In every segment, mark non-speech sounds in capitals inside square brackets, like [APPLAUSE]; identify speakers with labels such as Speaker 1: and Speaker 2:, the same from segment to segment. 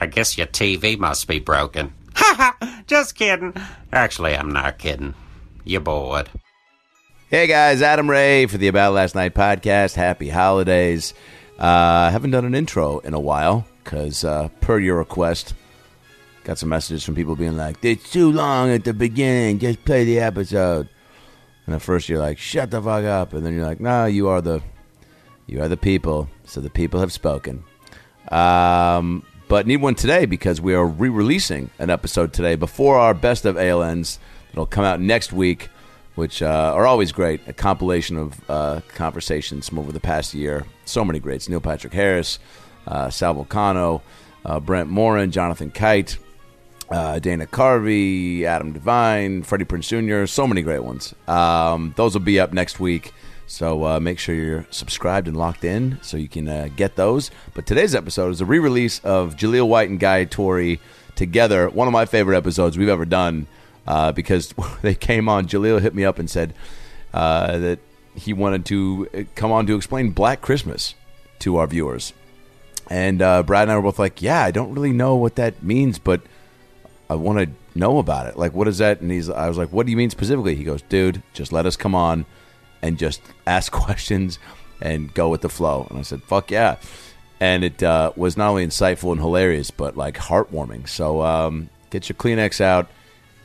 Speaker 1: I guess your TV must be broken. [LAUGHS] Ha ha! Just kidding. Actually, I'm not kidding. You're bored.
Speaker 2: Hey guys, Adam Ray for the About Last Night podcast. Happy holidays. Uh, haven't done an intro in a while because, uh, per your request, got some messages from people being like, it's too long at the beginning, just play the episode. And at first you're like, shut the fuck up. And then you're like, no, you are the. You are the people, so the people have spoken. Um, but need one today because we are re releasing an episode today before our best of ALNs that'll come out next week, which uh, are always great. A compilation of uh, conversations from over the past year. So many greats Neil Patrick Harris, uh, Sal Volcano, uh, Brent Morin, Jonathan Kite, uh, Dana Carvey, Adam Devine, Freddie Prince Jr. So many great ones. Um, those will be up next week. So uh, make sure you're subscribed and locked in so you can uh, get those. But today's episode is a re release of Jaleel White and Guy Tori together. One of my favorite episodes we've ever done uh, because [LAUGHS] they came on. Jaleel hit me up and said uh, that he wanted to uh, come on to explain Black Christmas to our viewers. And uh, Brad and I were both like, yeah, I don't really know what that means, but I want to know about it. Like, what is that? And he's, I was like, what do you mean specifically? He goes, dude, just let us come on and just [LAUGHS] ask questions and go with the flow. And I said, fuck yeah. And it uh, was not only insightful and hilarious, but like heartwarming. So um, get your Kleenex out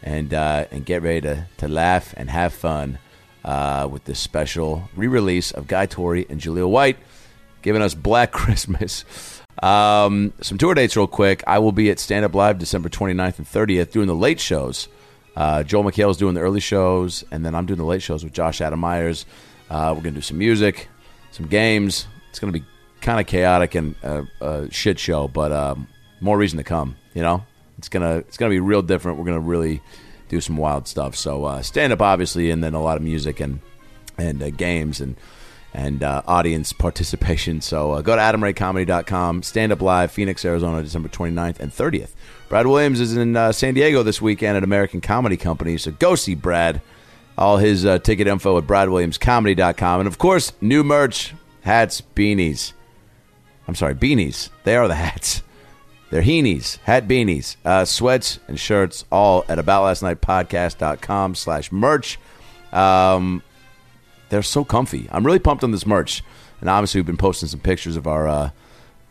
Speaker 2: and uh, and get ready to, to laugh and have fun uh, with this special re release of Guy Tori and Julia White giving us Black [LAUGHS] Christmas. Um, some tour dates, real quick. I will be at Stand Up Live December 29th and 30th doing the late shows. Uh, Joel McHale's doing the early shows, and then I'm doing the late shows with Josh Adam Myers. Uh, we're going to do some music, some games. It's going to be kind of chaotic and a, a shit show, but um, more reason to come, you know? It's gonna it's gonna be real different. We're gonna really do some wild stuff. So uh, stand up, obviously, and then a lot of music and and uh, games and and uh, audience participation. So uh, go to adamraycomedy.com. Stand up live, Phoenix, Arizona, December 29th and 30th. Brad Williams is in uh, San Diego this weekend at American Comedy Company. So go see Brad. All his uh, ticket info at bradwilliamscomedy.com. And of course, new merch, hats, beanies. I'm sorry, beanies. They are the hats. They're heenies, hat beanies, uh, sweats, and shirts, all at aboutlastnightpodcast.com slash merch. Um, they're so comfy. I'm really pumped on this merch, and obviously we've been posting some pictures of our uh,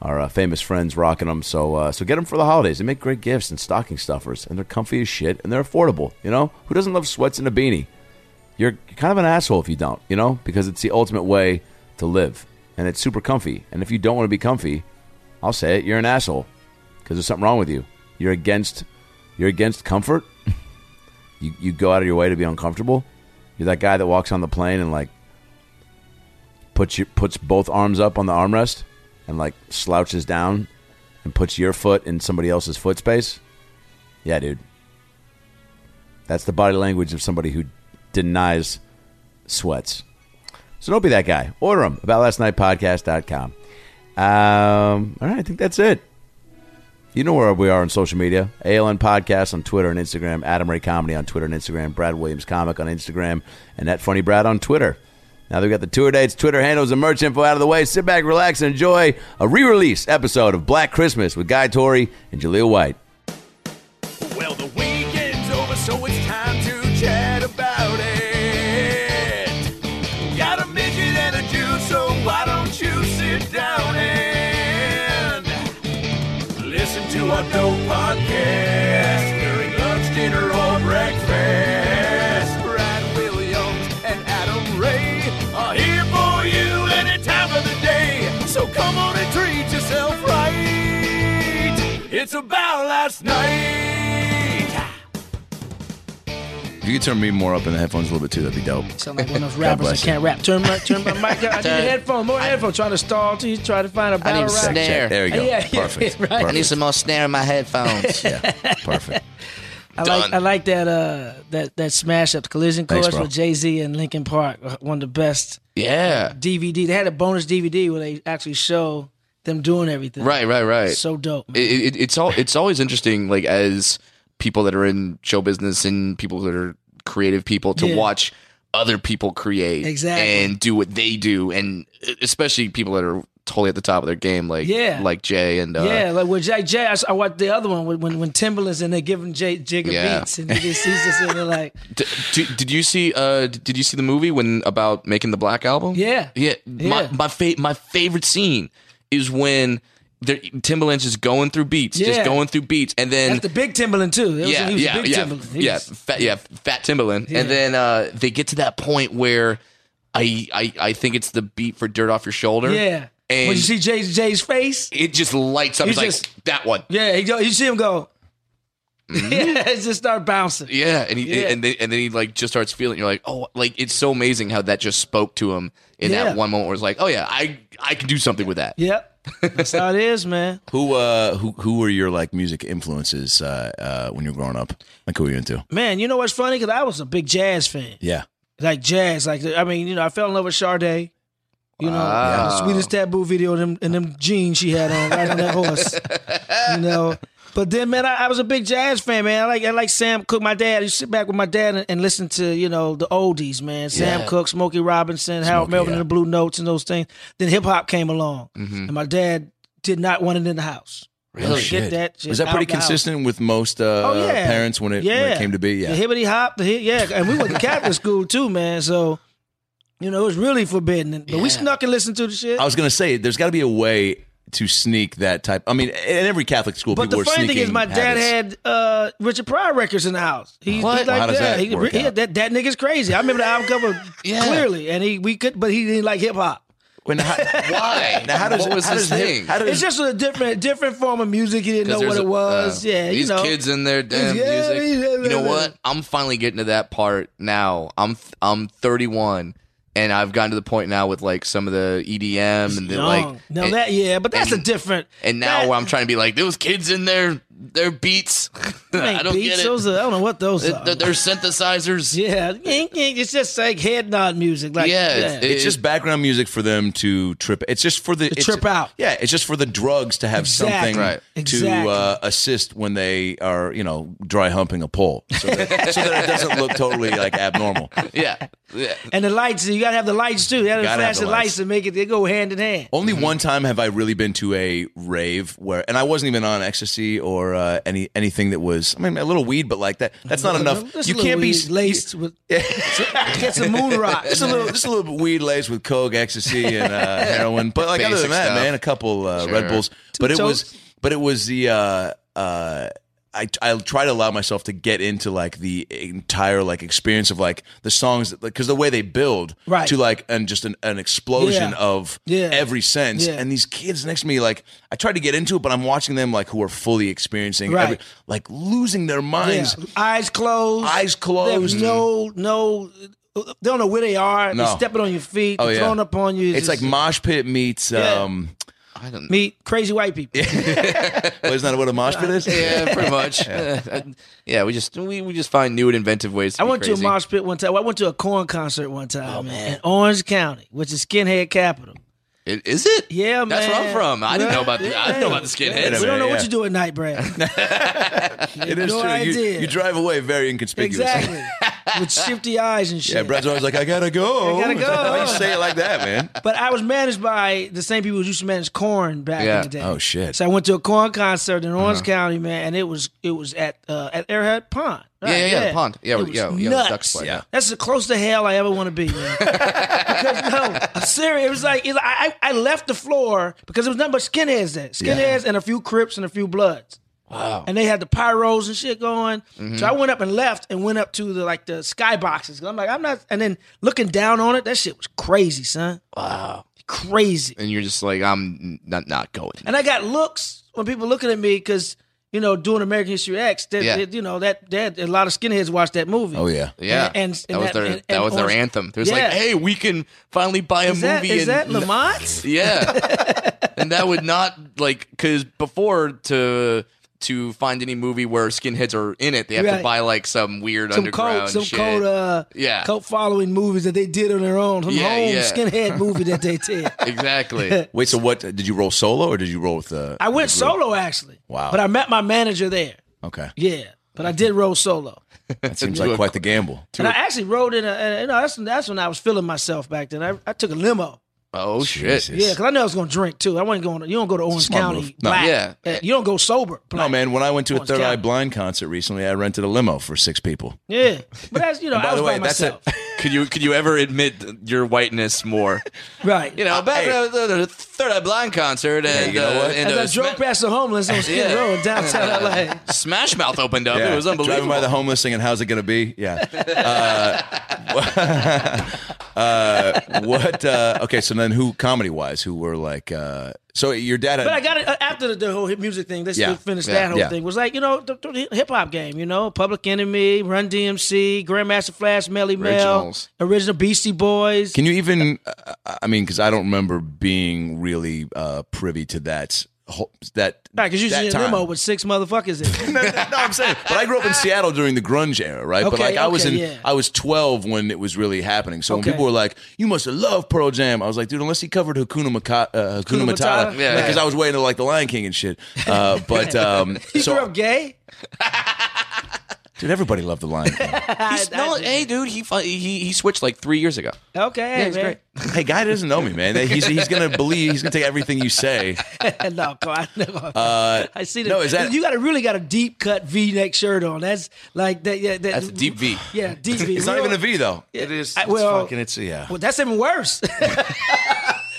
Speaker 2: our uh, famous friends rocking them. So uh, so get them for the holidays. They make great gifts and stocking stuffers, and they're comfy as shit, and they're affordable. You know who doesn't love sweats and a beanie? You're kind of an asshole if you don't, you know, because it's the ultimate way to live, and it's super comfy. And if you don't want to be comfy, I'll say it, you're an asshole because there's something wrong with you. You're against you're against comfort. [LAUGHS] you you go out of your way to be uncomfortable. You're that guy that walks on the plane and like puts your, puts both arms up on the armrest and like slouches down and puts your foot in somebody else's foot space. Yeah, dude. That's the body language of somebody who denies sweats. So don't be that guy. Order them about last night podcast.com. Um, all right, I think that's it. You know where we are on social media. ALN Podcast on Twitter and Instagram, Adam Ray Comedy on Twitter and Instagram, Brad Williams Comic on Instagram, and at Funny Brad on Twitter. Now that we got the tour dates, Twitter handles, and merch info out of the way, sit back, relax, and enjoy a re release episode of Black Christmas with Guy Tori and Jaleel White.
Speaker 3: Well, the weekend's over, so it's time to chat about it. Got a midget and a Jew, so why don't you sit down and listen to our dope podcast during lunch, dinner, or breakfast? Brad Williams and Adam Ray are here for you any time of the day. So come on and treat yourself right. It's about last night.
Speaker 2: If you could turn me more up in the headphones a little bit too, that'd be dope.
Speaker 4: Sound like one of those
Speaker 2: God
Speaker 4: rappers that
Speaker 2: bless you.
Speaker 4: can't rap. Turn my turn my mic. I need a
Speaker 5: Turn-
Speaker 4: headphone, more headphone. Trying to stall till you try to find a
Speaker 5: I
Speaker 4: battle
Speaker 5: need
Speaker 4: rap.
Speaker 5: a snare.
Speaker 2: There you go.
Speaker 4: [LAUGHS] Yeah, yeah,
Speaker 2: perfect.
Speaker 4: right.
Speaker 5: I need some more snare in my
Speaker 4: [LAUGHS]
Speaker 5: headphones.
Speaker 2: Yeah, perfect.
Speaker 4: I like
Speaker 5: Done.
Speaker 4: I like that uh that that smash up the collision
Speaker 2: Thanks,
Speaker 4: course
Speaker 2: bro.
Speaker 4: with Jay Z and Linkin Park. uh, One of the best
Speaker 5: yeah.
Speaker 4: DVD. They had a bonus DVD where they actually show them doing everything.
Speaker 6: Right, right, right.
Speaker 4: So dope. man.
Speaker 6: it, it, it's all it's always interesting like as people that are in show business and people that are creative people to
Speaker 4: Yeah.
Speaker 6: watch other people create
Speaker 4: Exactly.
Speaker 6: and do what they do and e, especially people that are totally at the top of their game like
Speaker 4: Yeah.
Speaker 6: like Jay and uh,
Speaker 4: yeah, like with Jay Jay, I, s- I watched the other one when when, when Timberland's and they're giving Jay Jigga
Speaker 6: Yeah.
Speaker 4: beats and he just, he's just in there like
Speaker 6: D- d- did you see uh d- did you see the movie when about making the black album [LAUGHS]
Speaker 4: Yeah.
Speaker 6: yeah, my
Speaker 4: Yeah.
Speaker 6: my, fa- my favorite scene is when they're- Timbaland's just going through beats,
Speaker 4: Yeah.
Speaker 6: just going through beats, and then
Speaker 4: that's the big Timberland too. That was-
Speaker 6: yeah,
Speaker 4: he was a
Speaker 6: yeah,
Speaker 4: big
Speaker 6: yeah,
Speaker 4: Timberland. He
Speaker 6: yeah,
Speaker 4: was-
Speaker 6: fat, yeah, fat Timberland.
Speaker 4: Yeah.
Speaker 6: And then uh, they get to that point where I, I, I think it's the beat for "Dirt Off Your Shoulder."
Speaker 4: yeah.
Speaker 6: and
Speaker 4: when you see Jay Jay's face,
Speaker 6: it just lights up.
Speaker 4: He's
Speaker 6: It's like
Speaker 4: just-
Speaker 6: that one.
Speaker 4: yeah, he go, you see him go, [LAUGHS] yeah, it just start bouncing.
Speaker 6: Yeah, and he
Speaker 4: Yeah.
Speaker 6: and then and then he like just starts feeling. You're like, oh, like it's so amazing how that just spoke to him in
Speaker 4: Yeah.
Speaker 6: that one moment. Where it's like, oh yeah, I I can do something with that.
Speaker 4: Yep, that's how it is, man.
Speaker 2: Who uh who who were your like music influences uh uh when you were growing up? Like who were you into?
Speaker 4: Man, you know what's funny? Because I was a big jazz fan.
Speaker 2: Yeah.
Speaker 4: like jazz. Like I mean, you know, I fell in love with Sade. You know,
Speaker 6: Ah,
Speaker 2: Uh,
Speaker 4: the sweetest taboo video and them, and them jeans she had on right on that horse. you know, but then man, I, I was a big jazz fan, man. I like I like Sam Cooke. My dad, you sit back with my dad and, and listen to you know the oldies, man. Sam Cooke, Smokey Robinson, Harold Melvin,
Speaker 2: yeah. Mm-hmm.
Speaker 4: and the Blue Notes, and those things. Then hip hop came along, and my dad did not want it in the house.
Speaker 2: Really?
Speaker 4: Oh, Get that shit
Speaker 2: Oh, Was that pretty
Speaker 4: out the house.
Speaker 2: consistent with most uh
Speaker 4: Oh yeah,
Speaker 2: parents when it, when it came to be? Yeah.
Speaker 4: the hibbity hop, the hit, yeah, and we went to
Speaker 2: [LAUGHS]
Speaker 4: Catholic school too, man. So you know it was really forbidden, but we snuck and listened to the shit.
Speaker 2: I was gonna say there's got to be a way to sneak that type. I mean, in every Catholic school,
Speaker 4: but
Speaker 2: people
Speaker 4: the
Speaker 2: were
Speaker 4: funny
Speaker 2: sneaking.
Speaker 4: thing is, my dad
Speaker 2: habits.
Speaker 4: had uh, Richard Pryor records in the house. He, he
Speaker 2: What?
Speaker 4: like
Speaker 2: Well, how does that
Speaker 4: He-
Speaker 2: work
Speaker 4: he-
Speaker 2: out?
Speaker 4: that that nigga's crazy. I remember the album
Speaker 6: [LAUGHS]
Speaker 4: cover clearly, and he we could, but he didn't like hip hop.
Speaker 2: When,
Speaker 4: [LAUGHS]
Speaker 2: how,
Speaker 6: Why?
Speaker 2: now, how does
Speaker 6: what was
Speaker 2: how
Speaker 6: his
Speaker 2: does hip-
Speaker 6: thing?
Speaker 2: How does
Speaker 4: It's just a different different form of music. He didn't know
Speaker 6: 'Cause
Speaker 4: what
Speaker 6: there's
Speaker 4: it
Speaker 6: a-
Speaker 4: was.
Speaker 6: uh,
Speaker 4: yeah, you
Speaker 6: these
Speaker 4: know.
Speaker 6: kids and their damn
Speaker 4: Yeah,
Speaker 6: music.
Speaker 4: yeah,
Speaker 6: you know
Speaker 4: yeah.
Speaker 6: what? I'm finally getting to that part now. I'm I'm 31, and I've gotten to the point now with like some of the EDM and the
Speaker 4: Young.
Speaker 6: like.
Speaker 4: now
Speaker 6: and,
Speaker 4: that yeah, but that's
Speaker 6: and-
Speaker 4: a different.
Speaker 6: and now
Speaker 4: that-
Speaker 6: I'm trying to be like those kids in their their beats. [LAUGHS] I
Speaker 4: ain't
Speaker 6: don't
Speaker 4: beats.
Speaker 6: get it.
Speaker 4: Those are, I don't know what those
Speaker 6: Th-
Speaker 4: are.
Speaker 6: th- They're
Speaker 4: [LAUGHS]
Speaker 6: synthesizers.
Speaker 4: Yeah, yink, yink. it's just like head nod music. Like
Speaker 6: Yeah, it's- it-
Speaker 2: it's just background music for them to trip. It's just for the it's-
Speaker 4: trip out.
Speaker 2: Yeah, it's just for the drugs to have
Speaker 4: Exactly.
Speaker 2: something
Speaker 6: Right.
Speaker 2: to
Speaker 4: Exactly.
Speaker 2: uh, assist when they are, you know, dry humping a pole, so that, so that it doesn't look totally like abnormal.
Speaker 6: yeah. yeah.
Speaker 4: and the lights. You gotta have the lights too. You gotta,
Speaker 2: Gotta
Speaker 4: flash
Speaker 2: have
Speaker 4: the
Speaker 2: the
Speaker 4: lights.
Speaker 2: lights.
Speaker 4: and make it. They go hand in hand.
Speaker 2: Only one time have I really been to a rave where, and I wasn't even on ecstasy or uh, any anything that was. I mean, a little weed, but like that. That's not enough.
Speaker 4: Just a
Speaker 2: you
Speaker 4: little
Speaker 2: can't be
Speaker 4: weed
Speaker 2: [LAUGHS]
Speaker 4: laced with. Get some moon rock.
Speaker 2: Just a little, just a little bit weed laced with coke, ecstasy, and
Speaker 6: [LAUGHS]
Speaker 2: uh, heroin. But like other
Speaker 6: Basic
Speaker 2: than that,
Speaker 6: stuff.
Speaker 2: man, a couple uh,
Speaker 6: Sure.
Speaker 2: Red Bulls. But it
Speaker 4: totes.
Speaker 2: was, but it was the. Uh, uh, I, I try to allow myself to get into like the entire like experience of like the songs because the way they build
Speaker 4: Right.
Speaker 2: to like and just an, an explosion
Speaker 4: Yeah.
Speaker 2: of
Speaker 4: Yeah.
Speaker 2: every sense
Speaker 4: Yeah.
Speaker 2: and these kids next to me like I tried to get into it but I'm watching them like who are fully experiencing
Speaker 4: Right.
Speaker 2: every, like losing their
Speaker 4: Yeah.
Speaker 2: minds
Speaker 4: Eyes closed.
Speaker 2: eyes
Speaker 4: There's
Speaker 2: closed
Speaker 4: no no. They don't know where they are.
Speaker 2: No.
Speaker 4: They're stepping on your feet.
Speaker 2: Oh,
Speaker 4: they're
Speaker 2: yeah.
Speaker 4: throwing up on you.
Speaker 2: it's like
Speaker 4: just-
Speaker 2: mosh pit meets
Speaker 4: Yeah.
Speaker 2: um
Speaker 4: [LAUGHS]
Speaker 6: I don't.
Speaker 4: meet crazy white people.
Speaker 2: Well, isn't that what a mosh pit
Speaker 4: [LAUGHS]
Speaker 2: is?
Speaker 6: Yeah, pretty much. [LAUGHS] yeah. we just we, we just find new and inventive ways. To
Speaker 4: I
Speaker 6: be
Speaker 4: went to
Speaker 6: crazy.
Speaker 4: a mosh pit one time. I went to a corn concert one time
Speaker 2: Oh,
Speaker 4: man, in Orange County, which is skinhead capital.
Speaker 6: It, is it?
Speaker 4: Yeah,
Speaker 6: That's where
Speaker 4: man.
Speaker 6: I'm from. I didn't know about the. I didn't know about the
Speaker 2: Wait a
Speaker 6: skinheads.
Speaker 4: We don't know
Speaker 2: minute,
Speaker 4: what
Speaker 2: yeah.
Speaker 4: you do at night, Brad.
Speaker 2: [LAUGHS] It is
Speaker 4: No
Speaker 2: true. You-
Speaker 4: idea.
Speaker 2: You, drive away very inconspicuous. [LAUGHS]
Speaker 4: Exactly. With shifty eyes and shit.
Speaker 2: Yeah, Brad's always like, I gotta go.
Speaker 4: I gotta go.
Speaker 2: Why you say it like that, man?
Speaker 4: But I was managed by the same people who used to manage corn back
Speaker 6: Yeah.
Speaker 4: in the day.
Speaker 2: Oh shit. Uh-huh.
Speaker 4: So I went to a corn concert in Orange County, man, and it was it was at uh, at Airhead Pond.
Speaker 6: Yeah, yeah, yeah, the pond. Yeah,
Speaker 4: it was
Speaker 6: yeah, yeah, the
Speaker 4: nuts.
Speaker 6: ducks play, yeah.
Speaker 4: That's the closest to hell I ever want to be, man.
Speaker 6: [LAUGHS]
Speaker 4: because no, I'm serious. It was like it, I I I left the floor because there was nothing but skinheads there, skinheads and a few Crips and a few Bloods. Wow. And they had the pyros and shit going.
Speaker 6: Mm-hmm.
Speaker 4: So I went up and left and went up to the like the sky boxes. I'm like, I'm not. And then looking down on it, that shit was crazy, son. Wow. Crazy.
Speaker 6: And you're just like, I'm not not going.
Speaker 4: And I got looks when people looking at me because you know, doing American History X, that,
Speaker 6: Yeah.
Speaker 4: that, you know, that that a lot of skinheads watched that movie.
Speaker 2: Oh yeah.
Speaker 6: Yeah,
Speaker 4: And- and-
Speaker 6: that was
Speaker 4: and
Speaker 6: their
Speaker 4: that- and-
Speaker 6: that was their
Speaker 4: and-
Speaker 6: anthem. There's
Speaker 4: Yeah.
Speaker 6: like, hey, we can finally buy a
Speaker 4: Is that,
Speaker 6: movie.
Speaker 4: is
Speaker 6: and
Speaker 4: that [LAUGHS] Lamont's?
Speaker 6: Yeah,
Speaker 4: [LAUGHS]
Speaker 6: and that would not like because before to to find any movie where skinheads are in it, they have
Speaker 4: Right.
Speaker 6: to buy like some weird
Speaker 4: Some
Speaker 6: underground
Speaker 4: cult, some
Speaker 6: shit.
Speaker 4: cult, uh,
Speaker 6: Yeah.
Speaker 4: cult following movies that they did on their own, some
Speaker 6: Yeah,
Speaker 4: home
Speaker 6: yeah.
Speaker 4: skinhead movie that they did. [LAUGHS]
Speaker 6: exactly.
Speaker 2: Wait, so what did you roll solo or did you roll with the?
Speaker 4: I went
Speaker 2: the group?
Speaker 4: solo actually.
Speaker 2: Wow.
Speaker 4: But I met my manager there.
Speaker 2: Okay,
Speaker 4: Yeah, but I did roll solo.
Speaker 2: that seems
Speaker 6: To
Speaker 2: like
Speaker 6: a-
Speaker 2: quite the gamble.
Speaker 4: And I actually rode in a, and, you know, that's, that's when I was feeling myself back then. I, I took a limo.
Speaker 6: [LAUGHS] oh shit.
Speaker 2: Jesus.
Speaker 4: Yeah, because I knew I was going to drink too. I wasn't going to, you don't go to Orange
Speaker 2: Smart
Speaker 4: County.
Speaker 2: move. No.
Speaker 4: black.
Speaker 6: Yeah.
Speaker 4: Uh, You don't go sober.
Speaker 2: No
Speaker 4: black.
Speaker 2: man, when I went to a
Speaker 4: Orange
Speaker 2: Third Eye
Speaker 4: County.
Speaker 2: Blind concert recently, I rented a limo for six people.
Speaker 4: Yeah. But that's, you know, I was by myself.
Speaker 6: Could you could you ever admit your whiteness
Speaker 4: [LAUGHS]
Speaker 6: more?
Speaker 4: Right.
Speaker 6: [LAUGHS] You know, back at the, the Third Eye Blind concert, and
Speaker 2: Uh, you know
Speaker 6: uh,
Speaker 2: what?
Speaker 6: and,
Speaker 4: As
Speaker 6: uh,
Speaker 4: I drove
Speaker 6: Sma-
Speaker 4: past the homeless on Skid [LAUGHS]
Speaker 6: Yeah.
Speaker 4: Row in downtown LA.
Speaker 6: [LAUGHS] Smash Mouth opened up.
Speaker 2: Yeah.
Speaker 6: It was unbelievable.
Speaker 2: Driving by the homeless singing, "How's it gonna be?"
Speaker 4: [LAUGHS]
Speaker 2: Yeah. Uh, [LAUGHS] uh, what? Uh, okay, so then who comedy wise? Who were like? Uh, so your dad? Had,
Speaker 4: But I got it uh, after the, the whole hip music thing. Let's
Speaker 2: Yeah.
Speaker 4: finish
Speaker 6: Yeah.
Speaker 4: that whole
Speaker 2: Yeah.
Speaker 4: thing. Was like you know the, the hip hop game. You know, Public Enemy, Run DMC, Grandmaster Flash, Melly Mel,
Speaker 6: Originals.
Speaker 4: original Beastie Boys.
Speaker 2: Can you even? Uh, I mean, because I don't remember being really uh, privy to that. whole- That
Speaker 4: Because you
Speaker 2: that
Speaker 4: usually in a
Speaker 2: time.
Speaker 4: limo with six motherfuckers
Speaker 2: [LAUGHS]
Speaker 4: in.
Speaker 2: no, no, [LAUGHS] no, I'm saying, but I grew up in Seattle during the grunge era, right? but
Speaker 4: Okay,
Speaker 2: like I was in,
Speaker 4: okay, yeah.
Speaker 2: I was 12 when it was really happening. So
Speaker 4: Okay.
Speaker 2: when people were like, "You must have loved Pearl Jam," I was like, "Dude, unless he covered Hakuna, Maka- uh, Hakuna
Speaker 4: Hakuna Matata?
Speaker 2: Matata,
Speaker 6: Yeah.
Speaker 2: because I was way into like the Lion King and shit."
Speaker 4: [LAUGHS]
Speaker 2: Uh, but um,
Speaker 4: You grew
Speaker 2: so,
Speaker 4: up gay?
Speaker 2: dude, everybody loved the Lion
Speaker 4: [LAUGHS]
Speaker 2: King.
Speaker 6: He's- no, hey, dude, he, fi- he he switched like three years ago.
Speaker 4: Okay, hey,
Speaker 6: he's
Speaker 4: man.
Speaker 6: great.
Speaker 2: hey, guy doesn't know me, man. He's he's gonna believe, he's gonna take everything you
Speaker 4: [LAUGHS]
Speaker 2: say.
Speaker 4: [LAUGHS] no, come on. [LAUGHS] No.
Speaker 2: [LAUGHS] Uh,
Speaker 4: I see that.
Speaker 2: no, is that-
Speaker 4: you got to really got a deep cut V neck shirt on. That's like that. Yeah, that,
Speaker 6: That's a deep V.
Speaker 4: [LAUGHS] Yeah, deep V.
Speaker 2: It's not
Speaker 4: We
Speaker 2: even
Speaker 4: all-
Speaker 2: a V though. It is.
Speaker 4: I-
Speaker 2: it's
Speaker 4: well-
Speaker 2: fucking. It's yeah.
Speaker 4: Well, that's even worse. [LAUGHS] At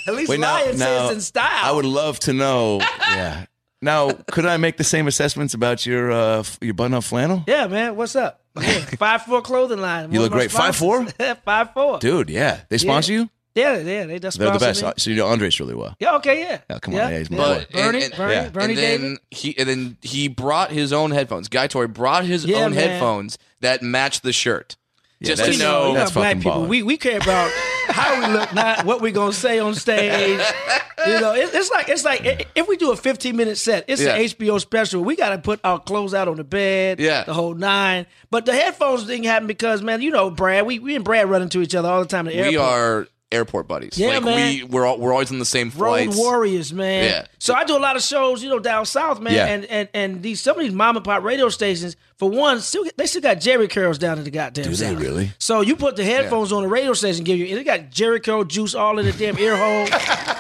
Speaker 4: least
Speaker 2: Wait, now-
Speaker 4: Lion
Speaker 2: now,
Speaker 4: says in style.
Speaker 2: I would love to
Speaker 4: [LAUGHS]
Speaker 2: know. yeah. Now, could I make the same assessments about your uh, f- your button up flannel?
Speaker 4: Yeah, man. What's
Speaker 2: [LAUGHS]
Speaker 4: up? Yeah, five four clothing line.
Speaker 2: You look great. Five four,
Speaker 4: [LAUGHS] five four.
Speaker 2: dude. Yeah, they sponsor you.
Speaker 4: Yeah, yeah. They just
Speaker 2: They're the
Speaker 4: sponsor
Speaker 2: best.
Speaker 4: me.
Speaker 2: So you know Andres really well.
Speaker 4: Yeah. Okay. Yeah.
Speaker 2: Oh, come on,
Speaker 4: yeah,
Speaker 2: yeah, he's my boy.
Speaker 6: But
Speaker 4: Bernie,
Speaker 6: and, and,
Speaker 4: Bernie,
Speaker 2: yeah.
Speaker 6: and
Speaker 4: Bernie,
Speaker 6: then
Speaker 4: David.
Speaker 6: he and then he brought his own headphones. Guy Toy brought his
Speaker 4: Yeah, man.
Speaker 6: own headphones that matched the shirt. Just
Speaker 2: that's-
Speaker 6: to
Speaker 4: You know,
Speaker 6: know,
Speaker 4: you know,
Speaker 2: that's
Speaker 4: black
Speaker 2: fucking
Speaker 4: people.
Speaker 2: baller.
Speaker 4: We we care about how we look, not what we gonna say on stage. you know, it, it's like it's like i- if we do a fifteen minute set, it's
Speaker 6: Yeah.
Speaker 4: an HBO special. We gotta put our clothes out on the bed.
Speaker 6: Yeah.
Speaker 4: the whole nine. But the headphones thing happened because man, you know, Brad. We we and Brad run into each other all the time. At the
Speaker 6: we
Speaker 4: airport.
Speaker 6: are airport buddies.
Speaker 4: Yeah,
Speaker 6: like we
Speaker 4: man.
Speaker 6: we're all, we're always on the same
Speaker 4: Road
Speaker 6: flights.
Speaker 4: Warriors, man.
Speaker 6: Yeah.
Speaker 4: So I do a lot of shows, you know, down south, man.
Speaker 2: Yeah.
Speaker 4: And and and these some of these mom and pop radio stations, for one, still they still got Jerry curls down in the goddamn.
Speaker 2: Do they
Speaker 4: south.
Speaker 2: really? [LAUGHS]
Speaker 4: So you put the headphones on the radio station, give you, and it got Jerry curl juice all in the damn ear hole.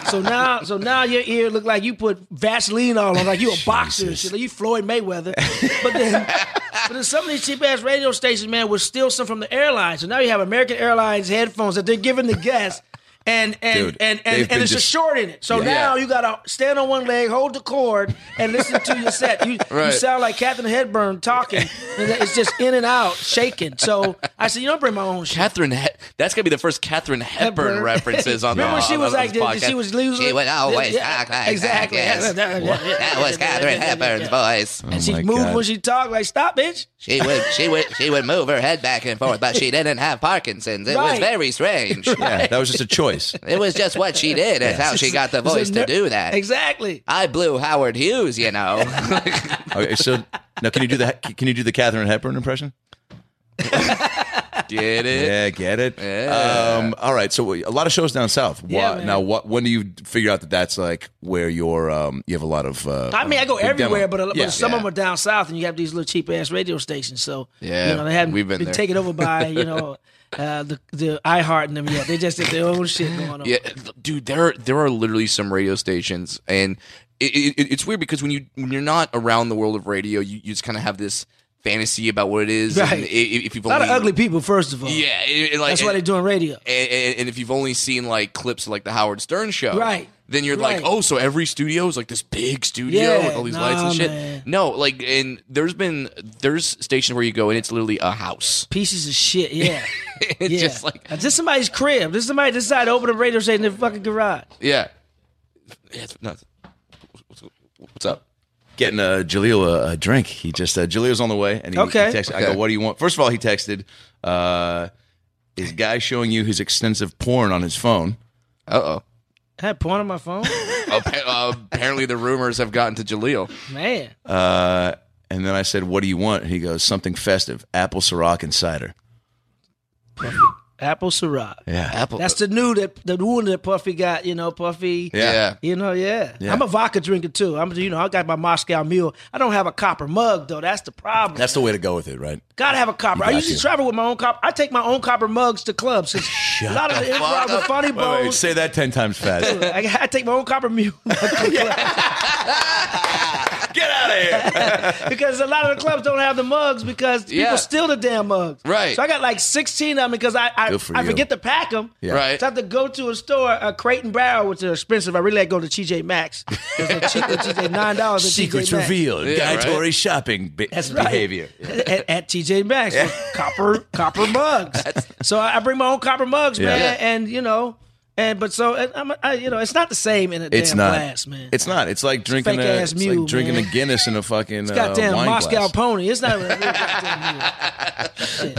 Speaker 4: so now, so now your ear look like you put Vaseline all
Speaker 2: [LAUGHS]
Speaker 4: on, like you a boxer and shit, like you Floyd Mayweather. But then. But then some of these cheap ass radio stations, man, will steal some from the airlines. So now you have American Airlines headphones that they're giving the guests, and and
Speaker 2: Dude,
Speaker 4: and
Speaker 2: they've
Speaker 4: and,
Speaker 2: been
Speaker 4: and it's
Speaker 2: just-
Speaker 4: a short in it. So
Speaker 2: Yeah.
Speaker 4: now you gotta stand on one leg, hold the cord, and listen to your set. You, you
Speaker 6: Right.
Speaker 4: sound like Catherine Hepburn talking. And it's just in and out, shaking. So I said, you don't bring my own shit.
Speaker 6: Catherine, he- that's gonna be the first Catherine Hepburn,
Speaker 4: Hepburn. [LAUGHS]
Speaker 6: references on
Speaker 4: Remember
Speaker 6: the
Speaker 4: when she
Speaker 6: on,
Speaker 4: was
Speaker 6: on
Speaker 4: like
Speaker 6: this
Speaker 4: this, she
Speaker 6: podcast.
Speaker 4: was losing.
Speaker 5: She "Oh, would always talk like that,
Speaker 4: exactly.
Speaker 5: yes.
Speaker 4: [LAUGHS]
Speaker 5: That was Catherine Hepburn's voice.
Speaker 4: And she
Speaker 2: Oh my
Speaker 4: moved
Speaker 2: God.
Speaker 4: when she talked. Like stop, bitch.
Speaker 5: She would she would she would move her head back and forth, but
Speaker 4: [LAUGHS]
Speaker 5: she didn't have Parkinson's. It was
Speaker 4: Right.
Speaker 5: very strange.
Speaker 2: [LAUGHS]
Speaker 4: [LAUGHS]
Speaker 2: Yeah, that was just a choice.
Speaker 5: It was just what she did. That's how she got the
Speaker 4: It's a
Speaker 5: voice
Speaker 4: ner-
Speaker 5: to do that.
Speaker 4: Exactly.
Speaker 5: I blew Howard Hughes, you
Speaker 4: [LAUGHS]
Speaker 5: know.
Speaker 2: Okay, so now can you do the can you do the Catherine Hepburn impression?
Speaker 6: Get it?
Speaker 2: Yeah, get it.
Speaker 6: Yeah.
Speaker 2: Um, all right, so a lot of shows down south. Why,
Speaker 4: Yeah, man.
Speaker 2: now, what when do you figure out that that's like where your um you have a lot of? Uh,
Speaker 4: I mean, I go
Speaker 2: big demo?
Speaker 4: everywhere, but, a,
Speaker 2: Yeah.
Speaker 4: but some
Speaker 6: yeah.
Speaker 4: of them are down south, and you have these little cheap ass radio stations. So
Speaker 6: Yeah,
Speaker 4: you know, they haven't
Speaker 6: we've been
Speaker 4: been,
Speaker 6: there.
Speaker 4: taken over
Speaker 5: [LAUGHS]
Speaker 4: by you know uh, the the iHeart and them yet. They just have their own shit going on.
Speaker 6: Yeah, dude, there are, there are literally some radio stations, and it, it, it's weird because when you when you're not around the world of radio, you, you just kind of have this fantasy about what it is.
Speaker 4: Right.
Speaker 6: And i- i- if you've
Speaker 4: a lot
Speaker 6: only,
Speaker 4: of ugly people, first of all.
Speaker 6: yeah, it- it like-
Speaker 4: that's why they're doing radio.
Speaker 6: and, and, and if you've only seen like clips of like the Howard Stern show,
Speaker 4: Right.
Speaker 6: Then you're
Speaker 4: Right.
Speaker 6: like, oh, so every studio is like this big studio
Speaker 4: Yeah,
Speaker 6: with all these lights and
Speaker 4: nah,
Speaker 6: shit.
Speaker 4: man.
Speaker 6: No, like, and there's been there's stations where you go and it's literally a house. [LAUGHS]
Speaker 4: Pieces of shit. Yeah,
Speaker 6: It's
Speaker 4: yeah.
Speaker 6: just like,
Speaker 4: Uh, this somebody's crib. This somebody decided to open a radio station in the fucking garage.
Speaker 6: yeah, Yeah, it's nuts. What's up?
Speaker 2: getting uh, Jaleel a, a drink. He just uh, Jaleel's on the way, and he, he
Speaker 4: Okay.
Speaker 2: texted. I
Speaker 6: Okay.
Speaker 2: go, "What do you want?" First of all, he texted, uh, "Is guy showing you his extensive porn on his phone?"
Speaker 6: Uh
Speaker 4: I had porn on my phone.
Speaker 6: oh. [LAUGHS] Apparently, the rumors have gotten to Jaleel.
Speaker 4: Man,
Speaker 2: Uh, and then I said, "What do you want?" And he goes, "Something festive: apple Ciroc and cider."
Speaker 4: apple Syrah.
Speaker 2: Yeah,
Speaker 6: Apple.
Speaker 4: That's the new that the one that Puffy got. You know, Puffy.
Speaker 6: yeah.
Speaker 4: You know, yeah.
Speaker 2: Yeah.
Speaker 4: I'm a vodka drinker too. I'm, you know, I got my Moscow Mule. I don't have a copper mug though. That's the problem.
Speaker 2: that's the way to go with it, right?
Speaker 4: Gotta have a copper. I
Speaker 2: got
Speaker 4: usually
Speaker 2: to.
Speaker 4: travel with my own copper. I take my own copper mugs to clubs. Since a lot of the improv, the funny
Speaker 2: Wait, wait,
Speaker 4: bones.
Speaker 2: say that ten times
Speaker 4: [LAUGHS]
Speaker 2: fast.
Speaker 4: I, I take [LAUGHS] my own copper mule
Speaker 2: [LAUGHS] Get out of here!
Speaker 4: [LAUGHS] because a lot of the clubs don't have the mugs because people
Speaker 6: Yeah.
Speaker 4: steal the damn mugs.
Speaker 6: Right.
Speaker 4: So I got like 16 of them because I I,
Speaker 2: Good for
Speaker 4: I
Speaker 2: you.
Speaker 4: forget to pack them.
Speaker 2: Yeah.
Speaker 6: Right.
Speaker 4: So I have to go to a store, a Crate and Barrel, which are expensive. I really like going to TJ Maxx. Because they're cheap, they're cheap, they're $9 at TJ Maxx.
Speaker 6: Yeah, right.
Speaker 2: shopping be-
Speaker 4: right. [LAUGHS] at, at TJ Maxx with copper copper
Speaker 2: [LAUGHS]
Speaker 4: mugs. so I, I bring my own copper mugs,
Speaker 2: Yeah.
Speaker 4: man, and you know, and but so and I'm, I, you know, it's not the same in a
Speaker 2: It's
Speaker 4: damn
Speaker 2: not.
Speaker 4: glass, man.
Speaker 2: It's not. It's like drinking a,
Speaker 4: fake-ass
Speaker 2: it's
Speaker 4: mule,
Speaker 2: like drinking
Speaker 4: man.
Speaker 2: a Guinness in a fucking uh,
Speaker 4: goddamn
Speaker 2: wine
Speaker 4: Moscow
Speaker 2: glass.
Speaker 4: pony. It's not a real goddamn
Speaker 2: [LAUGHS]
Speaker 4: mule.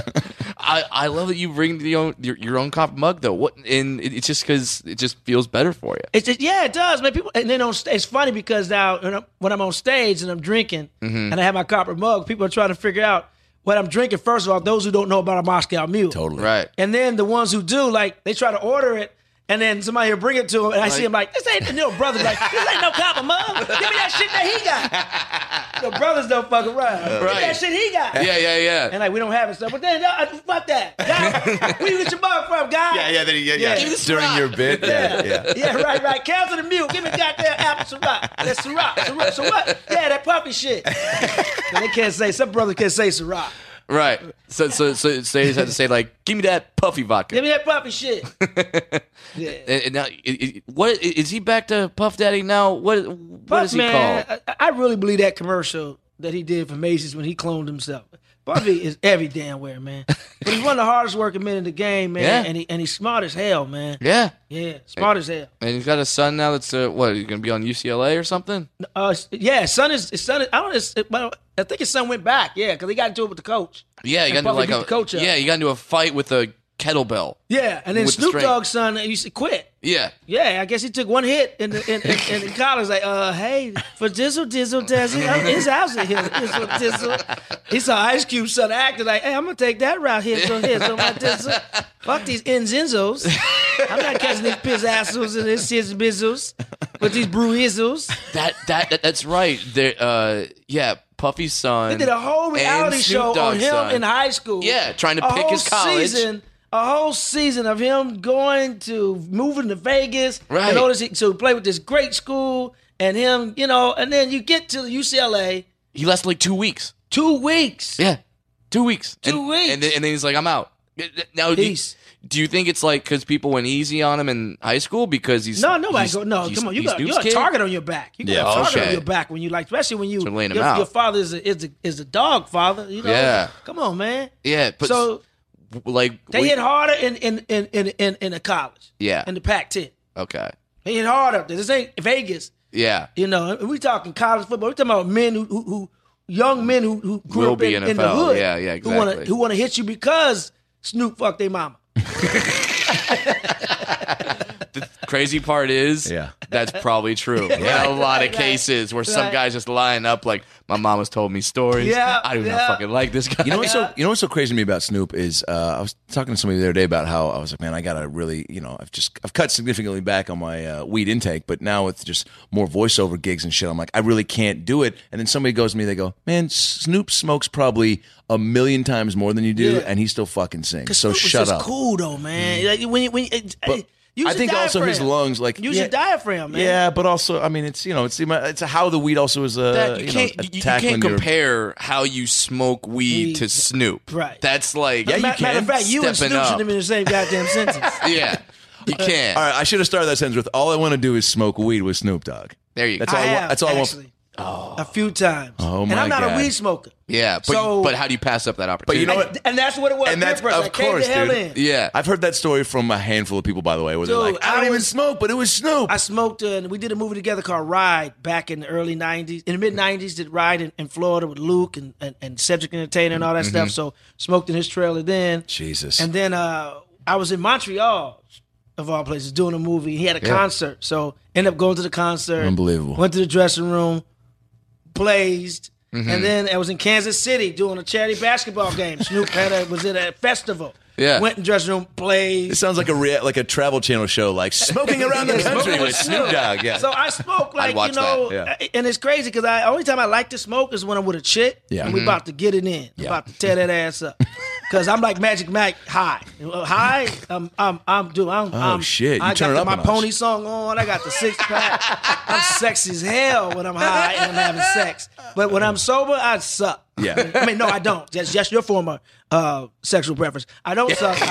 Speaker 6: I, I love that you bring the own, your, your own cop mug though. What and it, it's just because it just feels better for you.
Speaker 4: It's just, yeah, it does, man. People and then on sta- it's funny because now when I'm, when I'm on stage and I'm drinking
Speaker 2: Mm-hmm.
Speaker 4: and I have my copper mug, people are trying to figure out what I'm drinking. First of all, those who don't know about a Moscow Mule,
Speaker 2: Totally.
Speaker 6: Right.
Speaker 4: And then the ones who do, like, they try to order it, and then somebody will bring it to them, and I see him like, this ain't the little brother, like, this ain't no copper mug. Give me that shit that he got. The brothers don't fuck around. Give me
Speaker 6: Right.
Speaker 4: that shit he got.
Speaker 6: Yeah, yeah, yeah.
Speaker 4: And like, we don't have it, stuff. But then, no, fuck that. Guy, where you get your mug from, guy?
Speaker 2: Yeah, yeah, then, yeah, yeah.
Speaker 4: Give me the
Speaker 2: During your bit, yeah, yeah.
Speaker 4: Yeah, right, right. Cancel the mule. Give me goddamn apple Ciroc. That's Ciroc. Ciroc. Ciroc. Yeah, that puppy shit. they can't say, some brother can't say Ciroc.
Speaker 6: [LAUGHS] Right. So so so, so you just had to say like, give me that puffy vodka.
Speaker 4: Give me that puppy shit. Yeah.
Speaker 6: [LAUGHS] and, and now, it, it, what is he back to Puff Daddy now? What what
Speaker 4: Puff,
Speaker 6: is he
Speaker 4: man,
Speaker 6: called?
Speaker 4: I, I really believe that commercial that he did for Macy's when he cloned himself.
Speaker 6: [LAUGHS]
Speaker 4: Buffy is every damn where, man. But he's one of the hardest working men in the game, man.
Speaker 6: Yeah.
Speaker 4: And he and he's smart as hell, man.
Speaker 6: Yeah.
Speaker 4: Yeah, smart as hell.
Speaker 6: And he's got a son now that's uh, what he's gonna be on UCLA or something.
Speaker 4: Uh, yeah, his son is his son. Is, I don't. It's, well, I think his son went back. Yeah, because he got into it with the coach.
Speaker 6: Yeah, he
Speaker 4: And
Speaker 6: got into
Speaker 4: probably
Speaker 6: like
Speaker 4: beat
Speaker 6: a
Speaker 4: the coach up.
Speaker 6: yeah, he got into a fight with a kettlebell.
Speaker 4: Yeah, and then
Speaker 6: With the
Speaker 4: Snoop
Speaker 6: strength.
Speaker 4: Dogg's son uh, used to quit.
Speaker 6: Yeah,
Speaker 4: Yeah, I guess he took one hit in the, in, in, in, in college. Like, uh, hey, for Dizzle, Dizzle, Dazzy, uh, his house is here. Dizzle, Dizzle. He saw Ice Cube son acting like, hey, I'm gonna take that route here. So here, so my Dizzle. Fuck these Enzenzos. I'm not catching these pizzazzles and these sis bizzles with these brewizzles.
Speaker 6: that that, that that's right. There, uh, yeah, Puffy's son.
Speaker 4: They did a whole reality
Speaker 6: and Snoop
Speaker 4: show on
Speaker 6: Dogg's
Speaker 4: him
Speaker 6: son.
Speaker 4: in high school.
Speaker 6: Yeah, trying to
Speaker 4: a
Speaker 6: pick
Speaker 4: whole
Speaker 6: his college.
Speaker 4: Season, a whole season of him going to moving to Vegas
Speaker 6: Right.
Speaker 4: and all this to play with this great school and him, you know, and then you get to UCLA
Speaker 6: He lasted like two weeks.
Speaker 4: two weeks.
Speaker 6: Yeah, two weeks.
Speaker 4: Two
Speaker 6: and,
Speaker 4: weeks.
Speaker 6: And then, and then he's like, I'm out. Now, do you,
Speaker 4: Peace.
Speaker 6: do you think it's like because people went easy on him in high school because he's
Speaker 4: No, nobody
Speaker 6: he's-
Speaker 4: go. No,
Speaker 6: he's-
Speaker 4: come on, you
Speaker 6: he's
Speaker 4: got
Speaker 6: Snoop's
Speaker 4: you got a
Speaker 6: kid?
Speaker 4: target on your back. You got
Speaker 2: Yeah,
Speaker 4: a target
Speaker 6: okay.
Speaker 4: on your back when you like, especially when you
Speaker 6: So laying him
Speaker 4: your,
Speaker 6: out.
Speaker 4: your father is a, is a, is a dog father. You know,
Speaker 6: Yeah.
Speaker 4: come on, man.
Speaker 6: Yeah, but
Speaker 4: so
Speaker 6: like
Speaker 4: they
Speaker 6: we-
Speaker 4: hit harder in in in in in, in the college.
Speaker 6: Yeah.
Speaker 4: in the Pac-10.
Speaker 6: Okay.
Speaker 4: They hit hard up there. This ain't Vegas.
Speaker 6: Yeah.
Speaker 4: You know, and we talking college football. We're talking about men who, who, who young men who, who grew
Speaker 6: Will
Speaker 4: up
Speaker 6: be
Speaker 4: in, in the
Speaker 6: NFL.
Speaker 4: hood.
Speaker 6: Yeah, yeah,
Speaker 4: Who want to
Speaker 6: exactly.
Speaker 4: who want to hit you because Snoop fucked their mama.
Speaker 6: Crazy part is,
Speaker 2: Yeah.
Speaker 6: that's probably true. In a lot of cases where some
Speaker 4: right.
Speaker 6: guys just lying up, like my mama's told me stories.
Speaker 4: Yeah,
Speaker 6: I do not
Speaker 4: yeah.
Speaker 6: fucking like this guy.
Speaker 2: You know what's so you know what's so crazy to me about Snoop is uh, I was talking to somebody the other day about how I was like, man, I gotta really, you know, I've just I've cut significantly back on my uh, weed intake, but now with just more voiceover gigs and shit, I'm like, I really can't do it. And then somebody goes to me, they go, man, Snoop smokes probably a million times more than you do,
Speaker 4: Yeah.
Speaker 2: and he still fucking sings. So
Speaker 4: Snoop was
Speaker 2: shut
Speaker 4: just
Speaker 2: up.
Speaker 4: Cool though, man. Like when you- when you-
Speaker 2: But
Speaker 4: use
Speaker 2: I
Speaker 4: your
Speaker 2: think also his
Speaker 4: diaphragm.
Speaker 2: lungs, like
Speaker 4: Use
Speaker 2: yeah,
Speaker 4: your diaphragm, man.
Speaker 2: Yeah, but also, I mean, it's you know, it's it's how the weed also is. Uh,
Speaker 6: That- you,
Speaker 2: know,
Speaker 6: can't, you- you
Speaker 2: tackling
Speaker 6: can't
Speaker 2: your-
Speaker 6: compare how you smoke weed,
Speaker 4: Weed.
Speaker 6: to Snoop.
Speaker 4: Right.
Speaker 6: That's like
Speaker 2: Yeah,
Speaker 4: Ma-
Speaker 2: you
Speaker 4: matter,
Speaker 2: can.
Speaker 4: of fact, you and
Speaker 6: Stepping
Speaker 4: Snoop
Speaker 6: up.
Speaker 4: should have been in the same goddamn sentence.
Speaker 6: [LAUGHS] yeah, you can't.
Speaker 2: All right, I should have started that sentence with "All I want to do is smoke weed with Snoop Dogg."
Speaker 6: There you
Speaker 2: That's
Speaker 6: go.
Speaker 2: all.
Speaker 4: I
Speaker 2: I, want,
Speaker 4: have,
Speaker 2: that's all
Speaker 4: actually.
Speaker 2: I
Speaker 4: a few times.
Speaker 6: Oh,
Speaker 4: and
Speaker 6: my
Speaker 4: I'm not
Speaker 6: God.
Speaker 4: a weed smoker.
Speaker 6: Yeah, but
Speaker 4: So-
Speaker 6: but how do you pass up that opportunity?
Speaker 4: And,
Speaker 6: know what?
Speaker 4: and that's what it was.
Speaker 6: And that's-
Speaker 4: Peer pressure.
Speaker 6: of
Speaker 4: I came
Speaker 6: course,
Speaker 4: the hell
Speaker 6: dude.
Speaker 4: in.
Speaker 6: Yeah.
Speaker 2: I've heard that story from a handful of people, by the way, where they're
Speaker 4: Dude,
Speaker 2: like, I don't
Speaker 4: I
Speaker 2: even
Speaker 4: was-
Speaker 2: smoke, but it was Snoop.
Speaker 4: I smoked, uh, and we did a movie together called Ride back in the early '90s, in the mid '90s. Did Ride in, in Florida with Luke and, and, and Cedric Entertainer and all that
Speaker 6: Mm-hmm.
Speaker 4: stuff. So smoked in his trailer then.
Speaker 2: Jesus.
Speaker 4: And then uh, I was in Montreal, of all places, doing a movie. He had a concert, so ended up going to the concert.
Speaker 6: Unbelievable.
Speaker 4: Went to the dressing room, blazed,
Speaker 6: Mm-hmm.
Speaker 4: and then I was in Kansas City doing a charity basketball game. Snoop had a, was at a festival.
Speaker 6: Yeah.
Speaker 4: Went in dressing room, blazed.
Speaker 2: it sounds like a rea- like a travel channel show, like smoking around the
Speaker 4: [LAUGHS] Yeah,
Speaker 2: country
Speaker 4: smoking
Speaker 2: with Snoop Dogg. Yeah.
Speaker 4: So I smoke like you
Speaker 6: watch
Speaker 4: know,
Speaker 2: that,
Speaker 4: and it's crazy because I only time I like to smoke is when I'm with a chick.
Speaker 2: Yeah. Mm-hmm.
Speaker 4: and we about to get it in, about to tear that
Speaker 2: [LAUGHS]
Speaker 4: ass up. Cause I'm like Magic Mike high, Uh, high. Um, I'm, I'm, dude, I'm.
Speaker 2: Oh,
Speaker 4: I'm,
Speaker 2: shit. You
Speaker 4: I
Speaker 2: turn it
Speaker 4: got the-
Speaker 2: up
Speaker 4: my
Speaker 2: a notch.
Speaker 4: pony song on. I got the six pack. I'm sexy as hell when I'm high and I'm having sex, but when I'm sober, I suck.
Speaker 2: Yeah.
Speaker 4: I mean, no, I don't. That's just your former uh, sexual preference. I don't suck. I, [LAUGHS]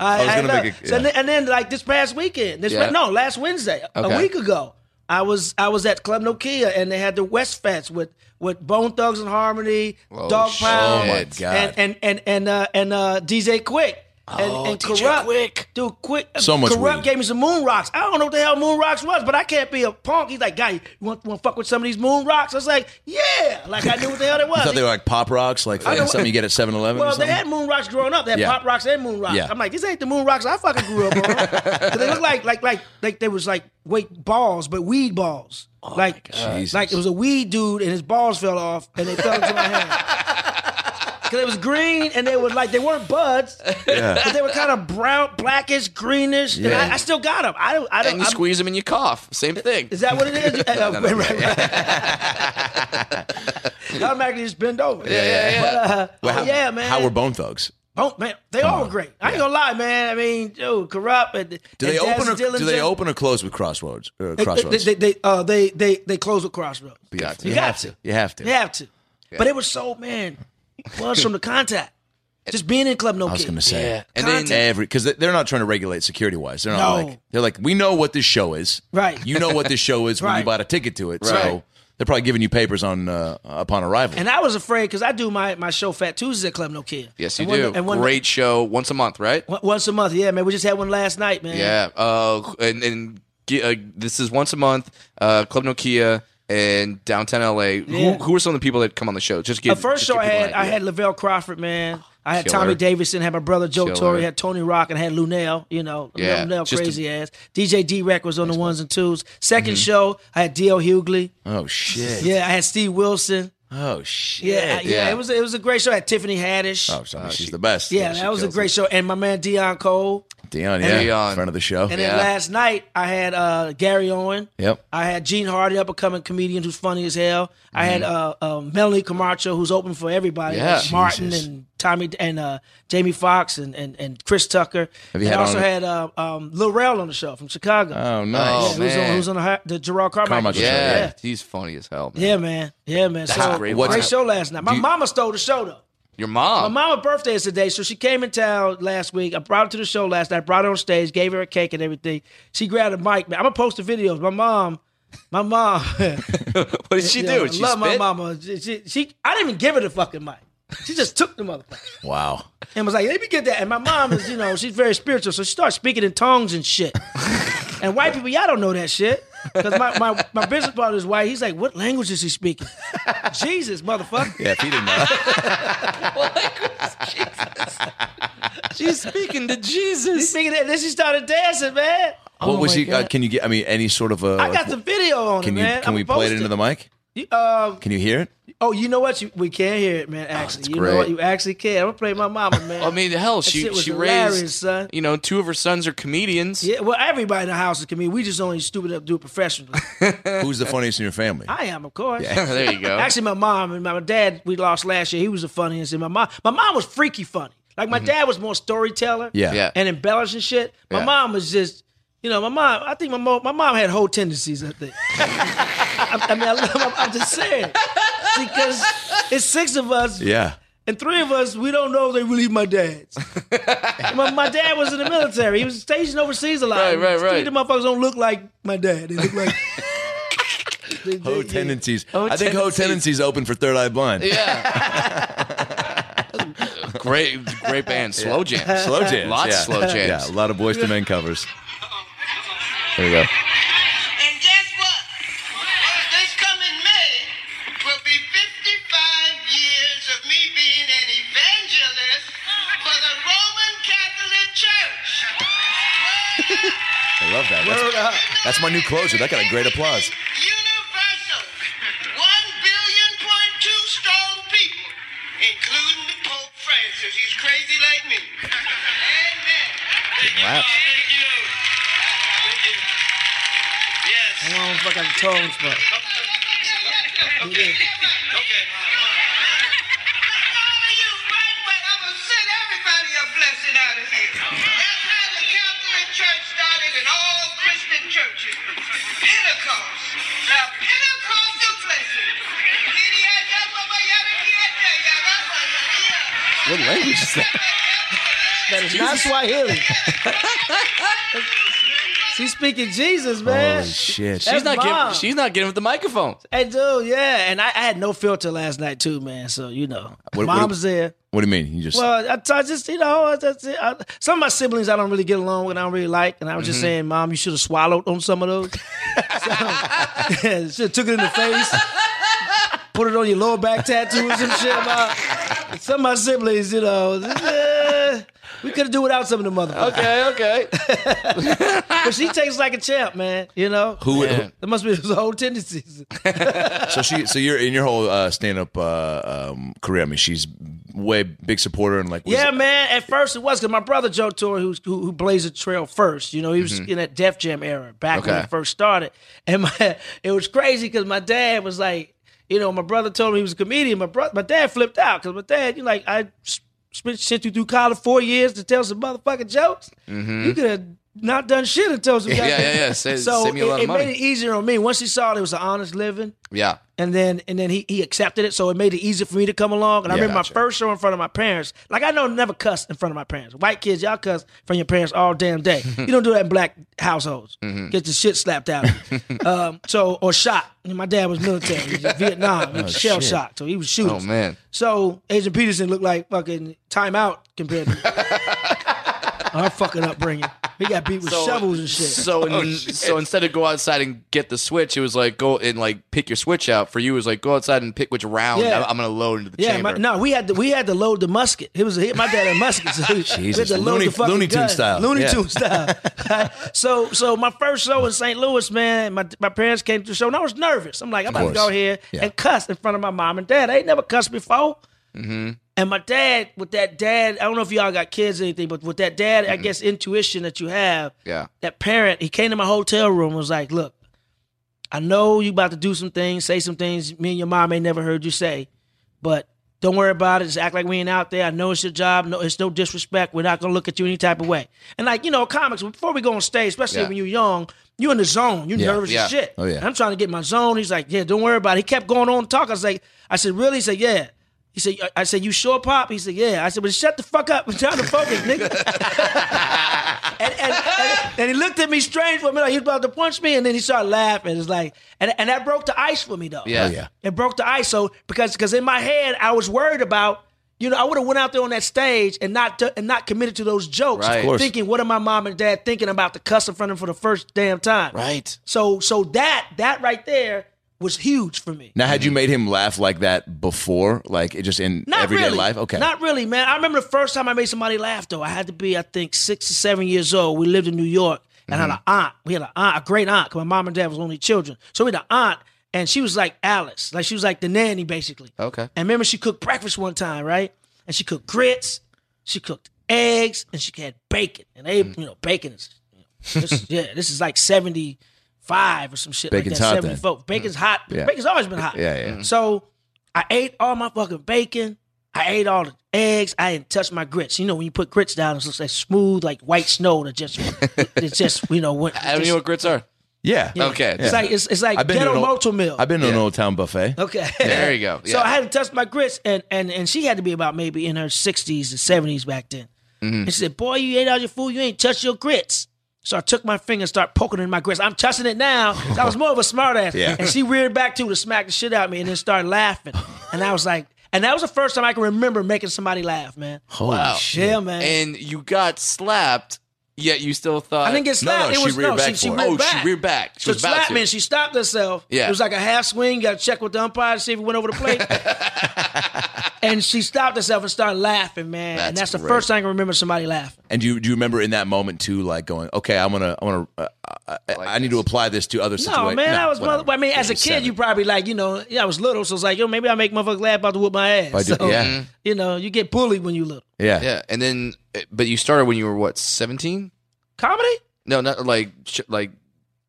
Speaker 4: I,
Speaker 2: was
Speaker 4: I
Speaker 2: gonna make
Speaker 4: love-
Speaker 2: a-
Speaker 4: so
Speaker 2: yeah.
Speaker 4: and then like this past weekend, this
Speaker 6: Yeah.
Speaker 4: we- no, last Wednesday, a-
Speaker 6: Okay.
Speaker 4: a week ago, I was I was at Club Nokia and they had the West Fest with with Bone Thugs and Harmony, Dog
Speaker 6: shit.
Speaker 4: Pound,
Speaker 6: Oh, my God. Oh,
Speaker 4: and and and and uh, and uh, DJ Quick. And, and corrupt, quick. dude, quick. uh,
Speaker 2: So much
Speaker 4: corrupt
Speaker 2: weed.
Speaker 4: gave me some moon rocks. I don't know what the hell moon rocks was, but I can't be a punk. He's like, guy, you want, want to fuck with some of these moon rocks? I was like, yeah, like I knew what the
Speaker 6: [LAUGHS]
Speaker 4: hell it was.
Speaker 2: I thought they were like pop rocks, like
Speaker 4: I know-
Speaker 2: something you get at 7 Eleven or
Speaker 4: Well, they
Speaker 2: something.
Speaker 4: had moon rocks growing up. They had
Speaker 2: Yeah.
Speaker 4: pop rocks and moon rocks.
Speaker 2: Yeah.
Speaker 4: I'm like, this ain't the moon rocks I fucking grew up on.
Speaker 2: [LAUGHS]
Speaker 4: 'Cause they look like like like like they was like wait balls, but weed balls. like
Speaker 2: Oh Jesus.
Speaker 4: like it was a weed dude and his balls fell off and they fell into
Speaker 2: [LAUGHS]
Speaker 4: my hand. Cause it was green and they were like they weren't buds, but they were kind of brown, blackish, greenish. And
Speaker 2: Yeah.
Speaker 4: I, I still got them. I don't. I don't.
Speaker 6: And you
Speaker 4: I'm-
Speaker 6: squeeze them and you cough. Same thing.
Speaker 4: is that what it
Speaker 2: [LAUGHS]
Speaker 4: is? Uh, right, right,
Speaker 2: [LAUGHS]
Speaker 4: right. I'm actually just bend over. Yeah, yeah, yeah. But, uh,
Speaker 2: Well, how,
Speaker 4: yeah, man.
Speaker 2: How were Bone Thugs?
Speaker 4: Oh man, they all great. I ain't gonna lie, man. I mean, dude, corrupt. And,
Speaker 2: Uh, Do they
Speaker 4: and Jazz
Speaker 2: open or
Speaker 4: Dillinger-
Speaker 2: do they open or close with Crossroads? Or
Speaker 4: They, they,
Speaker 2: crossroads.
Speaker 4: they, they, uh, they, they, they close with Crossroads.
Speaker 2: you got to.
Speaker 4: You got to.
Speaker 2: You have to.
Speaker 4: They have to. But it was so man, it was from the contact. Just being in Club No
Speaker 2: I was
Speaker 4: Kid.
Speaker 2: gonna say.
Speaker 6: Yeah.
Speaker 2: And
Speaker 6: And
Speaker 2: then
Speaker 6: then-
Speaker 2: every because they're not trying to regulate security wise. They're not
Speaker 4: No.
Speaker 2: like they're like we know what this show is.
Speaker 4: Right.
Speaker 2: You know what this show is when you
Speaker 4: Right.
Speaker 2: bought a ticket to it. So
Speaker 6: Right.
Speaker 2: they're probably giving you papers on uh, upon arrival.
Speaker 4: And I was afraid because I do my, my show Fat Tuesdays at Club No Kid.
Speaker 6: Yes, you
Speaker 4: and one-
Speaker 6: do.
Speaker 4: and one-
Speaker 6: Great show once a month, right?
Speaker 4: one- once a month, yeah, man. We just had one last night, man.
Speaker 6: Yeah. Uh, and and ge- uh, this is once a month. Uh, Club Nokia and downtown LA.
Speaker 4: Yeah.
Speaker 6: Who, who are some of the people that come on the show? Just give.
Speaker 4: the first
Speaker 6: just
Speaker 4: show
Speaker 6: give
Speaker 4: I
Speaker 6: people an
Speaker 4: had, I
Speaker 6: idea.
Speaker 4: had Lavelle Crawford, man. I had
Speaker 6: Killer.
Speaker 4: Tommy Davidson, had my brother Joe
Speaker 6: Killer.
Speaker 4: Torre, had Tony Rock, and had Lunell. You know,
Speaker 6: Yeah,
Speaker 4: Lunell
Speaker 6: just Mm-hmm.
Speaker 4: crazy ass. DJ D Rec was on the ones and twos. 2nd show, I had D.O. Hughley.
Speaker 2: oh shit.
Speaker 4: Yeah, I had Steve Wilson.
Speaker 2: Oh shit.
Speaker 4: Yeah, I- yeah,
Speaker 6: yeah.
Speaker 4: It was it was a great show. I had Tiffany Haddish.
Speaker 2: Oh, sorry. she's the best.
Speaker 4: yeah, that was a great show. And my man Dion Cole.
Speaker 2: Dion, yeah,
Speaker 6: Dion.
Speaker 2: friend of the show.
Speaker 4: And
Speaker 6: Yeah.
Speaker 4: then last night I had uh, Gary Owen.
Speaker 2: Yep.
Speaker 4: I had Gene Hardy, up and coming comedian who's funny as hell. I had uh, uh, Melanie Camacho, who's open for everybody.
Speaker 6: Yeah.
Speaker 4: like Martin
Speaker 2: Mm-hmm. Jesus.
Speaker 4: and Tommy and uh, Jamie Foxx and, and, and Chris Tucker.
Speaker 2: Have you
Speaker 4: and
Speaker 2: had
Speaker 4: also
Speaker 2: on-
Speaker 4: had uh, um, Lil Rel on the show from Chicago.
Speaker 2: Oh nice.
Speaker 6: Oh,
Speaker 4: who's on,
Speaker 6: man.
Speaker 4: who's on the, hi- the Gerard Carmichael,
Speaker 2: Carmichael
Speaker 4: show.
Speaker 2: show,
Speaker 6: Yeah,
Speaker 4: yeah.
Speaker 6: he's funny as hell. Man.
Speaker 4: Yeah, man. Yeah, man. so,
Speaker 6: a great
Speaker 4: great,
Speaker 6: lineup.
Speaker 4: show last night. My mama stole the show, though.
Speaker 6: Your mom.
Speaker 4: My mama's birthday is today, so she came in town last week. I brought her to the show last night. Brought her on stage, gave her a cake and everything. She grabbed a mic. Man, I'm gonna post the videos. My mom, my mom.
Speaker 6: [LAUGHS] what did she
Speaker 4: Yeah,
Speaker 6: do?
Speaker 4: I
Speaker 6: She
Speaker 4: love my
Speaker 6: spit?
Speaker 4: mama. She, she, she- I didn't even give her the fucking mic. She just took the motherfucker
Speaker 2: Wow.
Speaker 4: and was like, "Let me get that." And my mom is, you know, she's very spiritual, so she starts speaking in tongues and shit. and white people, y'all don't know that shit because my, my my business partner is white. He's like, "What language is he speaking?" Jesus, motherfucker.
Speaker 2: Yeah, if he didn't
Speaker 4: [LAUGHS]
Speaker 2: know.
Speaker 6: She's speaking to Jesus.
Speaker 4: Speaking of that, then she started dancing, man.
Speaker 2: what was he? Uh, can you get? I mean, any sort of? Uh,
Speaker 4: Oh, I got the video on
Speaker 2: Can
Speaker 4: it,
Speaker 2: you?
Speaker 4: man.
Speaker 2: Can we play it into the mic?
Speaker 4: mic? Uh,
Speaker 2: Can you hear it?
Speaker 4: oh, you know what? You, we can't hear it,
Speaker 2: Oh,
Speaker 4: man. Actually, you know
Speaker 6: great.
Speaker 4: what? You actually can. I'm gonna play my mama,
Speaker 2: [LAUGHS]
Speaker 4: man.
Speaker 6: I mean, hell, she
Speaker 4: shit was
Speaker 6: she
Speaker 4: hilarious,
Speaker 6: raised.
Speaker 4: son.
Speaker 6: You know, two of her sons are comedians.
Speaker 4: yeah. Well, everybody in the house is comedian. We just only stupid enough to do it professionally.
Speaker 2: [LAUGHS] Who's the funniest in your family?
Speaker 4: I am, of course.
Speaker 6: [LAUGHS] there you
Speaker 4: [LAUGHS]
Speaker 6: go.
Speaker 4: Actually, my mom and my dad we lost last year. He was the funniest, and my mom, my mom was freaky funny. Like my dad was more storyteller,
Speaker 2: Mm-hmm. Yeah.
Speaker 6: Yeah.
Speaker 4: and embellishing shit. My mom was just, you know, my mom. I think my mom, my mom had whole tendencies.
Speaker 2: [LAUGHS]
Speaker 4: I think. I, I mean, I love, I'm, I'm just saying because it's six of us,
Speaker 2: Yeah.
Speaker 4: and three of us we don't know if they really my
Speaker 6: [LAUGHS]
Speaker 4: dads. my, my dad was in the military. He was stationed overseas a lot.
Speaker 6: Right, right,
Speaker 4: Three
Speaker 6: right. [LAUGHS]
Speaker 4: of the motherfuckers don't look like my dad. They look like.
Speaker 2: Ho Tendencies.
Speaker 6: Ho
Speaker 2: I think Ho
Speaker 6: Tendencies.
Speaker 2: Tendencies open for Third Eye Blind.
Speaker 6: Yeah. great, great band. Slow jam.
Speaker 2: Slow
Speaker 4: [LAUGHS]
Speaker 2: jams.
Speaker 6: Lots of
Speaker 2: yeah.
Speaker 6: slow jams.
Speaker 2: Yeah, a lot of boys to men covers. There you go.
Speaker 7: And guess what? This coming May will be 55 years of me being an evangelist for the Roman Catholic Church.
Speaker 2: I love that.
Speaker 4: uh,
Speaker 2: That's, that's my new closure. That got a great applause.
Speaker 7: Universal. One billion point two stone people, including the Pope Francis. He's crazy like me. Amen. Thank you.
Speaker 5: Wow.
Speaker 7: all. Thank you. Thank you. Yes.
Speaker 4: I don't fuck out the tones, but
Speaker 7: Okay. Okay. All of you, right way, I'm gonna send everybody a blessing out of here. That's how the Catholic Church started and all Christian churches. Pentecost. Now, Pentecostal blessing.
Speaker 2: What language is that?
Speaker 4: that is not Swahili. She's speaking Jesus, man.
Speaker 2: Holy shit.
Speaker 6: She's
Speaker 4: That's
Speaker 6: not
Speaker 4: mom.
Speaker 6: giving. She's not giving with the microphone.
Speaker 4: Hey, dude, yeah. And I, I had no filter last night, too, man. So, you know,
Speaker 2: What- what-
Speaker 4: mom's there.
Speaker 2: What do you mean? You just.
Speaker 4: Well, I, I just, you know, I, just- I, some of my siblings I don't really get along with, I don't really like. And I was just saying, Mom, you should have swallowed on some of those. so, [LAUGHS] should have took it in the face, put it on your lower back tattoo or some shit. Ma. Some of my siblings, you know, eh, we could have do without some of the motherfuckers.
Speaker 6: Okay, okay.
Speaker 4: But she takes like a champ, man, you know?
Speaker 2: who,
Speaker 6: [LAUGHS] Yeah.
Speaker 2: who,
Speaker 4: That must be [LAUGHS] his whole tendencies.
Speaker 2: So she, so you're in your whole uh, stand-up uh, um, career. I mean, she's way big supporter and like, was-
Speaker 4: Yeah, man. At first, it was because my brother Joe Torre, who who, who blazed the trail first, you know, he was in that Def Jam era back when
Speaker 6: Mm-hmm. Okay.
Speaker 4: it first started, and my [LAUGHS] it was crazy because my dad was like, you know, my brother told me he was a comedian. My brother, my dad flipped out because my dad, you like, I s- spent sent you through college four years to tell some motherfucking jokes. You could have not done shit and told some.
Speaker 6: Mm-hmm. [LAUGHS] Yeah,
Speaker 4: goddamn-
Speaker 6: yeah, yeah. Sa-
Speaker 4: So
Speaker 6: save me a
Speaker 4: it,
Speaker 6: lot of
Speaker 4: it
Speaker 6: money.
Speaker 4: made it easier on me once he saw it, it was an honest living
Speaker 6: Yeah.
Speaker 4: and then and then he, he accepted it, so it made it easy for me to come along. And I
Speaker 6: Yeah,
Speaker 4: remember
Speaker 6: gotcha.
Speaker 4: my first show in front of my parents. Like I know never cuss in front of my parents. White kids, y'all cuss in front of your parents all damn
Speaker 6: [LAUGHS]
Speaker 4: day. you don't do that in black households.
Speaker 6: Mm-hmm.
Speaker 4: Get your shit slapped out. of
Speaker 6: [LAUGHS]
Speaker 4: you. um, so or shot. And my dad was military, He was in Vietnam, he was shell shocked, so he was shooting.
Speaker 6: Oh man.
Speaker 4: So Agent Peterson looked like fucking timeout compared
Speaker 6: [LAUGHS]
Speaker 4: to our fucking upbringing. He got beat with shovels and shit.
Speaker 6: So, in- so instead of go outside and get the switch, it was like go and like pick your switch out. For you, it was like go outside and pick which round
Speaker 4: Yeah.
Speaker 6: I- I'm gonna load into the
Speaker 4: Yeah,
Speaker 6: chamber.
Speaker 4: my, no, we had to we had to load the musket. It was a, my dad had a musket. So [LAUGHS] we- we had
Speaker 2: Jesus.
Speaker 4: to load
Speaker 2: Looney-
Speaker 4: the fucking
Speaker 2: Looney Tune
Speaker 4: gun.
Speaker 2: style.
Speaker 4: Looney
Speaker 2: Yeah.
Speaker 4: Tune style. [LAUGHS] so so my first show in St. Louis, man, my my parents came to the show and I was nervous. I'm like, I'm about to
Speaker 2: course.
Speaker 4: go here
Speaker 2: Yeah.
Speaker 4: and cuss in front of my mom and dad. I ain't never cussed before.
Speaker 2: Mm-hmm.
Speaker 4: And my dad, with that dad, I don't know if y'all got kids or anything, but with that dad, I guess intuition that you have,
Speaker 6: Yeah.
Speaker 4: that parent, he came to my hotel room and was like, Look, I know you about to do some things, say some things me and your mom ain't never heard you say, but don't worry about it. Just act like we ain't out there. I know it's your job. No, it's no disrespect. We're not gonna look at you any type of way. And like, you know, comics, before we go on stage, especially
Speaker 6: Yeah.
Speaker 4: when you're young, you're in the zone. You're nervous
Speaker 6: yeah.
Speaker 4: as shit.
Speaker 2: Oh, yeah.
Speaker 4: I'm trying to get my zone. He's like, Yeah, don't worry about it. He kept going on talking. I was like, I said, Really? He said, Yeah. He said, I said, you sure, Pop? He said, yeah. I said, well, shut the fuck up. [LAUGHS] I'm trying to focus, nigga. [LAUGHS] and, and, and, and he looked at me strange for a minute. He was about to punch me, and then he started laughing. It's like, and, and that broke the ice for me, though.
Speaker 6: Yeah.
Speaker 2: Oh, yeah.
Speaker 4: It broke the ice. So because because in my head, I was worried about. You know, I would have went out there on that stage and not and not committed to those jokes,
Speaker 6: Right. Of course.
Speaker 4: thinking, "What are my mom and dad thinking about the cuss in front of them for the first damn time?"
Speaker 6: Right.
Speaker 4: So, so that that right there was huge for me.
Speaker 2: Now, had you made him laugh like that before, like it just in
Speaker 4: Mm-hmm. Not
Speaker 2: everyday
Speaker 4: really.
Speaker 2: life? Okay.
Speaker 4: Not really, man. I remember the first time I made somebody laugh, though. I had to be, I think, six or seven years old. We lived in New York and had an
Speaker 2: Mm-hmm.
Speaker 4: aunt. We had an aunt, a great aunt, because my mom and dad was only children. So we had an aunt, and she was like Alice. Like she was like the nanny, basically.
Speaker 6: Okay.
Speaker 4: And remember, she cooked breakfast one time, right? And she cooked grits, she cooked eggs, and she had bacon. And they,
Speaker 2: Mm.
Speaker 4: you know, bacon is, you know, this,
Speaker 2: [LAUGHS]
Speaker 4: yeah, this is like 75 or some shit
Speaker 2: Bacon's
Speaker 4: like that.
Speaker 2: hot then. Mm.
Speaker 4: 74. Bacon's hot.
Speaker 2: Yeah.
Speaker 4: Bacon's always been hot.
Speaker 2: Yeah, yeah.
Speaker 4: So I ate all my fucking bacon. I ate all the eggs. I didn't touch my grits. You know, when you put grits down, it's just like smooth, like white snow that just, it just, you know,
Speaker 2: [LAUGHS]
Speaker 4: went.
Speaker 6: I don't
Speaker 4: just-
Speaker 6: know what grits are.
Speaker 2: Yeah.
Speaker 4: yeah.
Speaker 6: Okay.
Speaker 4: It's like, it's, it's like ghetto
Speaker 2: to an old-
Speaker 4: motel meal.
Speaker 2: I've been to an
Speaker 6: Yeah.
Speaker 2: old town buffet.
Speaker 4: Okay.
Speaker 6: There you go.
Speaker 4: [LAUGHS] So
Speaker 6: Yeah.
Speaker 4: I hadn't touched my grits, and and and she had to be about maybe
Speaker 6: Mm-hmm.
Speaker 4: in her sixties or seventies back then. And she said, "Boy, you ate all your food. You ain't touched your grits." So I took my finger and started poking her in my grist. I'm touching it now.
Speaker 6: [LAUGHS]
Speaker 4: 'cause I was more of a smartass,
Speaker 8: Yeah.
Speaker 4: And she reared back too to smack the shit out of me and then started
Speaker 6: [LAUGHS]
Speaker 4: laughing. And I was like, and that was the first time I can remember making somebody laugh, man.
Speaker 8: Holy shit.
Speaker 4: Yeah, man.
Speaker 6: and you got slapped, yet you still thought
Speaker 4: I didn't get
Speaker 6: uh, No,
Speaker 4: slapped.
Speaker 6: no,
Speaker 4: It
Speaker 6: she
Speaker 4: was-
Speaker 6: reared
Speaker 4: no,
Speaker 6: back.
Speaker 4: she- she
Speaker 6: for it.
Speaker 4: reared
Speaker 6: oh,
Speaker 4: back.
Speaker 6: she reared back. She
Speaker 4: So
Speaker 6: was about
Speaker 4: slapped
Speaker 6: to.
Speaker 4: me and she stopped herself.
Speaker 6: Yeah.
Speaker 4: It was like a half swing. You got to check with the umpire to see if it went over the
Speaker 6: [LAUGHS]
Speaker 4: plate. and she stopped herself and started laughing, man. and
Speaker 6: That's
Speaker 4: that's the
Speaker 6: great.
Speaker 4: first time I can remember somebody laughing.
Speaker 2: And do you, do you remember in that moment too, like going, okay, I'm gonna, I'm gonna, uh, I, I, I need to apply this to other situations.
Speaker 4: No, man, I was. Mother- I mean, as a kid, you probably like, you know, yeah, I was little, so it's like, yo, maybe I make motherfuckers laugh about to whoop my ass.
Speaker 2: I do-
Speaker 4: [LAUGHS] So,
Speaker 2: yeah.
Speaker 4: You know, you get bullied when you little.
Speaker 2: yeah,
Speaker 6: Mm-hmm. Yeah, and then eh, but you started when you were what seventeen?
Speaker 4: Comedy?
Speaker 6: No, not like sh- like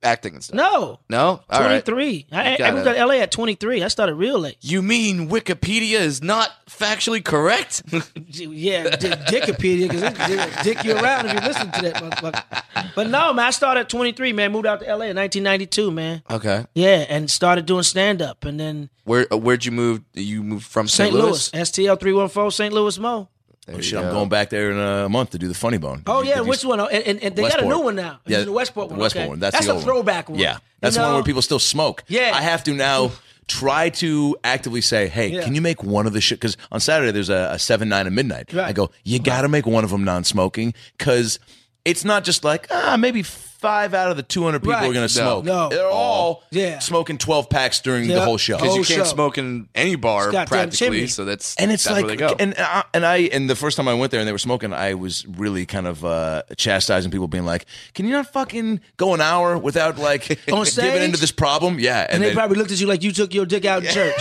Speaker 6: acting and stuff.
Speaker 4: No.
Speaker 6: no, all right.
Speaker 4: 23. I, I
Speaker 6: gotta-
Speaker 4: moved to LA at 23. I started real late.
Speaker 6: You mean Wikipedia is not factually correct?
Speaker 4: Yeah, d- Dickopedia, because it dick you around if you listen to that motherfucker. But no, man, I started at 23, man. Moved out to LA in 1992, man.
Speaker 6: okay,
Speaker 4: Yeah, and started doing stand up. And then
Speaker 6: where uh, where'd you move? You moved from
Speaker 4: St. Louis, STL 314, St. Louis Mo.
Speaker 6: There
Speaker 2: Oh,
Speaker 6: you
Speaker 2: shit, I'm
Speaker 6: go.
Speaker 2: going back there in a month to do the funny bone.
Speaker 4: Oh,
Speaker 2: You-
Speaker 4: yeah,
Speaker 2: you-
Speaker 4: which one? Oh, And, and, and they got a
Speaker 2: Westport.
Speaker 4: new one now.
Speaker 2: Yeah,
Speaker 4: Yeah, the Westport
Speaker 2: the
Speaker 4: one.
Speaker 2: Westport
Speaker 4: okay.
Speaker 2: one. That's the
Speaker 4: a
Speaker 2: old one.
Speaker 4: throwback one.
Speaker 2: Yeah,
Speaker 4: You
Speaker 2: that's the one
Speaker 4: know?
Speaker 2: where people still smoke.
Speaker 4: Yeah.
Speaker 2: I have to now try to actively say, hey,
Speaker 4: Yeah.
Speaker 2: can you make one of the shit? Because on Saturday there's a, a seven nine at midnight.
Speaker 4: Right.
Speaker 2: I go, you got to make one of them non-smoking because it's not just like ah maybe five out of the two hundred people
Speaker 4: Right.
Speaker 2: are going to
Speaker 6: No.
Speaker 2: smoke.
Speaker 4: No.
Speaker 2: they're all
Speaker 4: Yeah.
Speaker 2: smoking twelve packs during the
Speaker 4: Yeah.
Speaker 2: whole show.
Speaker 6: Because you
Speaker 4: Oh,
Speaker 6: can't
Speaker 4: so-
Speaker 6: smoke in any bar
Speaker 4: goddamn
Speaker 6: practically,
Speaker 4: chimney.
Speaker 6: so that's
Speaker 2: and it's
Speaker 6: that's
Speaker 2: like
Speaker 6: where they go.
Speaker 2: and I, and I and the first time I went there and they were smoking, I was really kind of uh, chastising people, being like, "Can you not fucking go an hour without like
Speaker 4: [LAUGHS] On
Speaker 2: giving
Speaker 4: stage?
Speaker 2: into this problem?" Yeah,
Speaker 4: And, they,
Speaker 2: then-
Speaker 4: probably looked at you like you took your dick out
Speaker 2: [LAUGHS]
Speaker 4: in church.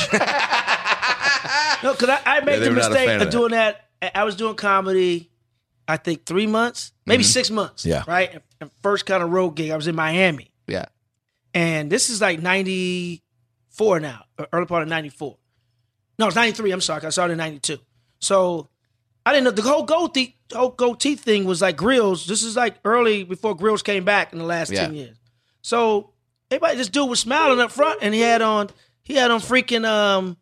Speaker 4: no, because I, I made
Speaker 2: they
Speaker 4: the
Speaker 2: were not a
Speaker 4: mistake
Speaker 2: fan
Speaker 4: of,
Speaker 2: of that.
Speaker 4: doing that. I- I was doing comedy, I think three months, maybe six months.
Speaker 2: Mm-hmm. Yeah.
Speaker 4: Right? And- And first kind of road gig, I was in Miami.
Speaker 6: yeah,
Speaker 4: And this is like 94 now, or early part of 94. No, it's 93. I'm sorry. I started in 92. So I didn't know the whole gold teeth, whole gold teeth thing was like grills. This is like early before grills came back in the last
Speaker 6: Yeah.
Speaker 4: 10 years. So everybody, this dude was smiling up front and he had on, he had on freaking, um,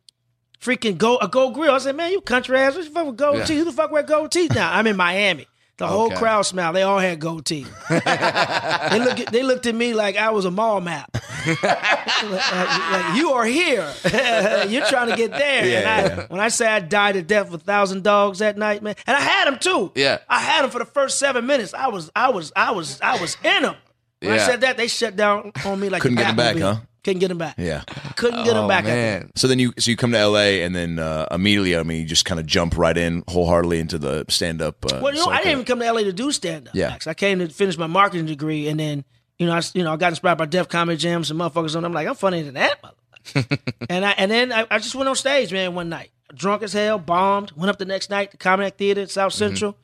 Speaker 4: freaking gold, a gold grill. I said, man, you country ass. What the fuck with gold
Speaker 6: Yeah.
Speaker 4: teeth? Who the fuck wear gold teeth now? I'm in Miami. The whole
Speaker 6: Okay.
Speaker 4: crowd smiled. They all had gold
Speaker 6: [LAUGHS]
Speaker 4: teeth. They look. They looked at me like I was a mall
Speaker 6: [LAUGHS]
Speaker 4: map. like, like, you are here. [LAUGHS] You're trying to get there. and I, when I say I died to death with thousand dogs that night, man, and I had them too.
Speaker 6: Yeah.
Speaker 4: I had them for the first seven minutes. I was, I was, I was, I was in them. When
Speaker 6: Yeah.
Speaker 4: I said that, they shut down on me like
Speaker 2: Couldn't
Speaker 4: the
Speaker 2: get 'em back,
Speaker 4: Batmobile.
Speaker 2: huh?
Speaker 4: Couldn't get them back.
Speaker 2: yeah.
Speaker 4: Couldn't get them
Speaker 6: oh
Speaker 4: back. I think.
Speaker 6: man,
Speaker 2: So then you so you come to L.A. and then uh, immediately, I mean, you just kind of jump right in wholeheartedly into the stand up. Uh,
Speaker 4: Well, you know, I
Speaker 2: circuit.
Speaker 4: didn't even come to LA to do stand up.
Speaker 2: Yeah.
Speaker 4: I came to finish my marketing degree, and then you know, I s- you know, I got inspired by Def Comedy Jams and motherfuckers, and I'm like, I'm funnier than that. motherfucker.
Speaker 2: [LAUGHS]
Speaker 4: and I and then I, I just went on stage, man, one night, drunk as hell, bombed. Went up the next night to Comedy Theater, at South
Speaker 2: Mm-hmm.
Speaker 4: Central,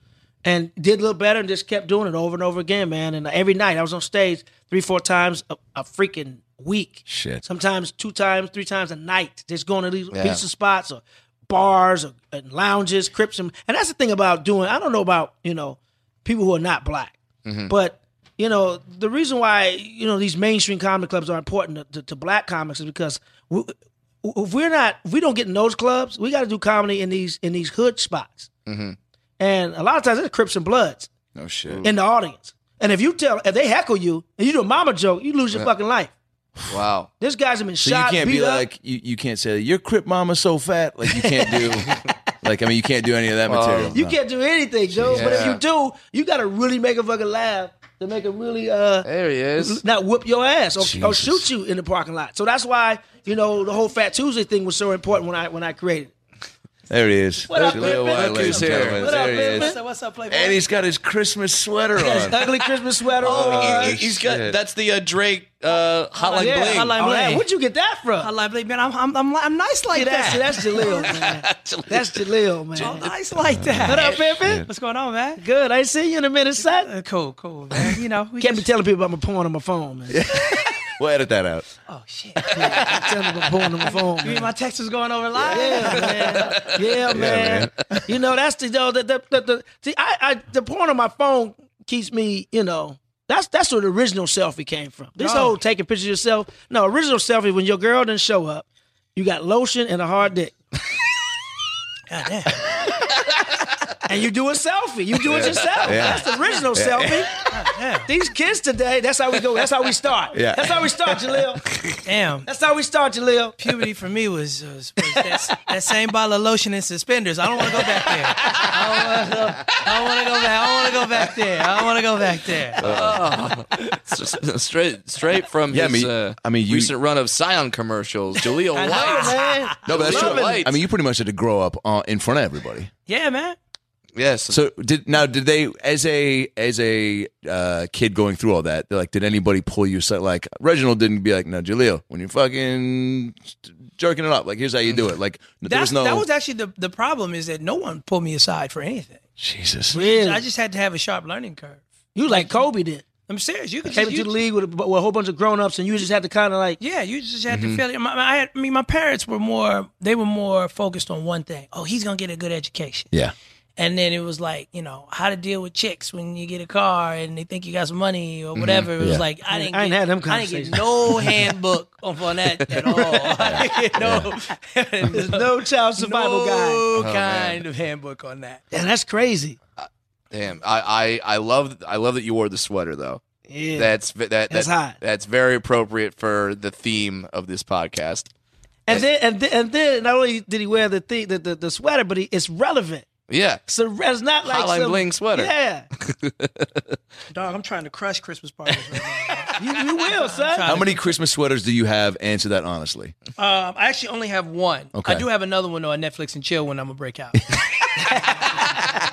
Speaker 4: and did a little better, and just kept doing it over and over again, man. And every night I was on stage three, four times a, a freaking week.
Speaker 2: Shit.
Speaker 4: Sometimes two times, three times a night, just going to these
Speaker 6: Yeah.
Speaker 4: pizza spots or bars or and lounges, crips, and, and that's the thing about doing. I don't know about you know people who are not black,
Speaker 2: Mm-hmm.
Speaker 4: but you know the reason why you know these mainstream comedy clubs are important to, to, to black comics is because we, if we're not, if we don't get in those clubs, we got to do comedy in these in these hood spots, and a lot of times it's crips and bloods
Speaker 2: Mm-hmm. Oh shit.
Speaker 4: in the audience. And if you tell, if they heckle you and you do a mama joke, you lose your fucking life.
Speaker 6: wow.
Speaker 4: This guy's been
Speaker 2: So
Speaker 4: shot,
Speaker 2: you can't
Speaker 4: beat
Speaker 2: be
Speaker 4: up.
Speaker 2: like you, you can't say your crip mama so fat like you can't
Speaker 4: [LAUGHS]
Speaker 2: do like I mean you can't do any of that material.
Speaker 4: You
Speaker 2: No.
Speaker 4: can't do anything, Joe. But if
Speaker 6: Yeah.
Speaker 4: you do, you got to really make a fucking laugh to make it really uh
Speaker 6: There he is.
Speaker 4: not whoop your ass or, or shoot you in the parking lot. So that's why you know the whole Fat Tuesday thing was so important when I when I created. it.
Speaker 2: There he is.
Speaker 4: What up,
Speaker 2: There's Lil
Speaker 4: Pimpin'?
Speaker 2: Wyatt,
Speaker 6: Look
Speaker 2: ladies
Speaker 6: who's
Speaker 2: and
Speaker 6: here.
Speaker 2: gentlemen.
Speaker 4: What up,
Speaker 2: There he is.
Speaker 4: Pimpin'? What's up,
Speaker 2: And he's got his Christmas
Speaker 4: [LAUGHS]
Speaker 2: sweater
Speaker 4: His
Speaker 2: on.
Speaker 4: ugly
Speaker 2: [LAUGHS]
Speaker 4: Christmas sweater.
Speaker 2: Oh,
Speaker 4: on.
Speaker 9: Oh,
Speaker 6: He- he's got
Speaker 2: shit.
Speaker 6: that's the uh, Drake uh, Hotline
Speaker 4: yeah,
Speaker 6: Bling.
Speaker 4: Hotline
Speaker 7: Oh,
Speaker 4: Bling.
Speaker 7: yeah.
Speaker 4: Where'd you get that from?
Speaker 7: I believe, man, I'm, I'm, I'm, I'm nice like
Speaker 4: See, that's,
Speaker 7: that.
Speaker 4: that's
Speaker 7: [LAUGHS]
Speaker 4: Jaleel, man. that's Jaleel,
Speaker 7: I'm
Speaker 4: man.
Speaker 7: nice like that.
Speaker 4: What up, Pimpin?
Speaker 7: What's going on, man?
Speaker 4: Good. I ain't seen you in a minute, son.
Speaker 7: Uh, cool, cool, man. You know, we
Speaker 4: Can't be
Speaker 7: just-
Speaker 4: telling people I'm a porn on my phone, man.
Speaker 2: We'll edit that out.
Speaker 7: oh shit.
Speaker 4: Can't be telling people I'm a porn on my phone.
Speaker 7: You
Speaker 4: man.
Speaker 7: mean my text was going over live?
Speaker 4: Yeah, man. Yeah, man. You know, that's the though the the, the, the see I, I the porn on my phone keeps me, you know. That's that's where the original selfie came from. This
Speaker 7: Oh.
Speaker 4: whole taking pictures of yourself. No, original selfie when your girl didn't show up, you got lotion and a hard dick. God damn. and you do a selfie. You do it
Speaker 9: Yeah.
Speaker 4: yourself.
Speaker 9: Yeah.
Speaker 4: That's the original
Speaker 9: Yeah.
Speaker 4: selfie. These kids today, that's how we go. That's how we start.
Speaker 9: Yeah.
Speaker 4: That's how we start, Jaleel. Damn. That's how we start, Jaleel.
Speaker 10: Puberty for me was, was, was that, that same bottle of lotion and suspenders. I don't want to go back there. I don't want to go back. I don't want to go back there. I don't want to go back there.
Speaker 6: It's just straight, straight from
Speaker 9: Yeah, I
Speaker 6: his
Speaker 9: mean-
Speaker 6: uh,
Speaker 9: I mean, you-
Speaker 6: recent run of Scion commercials. Jaleel
Speaker 10: I know,
Speaker 6: White.
Speaker 10: man.
Speaker 9: No, but that's true.
Speaker 6: Jaleel White.
Speaker 9: I mean, you pretty much had to grow up uh, in front of everybody.
Speaker 10: Yeah, man.
Speaker 6: yes.
Speaker 9: So did now did they as a as a uh, kid going through all that? They're like, did anybody pull you? aside? Like Reginald didn't be like, no, Jaleel, when you're fucking jerking it up, like here's how you do it. Like there
Speaker 10: That's,
Speaker 9: was no
Speaker 10: That was actually the, the problem is that no one pulled me aside for anything.
Speaker 9: Jesus.
Speaker 4: Really?
Speaker 10: I just had to have a sharp learning curve.
Speaker 4: you like Kobe did.
Speaker 10: I'm serious. You could
Speaker 4: Came into
Speaker 10: just, you,
Speaker 4: the league with a, bu- with a whole bunch of grown ups, and you just had to kind of like,
Speaker 10: Yeah, you just had to feel it. My, my- I, had, I mean, my parents were more, they were more focused on one thing. Oh, he's going to get a good education.
Speaker 9: Yeah.
Speaker 10: And then it was like, you know, how to deal with chicks when you get a car and they think you got some money or whatever. It was
Speaker 9: Yeah.
Speaker 10: like, I didn't,
Speaker 4: I ain't
Speaker 10: get,
Speaker 4: had them
Speaker 10: I didn't
Speaker 4: conversations.
Speaker 10: get no handbook on on that at all. I [LAUGHS] didn't get no,
Speaker 4: there's no child survival guy.
Speaker 10: no
Speaker 6: guide. Oh,
Speaker 10: kind
Speaker 6: man.
Speaker 10: of handbook on that.
Speaker 4: Damn, that's crazy.
Speaker 6: Damn, I, I, I love I love that you wore the sweater though.
Speaker 4: Yeah.
Speaker 6: That's ve- that
Speaker 4: That's
Speaker 6: that-
Speaker 4: hot.
Speaker 6: That's very appropriate for the theme of this podcast.
Speaker 4: and then and then and then not only did he wear the thing, the, the the sweater, but he, it's relevant.
Speaker 6: Yeah,
Speaker 4: So it's not like
Speaker 6: Hotline
Speaker 4: some,
Speaker 6: bling sweater.
Speaker 4: Yeah,
Speaker 10: Dog, I'm trying to crush Christmas parties right now.
Speaker 4: you, you will, son.
Speaker 9: How many Christmas sweaters do you have? Answer that honestly.
Speaker 10: Um, I actually only have one.
Speaker 9: Okay.
Speaker 10: I do have another one though on Netflix and chill when I'm gonna
Speaker 6: [LAUGHS]
Speaker 10: break out.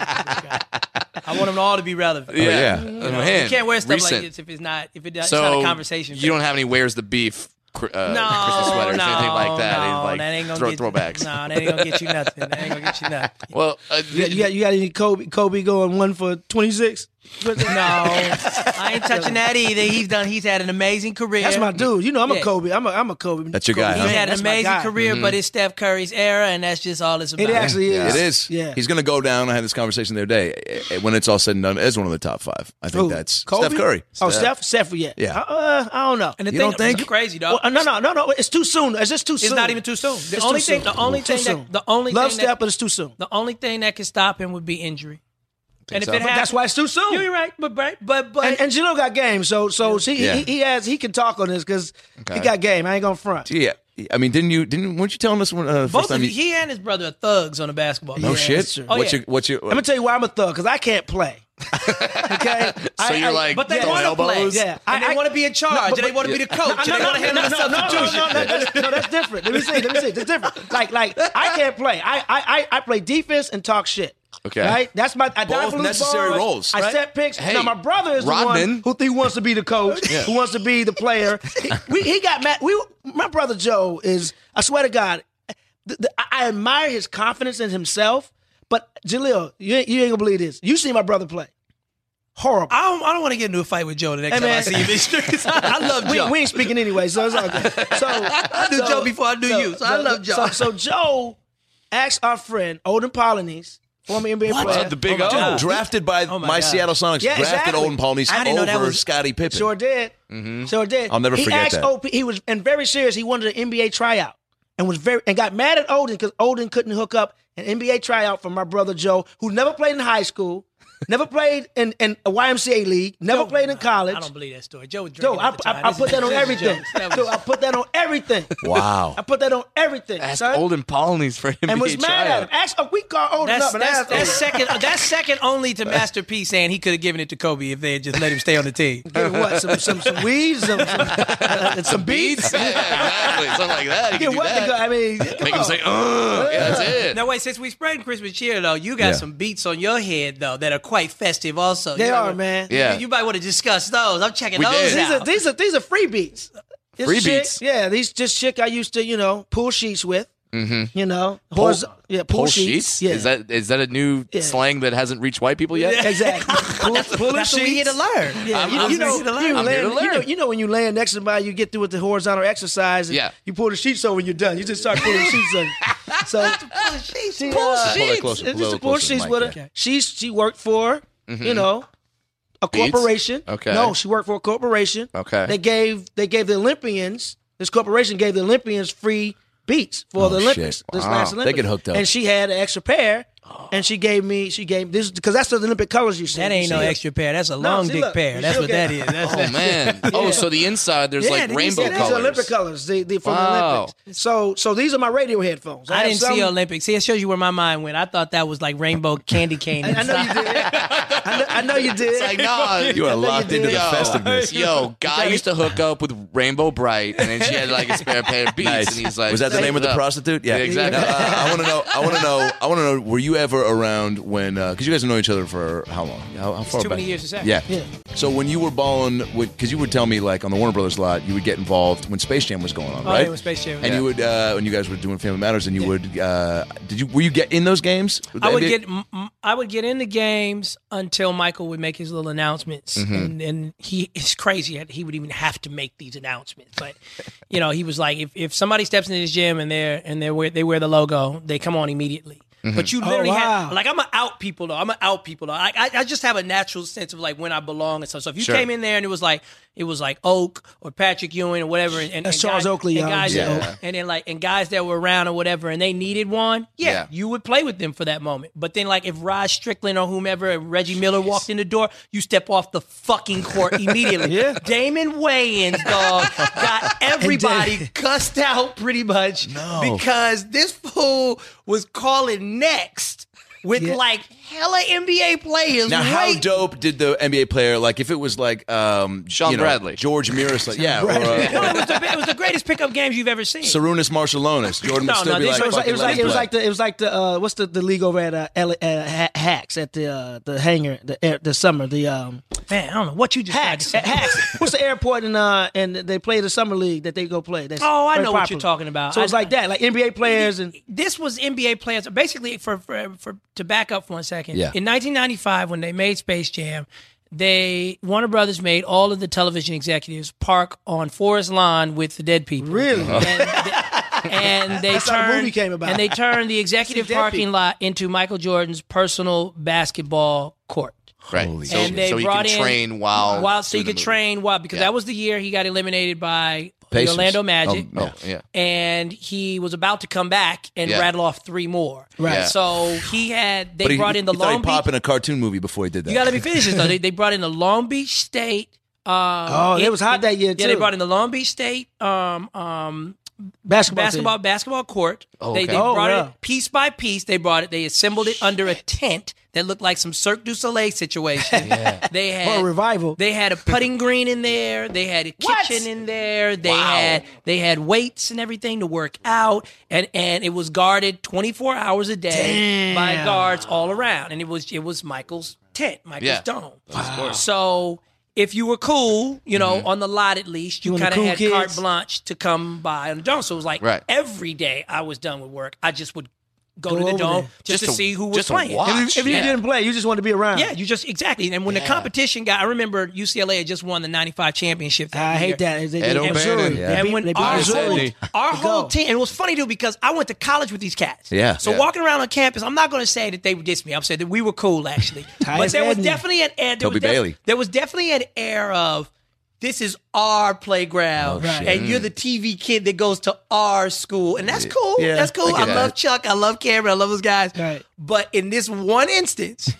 Speaker 10: I want them all to be relevant.
Speaker 6: yeah,
Speaker 9: yeah.
Speaker 6: Oh,
Speaker 10: You, know,
Speaker 6: man.
Speaker 10: you can't wear stuff
Speaker 6: Recent.
Speaker 10: like this if it's not if it, it's
Speaker 6: so
Speaker 10: not a conversation.
Speaker 6: You don't have any wears the beef cr- uh,
Speaker 10: no,
Speaker 6: Christmas sweaters,
Speaker 10: no,
Speaker 6: anything like that.
Speaker 10: No,
Speaker 6: Any, like
Speaker 10: that ain't gonna
Speaker 6: throw,
Speaker 10: get,
Speaker 6: throwbacks.
Speaker 10: No, that ain't gonna get you nothing. That ain't gonna get
Speaker 6: [LAUGHS]
Speaker 10: you nothing.
Speaker 6: Well, uh,
Speaker 4: You, got- you got you got any Kobe Kobe going one for twenty
Speaker 10: [LAUGHS]
Speaker 4: six?
Speaker 10: no, I ain't touching that either. He's done. He's had an amazing career.
Speaker 4: That's my dude. You know I'm a
Speaker 10: Yeah.
Speaker 4: Kobe. I'm a I'm a Kobe.
Speaker 9: That's your
Speaker 4: Kobe
Speaker 9: guy,
Speaker 4: fan.
Speaker 9: huh?
Speaker 10: He's had an
Speaker 4: That's my
Speaker 10: amazing
Speaker 4: guy.
Speaker 10: career,
Speaker 6: Mm-hmm.
Speaker 10: but it's Steph Curry's era, and that's just all it's about.
Speaker 4: It actually is.
Speaker 9: It is.
Speaker 4: Yeah.
Speaker 9: He's going to go down. I had this conversation the other day. Eh, eh, When it's all said and done, as one of the top five. I think
Speaker 4: Who?
Speaker 9: that's
Speaker 4: Kobe?
Speaker 9: Steph Curry.
Speaker 4: Oh, Steph. Steph. Yeah.
Speaker 9: Yeah.
Speaker 4: Uh, I don't know.
Speaker 10: And the
Speaker 9: You
Speaker 10: thing,
Speaker 9: don't think?
Speaker 10: it's crazy, dog.
Speaker 4: Well, no, no, no, no. It's too soon. It's just too soon.
Speaker 10: It's not even too soon. The
Speaker 4: It's
Speaker 10: only
Speaker 4: too
Speaker 10: thing,
Speaker 4: soon.
Speaker 10: the only
Speaker 4: Too
Speaker 10: thing
Speaker 4: soon.
Speaker 10: that, the only
Speaker 4: Love
Speaker 10: thing
Speaker 4: Step,
Speaker 10: that,
Speaker 4: but it's too soon.
Speaker 10: the only thing that could stop him would be injury. And if
Speaker 6: so?
Speaker 10: it
Speaker 6: But
Speaker 10: happens,
Speaker 4: That's why it's too soon.
Speaker 10: you're right. But right, but but
Speaker 4: and, and Gino got game, so so he,
Speaker 9: Yeah.
Speaker 4: he he has he can talk on this because
Speaker 6: Okay.
Speaker 4: he got game. I ain't gonna front.
Speaker 9: Yeah. I mean, didn't you? Didn't weren't you telling us when uh, first
Speaker 10: both
Speaker 9: time?
Speaker 10: of you,
Speaker 9: you,
Speaker 10: he and his brother are thugs on the basketball.
Speaker 9: no
Speaker 10: court.
Speaker 9: shit.
Speaker 10: Oh,
Speaker 9: what's
Speaker 10: yeah.
Speaker 9: your? What's your?
Speaker 4: I'm gonna tell you why I'm a thug because I can't
Speaker 9: [LAUGHS]
Speaker 4: play. okay, so
Speaker 6: you're like,
Speaker 10: But they
Speaker 6: Throwing
Speaker 10: want to play.
Speaker 6: elbows?
Speaker 10: Yeah,
Speaker 4: Yeah.
Speaker 10: and
Speaker 4: I-
Speaker 10: they
Speaker 4: I-
Speaker 10: want to be in charge.
Speaker 4: but-
Speaker 10: and they want to be the [LAUGHS] coach. and they want to handle the substitution.
Speaker 4: No, no, that's, no, that's different. Let me see. Let me see. That's different. Like, like I can't play. I, I, I, I play defense and talk shit.
Speaker 6: Okay.
Speaker 4: Right. That's my. I dive
Speaker 9: Both
Speaker 4: for loose
Speaker 9: necessary
Speaker 4: balls.
Speaker 9: roles,
Speaker 4: I
Speaker 9: right?
Speaker 4: set picks.
Speaker 6: Hey,
Speaker 4: now my brother is the
Speaker 6: Rodman.
Speaker 4: one who think wants to be the
Speaker 9: [LAUGHS]
Speaker 4: coach, who wants to be the player. He, we, he got mad. We, my brother Joe is. I swear to God, the, the, I I admire his confidence in himself. But Jaleel, you, ain't- you ain't gonna believe this. You see my brother play. Horrible.
Speaker 10: I don't, I don't want to get into a fight with Joe the next
Speaker 4: Hey,
Speaker 10: time I
Speaker 4: man.
Speaker 10: see him in the streets. I love
Speaker 4: we,
Speaker 10: Joe.
Speaker 4: we ain't speaking anyway, so it's all
Speaker 10: [LAUGHS]
Speaker 4: good. So I
Speaker 10: knew Joe before I knew you, so I love Joe.
Speaker 4: So, so Joe asked our friend Odin Polonies, former NBA player,
Speaker 9: Uh, the big
Speaker 10: Oh, my
Speaker 9: O.
Speaker 10: God.
Speaker 9: drafted by
Speaker 10: my
Speaker 9: my,
Speaker 10: God.
Speaker 9: Seattle Sonics,
Speaker 4: Yeah,
Speaker 9: drafted
Speaker 4: exactly.
Speaker 9: Olden Paulney's
Speaker 10: I didn't know
Speaker 9: over
Speaker 10: that was-
Speaker 9: Scottie Pippen.
Speaker 4: Sure did.
Speaker 10: Mm-hmm.
Speaker 4: Sure did.
Speaker 9: I'll never
Speaker 4: he
Speaker 9: forget
Speaker 4: asked
Speaker 9: that.
Speaker 4: OP. He was and very serious. He wanted an NBA tryout and was very and got mad at Odin because Odin couldn't hook up an NBA tryout for my brother Joe, who never played in high school, never played in, in a YMCA league, never [LAUGHS]
Speaker 10: Joe-
Speaker 4: played in college.
Speaker 10: I don't believe that story. Joe was
Speaker 4: Dude,
Speaker 10: drinking.
Speaker 4: I,
Speaker 10: at the time.
Speaker 4: I, I
Speaker 10: This
Speaker 4: put
Speaker 10: is-
Speaker 4: that on
Speaker 10: this is
Speaker 4: everything.
Speaker 10: jokes. [LAUGHS] That
Speaker 4: Dude,
Speaker 10: was-
Speaker 4: I put that on everything.
Speaker 9: Wow.
Speaker 4: I put that on everything.
Speaker 6: Ask
Speaker 4: son.
Speaker 6: Olden Polonies for him.
Speaker 4: and was mad at him. Asked, oh, we called Odin
Speaker 10: That's,
Speaker 4: up and
Speaker 10: that's,
Speaker 4: asked
Speaker 10: that's
Speaker 4: Odin.
Speaker 10: second. That's second
Speaker 4: [LAUGHS]
Speaker 10: only to Master P saying he could have given it to Kobe if they had just let him stay on the team.
Speaker 4: Give him what? Some some
Speaker 6: [LAUGHS]
Speaker 4: some weeds, some some, uh, and some [LAUGHS] beats.
Speaker 6: yeah, exactly. Something
Speaker 10: [LAUGHS]
Speaker 6: like that. You
Speaker 4: Get
Speaker 6: can do
Speaker 4: what the
Speaker 6: that.
Speaker 4: guy? I mean,
Speaker 6: Make
Speaker 4: come
Speaker 6: him
Speaker 4: on.
Speaker 6: say, "Ugh." Yeah, that's it.
Speaker 10: Now wait, since we spreading Christmas cheer though, you got
Speaker 9: Yeah.
Speaker 10: some beats on your head though that are quite festive. Also,
Speaker 4: they
Speaker 10: You
Speaker 4: are
Speaker 10: might-
Speaker 4: man.
Speaker 6: Yeah.
Speaker 10: You, you might want to discuss those. I'm checking
Speaker 6: We
Speaker 10: those
Speaker 6: did.
Speaker 4: These
Speaker 10: out.
Speaker 4: are these are these are free beats. This
Speaker 6: Free
Speaker 4: chick-
Speaker 6: beats?
Speaker 4: Yeah, these just chick I used to you know pull sheets with. Mm-hmm. You know, Horiz- yeah, pull,
Speaker 6: Pull
Speaker 4: sheets.
Speaker 6: sheets?
Speaker 4: Yeah,
Speaker 6: Is that is that a new
Speaker 4: Yeah.
Speaker 6: slang that hasn't reached white people yet? [LAUGHS]
Speaker 4: exactly. pull, pull
Speaker 10: That's what we here to learn.
Speaker 4: [LAUGHS] Yeah,
Speaker 6: I'm-
Speaker 4: you, know,
Speaker 6: I'm
Speaker 4: you know,
Speaker 6: here to learn.
Speaker 4: you land-
Speaker 6: I'm here to
Speaker 4: you know,
Speaker 6: learn.
Speaker 4: you know when you land next to somebody, you get through with the horizontal exercise. And
Speaker 6: Yeah.
Speaker 4: You pull the sheets over and you're done. You just start pulling the
Speaker 6: [LAUGHS]
Speaker 4: sheets over. So pull sheets, she, pull
Speaker 9: Pull that closer,
Speaker 4: It's
Speaker 9: pull
Speaker 4: just
Speaker 9: that
Speaker 4: to
Speaker 9: closer
Speaker 4: pull
Speaker 9: to the
Speaker 4: sheets
Speaker 9: mic,
Speaker 4: with her.
Speaker 9: yeah.
Speaker 4: She's she worked for you know a
Speaker 6: Mm-hmm. Beats?
Speaker 4: corporation.
Speaker 6: Okay.
Speaker 4: No, she worked for a corporation.
Speaker 6: Okay.
Speaker 4: They gave they gave the Olympians this corporation gave the Olympians free beats for
Speaker 9: Oh,
Speaker 4: the Olympics
Speaker 9: shit.
Speaker 4: this
Speaker 9: Wow.
Speaker 4: last
Speaker 9: They
Speaker 4: Olympics.
Speaker 9: get hooked up.
Speaker 4: And she had an extra pair and she gave me she gave this because that's the Olympic colors you see.
Speaker 10: That ain't
Speaker 4: You
Speaker 10: no
Speaker 4: see it.
Speaker 10: extra pair. That's a
Speaker 4: No,
Speaker 10: long
Speaker 4: see,
Speaker 10: dick
Speaker 4: look,
Speaker 10: pair.
Speaker 4: you
Speaker 10: That's
Speaker 4: see,
Speaker 10: what
Speaker 4: okay. [LAUGHS]
Speaker 10: that is. That's
Speaker 6: Oh
Speaker 10: [LAUGHS]
Speaker 6: man! Oh, so the inside there's
Speaker 10: Yeah,
Speaker 6: like
Speaker 10: did you see
Speaker 6: rainbow
Speaker 10: that?
Speaker 4: These are
Speaker 6: colors.
Speaker 4: Olympic colors, the, the from
Speaker 6: Wow.
Speaker 4: the Olympics. So so these are my radio headphones.
Speaker 10: I
Speaker 4: have
Speaker 10: didn't
Speaker 4: some-
Speaker 10: see Olympics. See, it shows you where my mind went. I thought that was like rainbow candy cane.
Speaker 4: [LAUGHS] I know you did. I know, [LAUGHS] I know you did.
Speaker 6: It's like, nah,
Speaker 9: [LAUGHS] You are locked into the
Speaker 6: yo,
Speaker 9: festiveness.
Speaker 6: Yo, guy used to hook up with Rainbow Bright, and then she had like a spare pair of beats,
Speaker 9: Nice.
Speaker 6: and he's like,
Speaker 9: was that the name of the
Speaker 6: "Look."
Speaker 9: prostitute?
Speaker 6: Yeah, exactly.
Speaker 9: No, uh, I want to know. I want to know. I want to know. Were you ever around when? Because you guys know each other for how long? How, how far
Speaker 10: too
Speaker 9: back?
Speaker 10: many years to say.
Speaker 9: Yeah.
Speaker 4: Yeah.
Speaker 9: So when you were balling, because you would tell me like on the Warner Brothers lot, you would get involved when Space Jam was going on,
Speaker 10: Oh,
Speaker 9: right?
Speaker 10: yeah, when Space Jam was-
Speaker 9: And you would uh, when you guys were doing Family Matters, and you would uh, did you were you get in those games?
Speaker 10: I would
Speaker 9: The NBA?
Speaker 10: get m- m- I would get in the games until Michael would make his little announcements, and, and he it's crazy that he would even have to make these announcements. But you know, he was like, if, if somebody steps into this gym and they're and they wear they wear the logo, they come on immediately. But you literally
Speaker 4: Oh, wow.
Speaker 10: had like I'm a out people though. I'm a out people though. I, I I just have a natural sense of like when I belong and stuff. So if you
Speaker 6: Sure.
Speaker 10: came in there and it was like it was like Oak or Patrick Ewing or whatever, and, and,
Speaker 4: That's
Speaker 10: and
Speaker 4: Charles
Speaker 10: guys,
Speaker 4: Oakley,
Speaker 10: and
Speaker 4: y'all.
Speaker 10: guys,
Speaker 4: Yeah.
Speaker 10: that- and then like and guys that were around or whatever, and they needed one. Yeah,
Speaker 6: Yeah.
Speaker 10: you would play with them for that moment. But then like if Rod Strickland or whomever, and Reggie Miller walked in the door, you step off the fucking
Speaker 4: [LAUGHS]
Speaker 10: court immediately.
Speaker 4: Yeah.
Speaker 10: Damon Wayans, dog,
Speaker 4: [LAUGHS]
Speaker 10: got everybody cussed out pretty much because this fool was calling next with
Speaker 4: Yeah.
Speaker 10: like hella NBA players.
Speaker 9: Now, how
Speaker 10: waiting.
Speaker 9: dope did the NBA player like? If it was like um,
Speaker 6: Sean
Speaker 9: you know,
Speaker 6: Bradley.
Speaker 9: George Miros, like, yeah,
Speaker 10: No,
Speaker 9: or uh,
Speaker 10: it was, the, it was the greatest pickup games you've ever seen.
Speaker 9: Sarunas Marshallonis, Jordan
Speaker 10: No,
Speaker 9: would still
Speaker 10: no,
Speaker 9: be
Speaker 10: these
Speaker 9: like,
Speaker 10: are-
Speaker 4: So it was like it
Speaker 9: "Fucking
Speaker 4: was like, it was
Speaker 9: let's
Speaker 4: like the it was like the uh, what's the, the league over at uh, L- uh, Ha- Hacks at the uh, the hangar the air, the summer the um
Speaker 10: Man, I don't know what you just tried
Speaker 4: Hacks
Speaker 10: to say.
Speaker 4: at Hacks what's the airport and uh and they play the summer league that they go play. That's
Speaker 10: Oh, I
Speaker 4: very
Speaker 10: know what
Speaker 4: popular.
Speaker 10: you're talking about.
Speaker 4: So it's
Speaker 10: I-
Speaker 4: like that, like NBA players
Speaker 10: [LAUGHS]
Speaker 4: and
Speaker 10: this was NBA players. Basically, for, for for to back up for one second,
Speaker 9: Yeah.
Speaker 10: in 1995 when they made Space Jam, they Warner Brothers made all of the television executives park on Forest Lawn with the dead people.
Speaker 4: Really?
Speaker 9: Uh-huh.
Speaker 10: And they, and they
Speaker 4: That's how the
Speaker 10: turned
Speaker 4: movie came about.
Speaker 10: and they
Speaker 4: [LAUGHS]
Speaker 10: turned the executive
Speaker 4: dead
Speaker 10: parking
Speaker 4: people.
Speaker 10: lot into Michael Jordan's personal basketball court.
Speaker 6: Right. so,
Speaker 10: and they
Speaker 6: so he
Speaker 10: brought
Speaker 6: can
Speaker 10: in
Speaker 6: train while
Speaker 10: while so
Speaker 6: doing
Speaker 10: you
Speaker 6: the
Speaker 10: could
Speaker 6: movie.
Speaker 10: train while because
Speaker 6: Yeah.
Speaker 10: that was the year he got eliminated by the
Speaker 9: Pacers.
Speaker 10: Orlando Magic
Speaker 9: Oh, yeah.
Speaker 6: Oh, yeah.
Speaker 10: and he was about to come back and
Speaker 6: Yeah.
Speaker 10: rattle off three more.
Speaker 6: Right. Yeah.
Speaker 10: So he had they
Speaker 9: But he-
Speaker 10: brought in the
Speaker 9: he thought he'd
Speaker 10: Long
Speaker 9: pop
Speaker 10: Beach.
Speaker 9: in a cartoon movie before he did that.
Speaker 10: You got to be finished though. They, they brought in the Long Beach State. Um, oh,
Speaker 4: it was hot that year,
Speaker 10: Yeah, they
Speaker 4: too.
Speaker 10: brought in the Long Beach State um, um,
Speaker 4: basketball.
Speaker 10: basketball
Speaker 4: team.
Speaker 10: basketball court.
Speaker 6: Oh,
Speaker 10: They,
Speaker 6: okay.
Speaker 10: they
Speaker 4: Oh,
Speaker 10: brought
Speaker 4: yeah.
Speaker 10: it piece by piece. They brought it. They assembled it under a tent that looked like some Cirque du Soleil
Speaker 6: [LAUGHS]
Speaker 10: situation. They had
Speaker 4: Or a revival.
Speaker 10: They had a putting green in there. They had a kitchen in there. They had they had weights and everything to work out, and and it was guarded 24 hours a day by guards all around. And it was it was Michael's tent, Michael's
Speaker 6: Yeah.
Speaker 10: dome. So. If you were cool, you
Speaker 6: Mm-hmm.
Speaker 10: know, on the lot at least, you,
Speaker 4: You and the
Speaker 10: kind of
Speaker 4: cool
Speaker 10: had carte
Speaker 4: kids.
Speaker 10: blanche to come by on the dome. So it was like
Speaker 6: Right.
Speaker 10: every day I was done with work, I just would go,
Speaker 4: Go
Speaker 10: to the
Speaker 4: over
Speaker 10: dome
Speaker 4: there.
Speaker 10: just,
Speaker 6: Just
Speaker 10: to,
Speaker 6: to-
Speaker 10: see who was
Speaker 6: just to
Speaker 10: playing.
Speaker 6: watch.
Speaker 4: If you
Speaker 6: Yeah.
Speaker 4: didn't play, you just wanted to be around.
Speaker 10: Yeah, you just exactly. And when the competition got, I remember UCLA had just won the '95 championship. That
Speaker 4: I
Speaker 10: year.
Speaker 4: hate that. They,
Speaker 6: Ed
Speaker 4: they,
Speaker 6: O'Bannon.
Speaker 4: Missouri.
Speaker 9: Yeah.
Speaker 4: They
Speaker 10: And
Speaker 4: beat-
Speaker 10: when
Speaker 4: they beat
Speaker 10: our whole,
Speaker 4: Missouri.
Speaker 10: our
Speaker 4: They
Speaker 10: whole
Speaker 4: go.
Speaker 10: team, and it was funny too because I went to college with these cats.
Speaker 9: Yeah.
Speaker 10: So
Speaker 9: Yeah.
Speaker 10: walking around on campus, I'm not going to say that they dissed me. I'm saying that we were
Speaker 4: [LAUGHS]
Speaker 10: cool actually. but
Speaker 4: Tyus
Speaker 10: there was
Speaker 4: Edney.
Speaker 10: definitely an air. There was
Speaker 9: Toby
Speaker 10: def-
Speaker 9: Bailey.
Speaker 10: There was definitely an air of. This is our playground,
Speaker 9: Oh,
Speaker 10: and you're the TV kid that goes to our school, and that's cool.
Speaker 9: Yeah.
Speaker 10: that's cool.
Speaker 9: I
Speaker 10: I,
Speaker 9: get
Speaker 10: love
Speaker 9: that.
Speaker 10: Chuck. I love Cameron. I love those guys.
Speaker 4: Right.
Speaker 10: But in this one instance,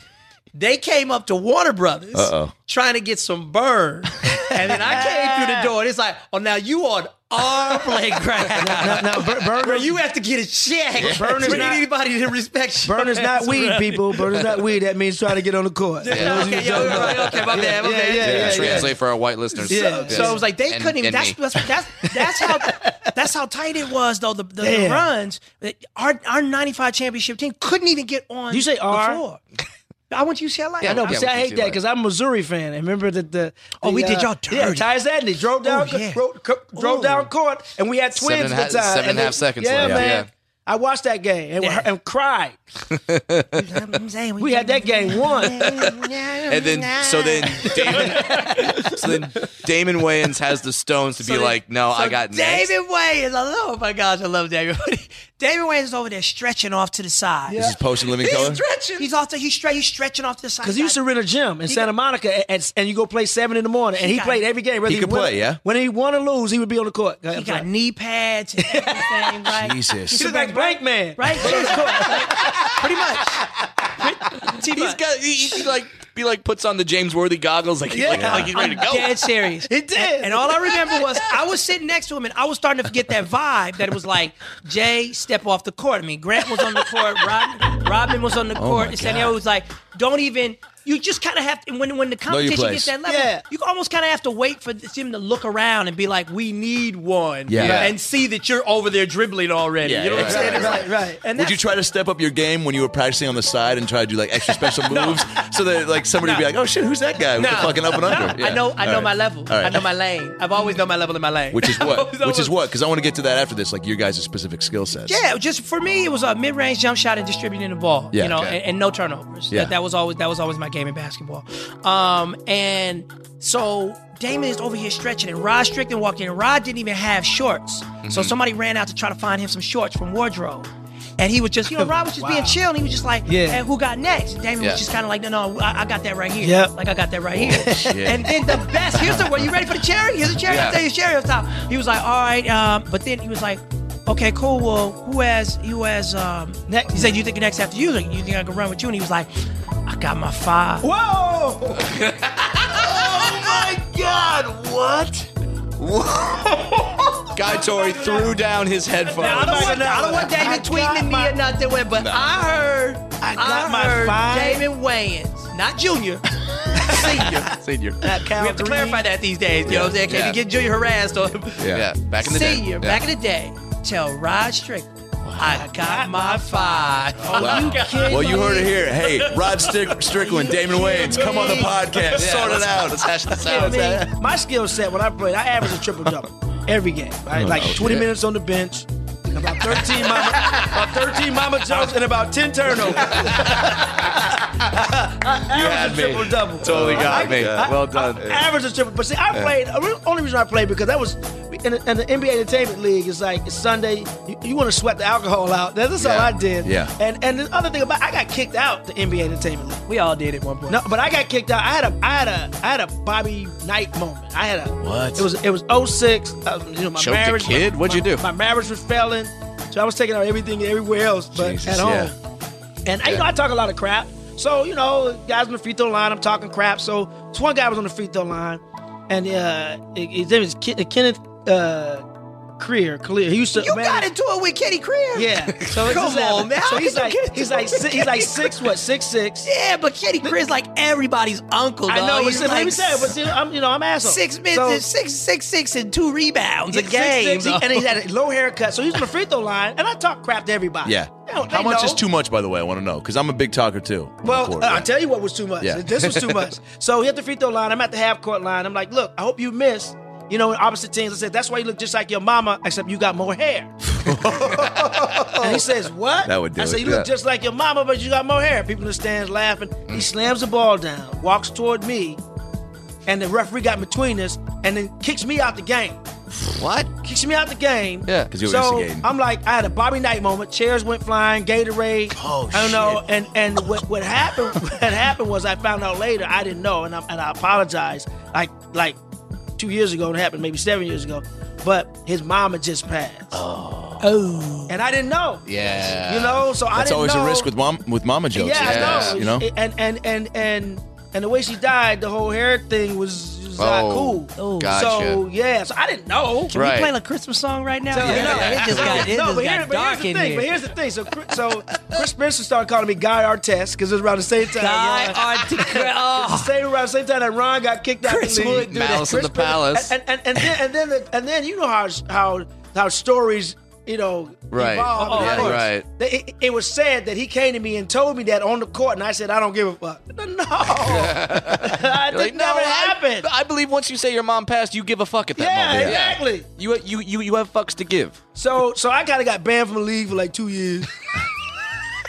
Speaker 10: they came up to Warner Brothers
Speaker 9: Uh-oh.
Speaker 10: trying to get some burn. And then I came through the door and it's like, oh, now you on our playground.
Speaker 4: Now, Bur- Burner-
Speaker 10: Where you have to get a check
Speaker 4: Burn is
Speaker 10: for
Speaker 4: not-
Speaker 10: anybody to respect you.
Speaker 4: Burner's not weed,
Speaker 10: Right.
Speaker 4: people. Burner's not weed. That means try to get on the court. That was what
Speaker 10: Okay,
Speaker 4: you
Speaker 10: yo,
Speaker 4: were talking
Speaker 10: right,
Speaker 4: about.
Speaker 10: okay, my bad, my
Speaker 4: yeah,
Speaker 10: bad.
Speaker 4: yeah, yeah, yeah.
Speaker 6: Translate for our white listeners.
Speaker 4: Yeah.
Speaker 10: So it was like they
Speaker 6: And-
Speaker 10: couldn't even.
Speaker 6: and
Speaker 10: That's,
Speaker 6: me.
Speaker 10: that's that's that's how that's how tight it was though. The, the, the
Speaker 4: Damn.
Speaker 10: runs our our ninety five championship team couldn't even get on.
Speaker 4: You say
Speaker 10: the
Speaker 4: our?
Speaker 10: floor. I went to UCLA.
Speaker 6: Yeah,
Speaker 4: I know, but
Speaker 6: yeah,
Speaker 4: see,
Speaker 6: we
Speaker 4: I
Speaker 6: can see
Speaker 4: hate that
Speaker 6: that.
Speaker 4: because I'm a Missouri fan. And remember that the
Speaker 10: Oh,
Speaker 4: the,
Speaker 10: we did
Speaker 4: uh,
Speaker 10: y'all
Speaker 4: Yeah,
Speaker 10: dirty.
Speaker 4: Tyus Adney drove down,
Speaker 10: Oh, yeah.
Speaker 4: drove, co- drove
Speaker 10: Oh.
Speaker 4: down court, and we had
Speaker 6: Seven
Speaker 4: twins
Speaker 6: and a
Speaker 4: at
Speaker 6: half-
Speaker 4: the time.
Speaker 6: seven and a
Speaker 4: they-
Speaker 6: half seconds
Speaker 4: Yeah,
Speaker 6: left.
Speaker 4: man.
Speaker 6: Yeah.
Speaker 4: I watched that game and,
Speaker 10: Yeah.
Speaker 4: and cried.
Speaker 10: I'm saying
Speaker 4: We had that
Speaker 10: [LAUGHS]
Speaker 4: game won.
Speaker 6: And then, so then, Damon,
Speaker 10: [LAUGHS]
Speaker 6: so then Damon Wayans has the stones to be
Speaker 10: then-
Speaker 6: like, no,
Speaker 10: So
Speaker 6: I got next.
Speaker 10: David Wayans. [LAUGHS] I love, oh my gosh, I love David. David Wayne's over there stretching off to the side.
Speaker 2: This is post in living color.
Speaker 10: stretching. He's off there. He's stre- He's stretching off to the side.
Speaker 4: Because he used to rent a gym in Santa Monica, and, and, and you go play seven in the morning, and
Speaker 10: He
Speaker 4: he,
Speaker 10: got-
Speaker 4: played every game. whether
Speaker 2: He could
Speaker 4: win-
Speaker 2: play, yeah?
Speaker 4: When he won or lose, he would be on the court. Go ahead,
Speaker 10: He
Speaker 4: I'm
Speaker 10: got
Speaker 4: sorry.
Speaker 10: knee pads and everything, right?
Speaker 2: Jesus.
Speaker 4: He's like blank man.
Speaker 10: Right? Pretty much.
Speaker 6: He's got he, he like he like puts on the James Worthy goggles like he's, like, like he's ready to go.
Speaker 10: I'm
Speaker 6: [LAUGHS]
Speaker 10: dead serious. It did. And, and all I remember was I was sitting next to him and I was starting to get that vibe that it was like, Jay, step off the court. I mean, Grant was on the court, Robin, Robin was on
Speaker 2: Oh
Speaker 10: the court, and Santiago was like, don't even. You just kind of have to when when the competition
Speaker 2: place.
Speaker 10: gets that level,
Speaker 4: Yeah.
Speaker 10: you almost kind of have to wait for him to look around and be like, "We need one,"
Speaker 2: Yeah. Yeah.
Speaker 10: and see that you're over there dribbling already.
Speaker 2: Yeah,
Speaker 10: you know
Speaker 2: yeah,
Speaker 10: what I'm saying?
Speaker 2: yeah.
Speaker 10: It's like-
Speaker 4: Right.
Speaker 10: And
Speaker 2: Would
Speaker 10: that's
Speaker 2: you try to step up your game when you were practicing on the side and try to do like extra
Speaker 10: [LAUGHS]
Speaker 2: special moves so that like somebody would be like, oh shit, who's that guy with the
Speaker 10: No.
Speaker 2: fucking up and under?
Speaker 10: I
Speaker 2: Yeah.
Speaker 10: know
Speaker 2: All
Speaker 10: I know
Speaker 2: right.
Speaker 10: my level.
Speaker 2: All right.
Speaker 10: I know my lane. I've always known my level in my lane. [LAUGHS]
Speaker 2: Which is what?
Speaker 10: I've
Speaker 2: Which is
Speaker 10: always-
Speaker 2: what? Because I want to get to that after this, like your guys' specific skill sets.
Speaker 10: Yeah, just for me, it was a mid-range jump shot and distributing the ball.
Speaker 2: Yeah.
Speaker 10: you know,
Speaker 2: Okay.
Speaker 10: and, and no turnovers.
Speaker 2: Yeah.
Speaker 10: That, that was always that was always my game in basketball. Um, and so Damon is over here stretching, and Rod Strickland walked in, and Rod didn't even have shorts. So somebody ran out to try to find him some shorts from wardrobe. And he was just, you know, Rod was just being chill, and he was just like,
Speaker 4: Yeah.
Speaker 10: "Hey, who got next?" And Damon
Speaker 6: Yeah.
Speaker 10: was just kind of like, "No, no, I, I got that right here.
Speaker 4: Yep.
Speaker 10: Like I got that right here." and then the best, here's the, were you ready for the cherry? Here's the cherry. I'll
Speaker 6: Yeah.
Speaker 10: tell you the cherry up top. He was like, "All right," um, but then he was like, "Okay, cool. Well, who has who has um, next?" He said, "You think next after you? Like, you think I can run with you?" And he was like, "I got my five.
Speaker 4: Whoa! [LAUGHS]
Speaker 6: Oh Guy Tori threw down his
Speaker 10: Now, I
Speaker 6: headphones.
Speaker 10: don't, want, I don't want
Speaker 4: I
Speaker 10: David
Speaker 4: got
Speaker 10: tweeting at me
Speaker 4: my-
Speaker 10: or nothing, but I heard I
Speaker 4: got my
Speaker 10: heard
Speaker 4: five.
Speaker 10: David Wayans, not Junior, [LAUGHS] Senior.
Speaker 6: Senior.
Speaker 10: we have to clarify that these days. You know what I'm saying? Can
Speaker 6: Yeah.
Speaker 10: you get Junior harassed or
Speaker 6: Yeah. Back in the day.
Speaker 10: Senior
Speaker 6: Yeah.
Speaker 10: back in the day? Tell Rod Strickland, I got my five.
Speaker 6: Oh,
Speaker 2: Wow.
Speaker 10: Are you kidding
Speaker 2: Well, you heard it
Speaker 10: me?
Speaker 2: here. Hey, Rod Strick- Strickland, Damon Wayans, come on the podcast.
Speaker 6: Yeah,
Speaker 2: sort it
Speaker 6: let's-
Speaker 2: out.
Speaker 6: Let's hash this
Speaker 4: I
Speaker 6: out.
Speaker 4: mean, my skill set when I played, I averaged a triple double every game. Right? like 20 minutes on the bench, about 13 mama, about 13 mama jumps, and about 10 turnovers. [LAUGHS]
Speaker 6: You had me.
Speaker 4: triple double.
Speaker 6: Totally got me.
Speaker 2: Uh, Well done.
Speaker 4: Average a triple, but see, I played. The real- only reason I played because that was in, the- in the NBA Entertainment League. It's like it's Sunday. You, want to sweat the alcohol out. That's, that's all
Speaker 2: Yeah.
Speaker 4: I did.
Speaker 2: Yeah.
Speaker 4: And and the other thing about I got kicked out the NBA Entertainment League.
Speaker 10: [LAUGHS] We all did at one point.
Speaker 4: No, but I got kicked out. I had a, I had a, I had a Bobby Knight moment. I had a
Speaker 2: What?
Speaker 4: It was, it was 06. Uh, you know, my
Speaker 6: Choked a
Speaker 4: marriage.
Speaker 6: kid?
Speaker 4: my-
Speaker 6: What'd you
Speaker 4: my-
Speaker 6: do?
Speaker 4: My marriage was failing, so I was taking out everything everywhere else, but
Speaker 2: Jesus,
Speaker 4: at
Speaker 2: yeah.
Speaker 4: home. And I, you know, I talk a lot of crap. So you know, guys on the free throw line, I'm talking crap. So this one guy was on the free throw line, and uh, his name is Ken, Kenneth uh, Creer. Clear. He used to.
Speaker 10: You
Speaker 4: man-
Speaker 10: got into it with Kenny Creer.
Speaker 4: Yeah. So it's
Speaker 10: [LAUGHS] Come
Speaker 4: just happened.
Speaker 10: on, man.
Speaker 4: So
Speaker 10: How
Speaker 4: he's
Speaker 10: can [LAUGHS]
Speaker 4: like,
Speaker 10: you get
Speaker 4: he's
Speaker 10: into
Speaker 4: like,
Speaker 10: it with
Speaker 4: si- he's like
Speaker 10: Kenny
Speaker 4: six, what, six,
Speaker 10: [LAUGHS]
Speaker 4: six.
Speaker 10: Yeah, but Kenny Creer's like everybody's uncle.
Speaker 4: I know. But
Speaker 10: dog. He's
Speaker 4: see, let
Speaker 10: like
Speaker 4: me tell you, but see, I'm, you know, I'm an asshole.
Speaker 10: six
Speaker 4: So-
Speaker 10: minutes, six, six, six, and two rebounds a
Speaker 4: Six,
Speaker 10: game.
Speaker 4: six, [LAUGHS] and he had a low haircut, so he's on the free throw line, and I talk crap to everybody.
Speaker 2: Yeah.
Speaker 4: They don't-
Speaker 2: How
Speaker 4: they
Speaker 2: much
Speaker 4: know.
Speaker 2: is too much, by the way? I want to know because I'm a big talker too. on the
Speaker 4: Well,
Speaker 2: court.
Speaker 4: uh, I'll tell you what was too much.
Speaker 2: Yeah. [LAUGHS]
Speaker 4: This was too much. So he at the free throw line. I'm at the half court line. I'm like, look, I hope you miss. You know, opposite teams. I said, that's why you look just like your mama, except you got more hair.
Speaker 2: [LAUGHS]
Speaker 4: and he says, what?
Speaker 2: That would do
Speaker 4: I said,
Speaker 2: it,
Speaker 4: you look
Speaker 2: yeah. Mm.
Speaker 4: just like your mama, but you got more hair. People in the stands laughing. He slams the ball down, walks toward me, and the referee got in between us, and then kicks me out the game.
Speaker 6: What?
Speaker 4: Kicks me out the game.
Speaker 6: Yeah.
Speaker 2: 'Cause you were
Speaker 4: so um,
Speaker 2: instigating.
Speaker 4: I'm like, I had a Bobby Knight moment. Chairs went flying. Gatorade.
Speaker 2: Oh,
Speaker 4: I don't know. And and what, what happened? [LAUGHS] What happened was I found out later. I didn't know, and I and I apologized. Like like two years ago, and it happened maybe seven years ago. But his mama just passed. Oh.
Speaker 10: [LAUGHS]
Speaker 4: And I didn't know.
Speaker 6: Yeah.
Speaker 4: You know, so I
Speaker 2: That's
Speaker 4: didn't
Speaker 2: always
Speaker 4: know.
Speaker 2: a risk with mom with mama jokes.
Speaker 4: Yeah,
Speaker 2: sometimes,
Speaker 4: I know.
Speaker 2: You know.
Speaker 4: And and and and and the way she died, the whole hair thing was, was not
Speaker 6: Oh,
Speaker 4: cool.
Speaker 6: gotcha.
Speaker 4: So yeah, so I didn't know.
Speaker 6: Can we Right. play
Speaker 10: a Christmas song right now?
Speaker 4: Yeah.
Speaker 10: You know, it [LAUGHS] just got, it
Speaker 4: no,
Speaker 10: just
Speaker 4: but, here-
Speaker 10: got
Speaker 4: but
Speaker 10: dark
Speaker 4: here's the
Speaker 10: in
Speaker 4: thing.
Speaker 10: here.
Speaker 4: But here's the thing. So, Chris- so Chris Spencer started calling me Guy Artest because it was around the same time.
Speaker 10: Guy
Speaker 4: yeah.
Speaker 10: [LAUGHS] Artest.
Speaker 4: It's the
Speaker 10: Oh.
Speaker 4: same around the same time that Ron got kicked out.
Speaker 10: Chris
Speaker 4: the league.
Speaker 10: Wood do that.
Speaker 6: Malice in the Palace.
Speaker 4: And, and, and then and then the, and then you know how how how stories you know
Speaker 6: Right.
Speaker 4: evolve.
Speaker 6: Oh,
Speaker 4: Of
Speaker 6: yeah,
Speaker 4: course.
Speaker 6: right.
Speaker 4: They- It, it was said that he came to me and told me that on the court, and I said I don't give a fuck. [LAUGHS] No,
Speaker 6: [LAUGHS]
Speaker 4: that
Speaker 6: Like, no,
Speaker 4: never
Speaker 6: I-
Speaker 4: happened.
Speaker 6: I believe once you say your mom passed, you give a fuck at that
Speaker 4: yeah,
Speaker 6: moment.
Speaker 4: exactly.
Speaker 6: You you you you have fucks to give.
Speaker 4: So so I kind of got banned from the league for like two
Speaker 10: [LAUGHS]
Speaker 4: years.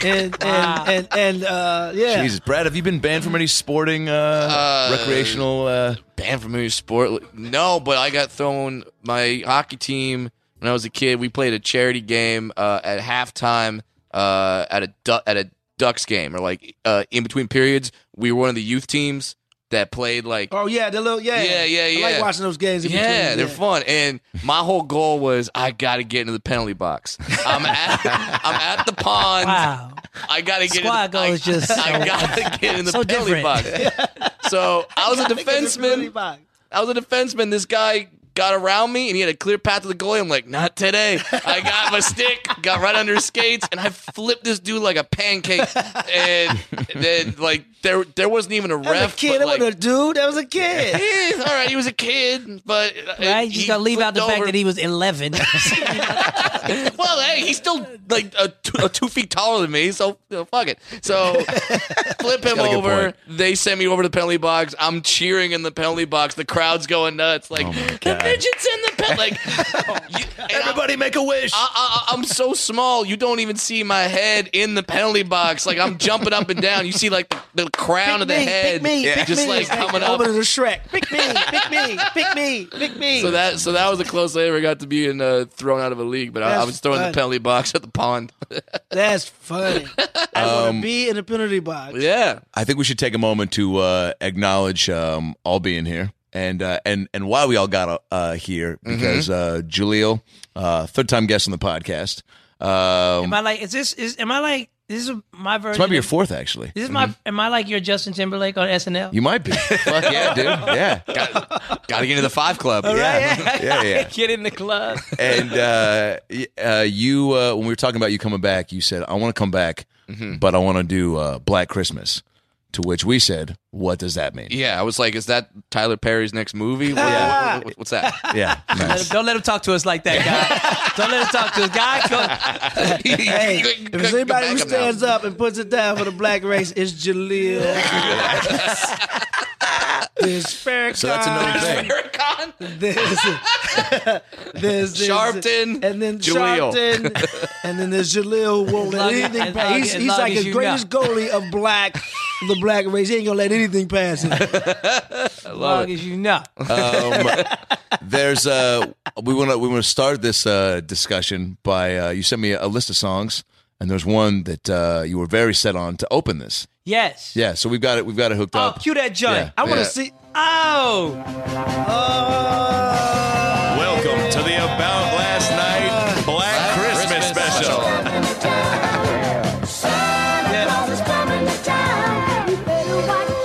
Speaker 4: and,
Speaker 10: Wow.
Speaker 4: and and and uh, yeah.
Speaker 2: Jesus, Brad, have you been banned from any sporting, uh, recreational? Uh,
Speaker 6: Banned from any sport. No, but I got thrown. My hockey team When I was a kid, we played a charity game uh, at halftime uh, at a du- at a Ducks game or like uh, in between periods. We were one of the youth teams that played like
Speaker 4: Oh yeah, the little yeah,
Speaker 6: Yeah, yeah,
Speaker 4: I
Speaker 6: yeah.
Speaker 4: like watching those games. In
Speaker 6: yeah,
Speaker 4: between.
Speaker 6: they're fun. And my whole goal was I got to get into the penalty box. I'm at, [LAUGHS] I'm at the pond.
Speaker 10: Wow.
Speaker 6: I got to get
Speaker 10: Squad
Speaker 6: in the, I,
Speaker 10: goal is just so-
Speaker 6: [LAUGHS] I got to get in the
Speaker 10: so
Speaker 6: penalty
Speaker 10: different.
Speaker 6: box.
Speaker 10: [LAUGHS]
Speaker 6: So I was a defenseman. I was a defenseman. This guy got around me and he had a clear path to the goalie. I'm like, not today. I got my stick, got right under his skates, and I flipped this dude like a pancake. And then like there there wasn't even a
Speaker 4: That was
Speaker 6: ref.
Speaker 4: a kid.
Speaker 6: but,
Speaker 4: That
Speaker 6: like,
Speaker 4: wasn't a dude. That was a kid.
Speaker 6: Eh, [LAUGHS] all right, he was a kid, but uh,
Speaker 10: Right? You just gotta leave out the fact that he was [LAUGHS] 11.
Speaker 6: well, hey, he's still like a two, a two feet taller than me, so you know, fuck it.
Speaker 10: [LAUGHS]
Speaker 6: So flip him
Speaker 10: got a good
Speaker 6: over.
Speaker 10: point.
Speaker 6: They send me over to the penalty box. I'm cheering in the penalty box. The crowd's going nuts. Like
Speaker 10: Oh
Speaker 6: the midgets in the pen. Like
Speaker 10: [LAUGHS]
Speaker 6: everybody
Speaker 2: make a wish.
Speaker 6: I, I, I'm so small, you don't even see my head in the penalty box. Like I'm jumping up and down. You see like the, the crown of the
Speaker 4: me,
Speaker 6: head,
Speaker 4: pick me, pick
Speaker 6: just
Speaker 4: me.
Speaker 6: like
Speaker 4: It's like
Speaker 6: coming up.
Speaker 4: Open to the Shrek. Pick me, pick me, pick me, pick me.
Speaker 6: So that so that was the closest I ever got to being uh, thrown out of a league. But I, I
Speaker 4: That's
Speaker 6: was throwing
Speaker 4: funny.
Speaker 6: the penalty box at the pond. [LAUGHS]
Speaker 4: that's funny. I want to be in the penalty box.
Speaker 6: Um, yeah.
Speaker 2: I think we should take a moment to uh, acknowledge um, all being here and uh, and and why we all got uh, here
Speaker 6: Mm-hmm.
Speaker 2: because uh, Jaleel, uh, third time guest on the podcast. Um,
Speaker 10: am I like, is this, is, am I like, this is my version?
Speaker 2: this might be your
Speaker 10: of-
Speaker 2: fourth, actually.
Speaker 10: This is my, am I like your Justin Timberlake on SNL?
Speaker 2: You might
Speaker 6: [LAUGHS]
Speaker 2: be. Fuck yeah, dude. Yeah.
Speaker 6: Got, to get into the five club.
Speaker 2: yeah. [LAUGHS] yeah, yeah.
Speaker 10: Get in the club.
Speaker 2: and uh, y- uh, you, uh, when we were talking about you coming back, you said, "I want to come back,
Speaker 6: Mm-hmm.
Speaker 2: but I want to do uh, Black Christmas." To which we said, "What does that mean?"
Speaker 6: Yeah, I was like, is that Tyler Perry's next movie? What- what- what- what's that? [LAUGHS]
Speaker 2: Yeah,
Speaker 10: Let him- don't let him talk to us like that, guy. don't let him talk to us, guy. Go,
Speaker 4: Hey, if there's anybody who stands up and puts it down for the black race,
Speaker 2: [LAUGHS]
Speaker 4: it's Jaleel. there's Farrakhan.
Speaker 2: So that's a known thing.
Speaker 4: There's, there's there's-
Speaker 6: [LAUGHS] Sharpton,
Speaker 4: and then
Speaker 6: Jaleel.
Speaker 4: Sharpton, and then there's Jaleel who won't
Speaker 10: As
Speaker 4: let
Speaker 10: long as-
Speaker 4: anything
Speaker 10: as
Speaker 4: pass.
Speaker 10: long-
Speaker 4: he's
Speaker 10: as
Speaker 4: he's
Speaker 10: long
Speaker 4: like
Speaker 10: as
Speaker 4: the
Speaker 10: you
Speaker 4: greatest goalie of black, the black race. He ain't gonna let anything pass
Speaker 2: [LAUGHS]
Speaker 4: him.
Speaker 10: as long as you know.
Speaker 2: Um, there's uh, we want to we want to start this uh, discussion by uh, you sent me a list of songs, and there's one that uh, you were very set on to open this.
Speaker 10: Yes.
Speaker 2: Yeah, so we've got it. We've got it hooked
Speaker 10: Oh,
Speaker 2: up.
Speaker 10: cue that joint.
Speaker 2: Yeah.
Speaker 10: I want to
Speaker 2: Yeah.
Speaker 10: see. Oh,
Speaker 7: Welcome to the About Last Night Black Christmas Special.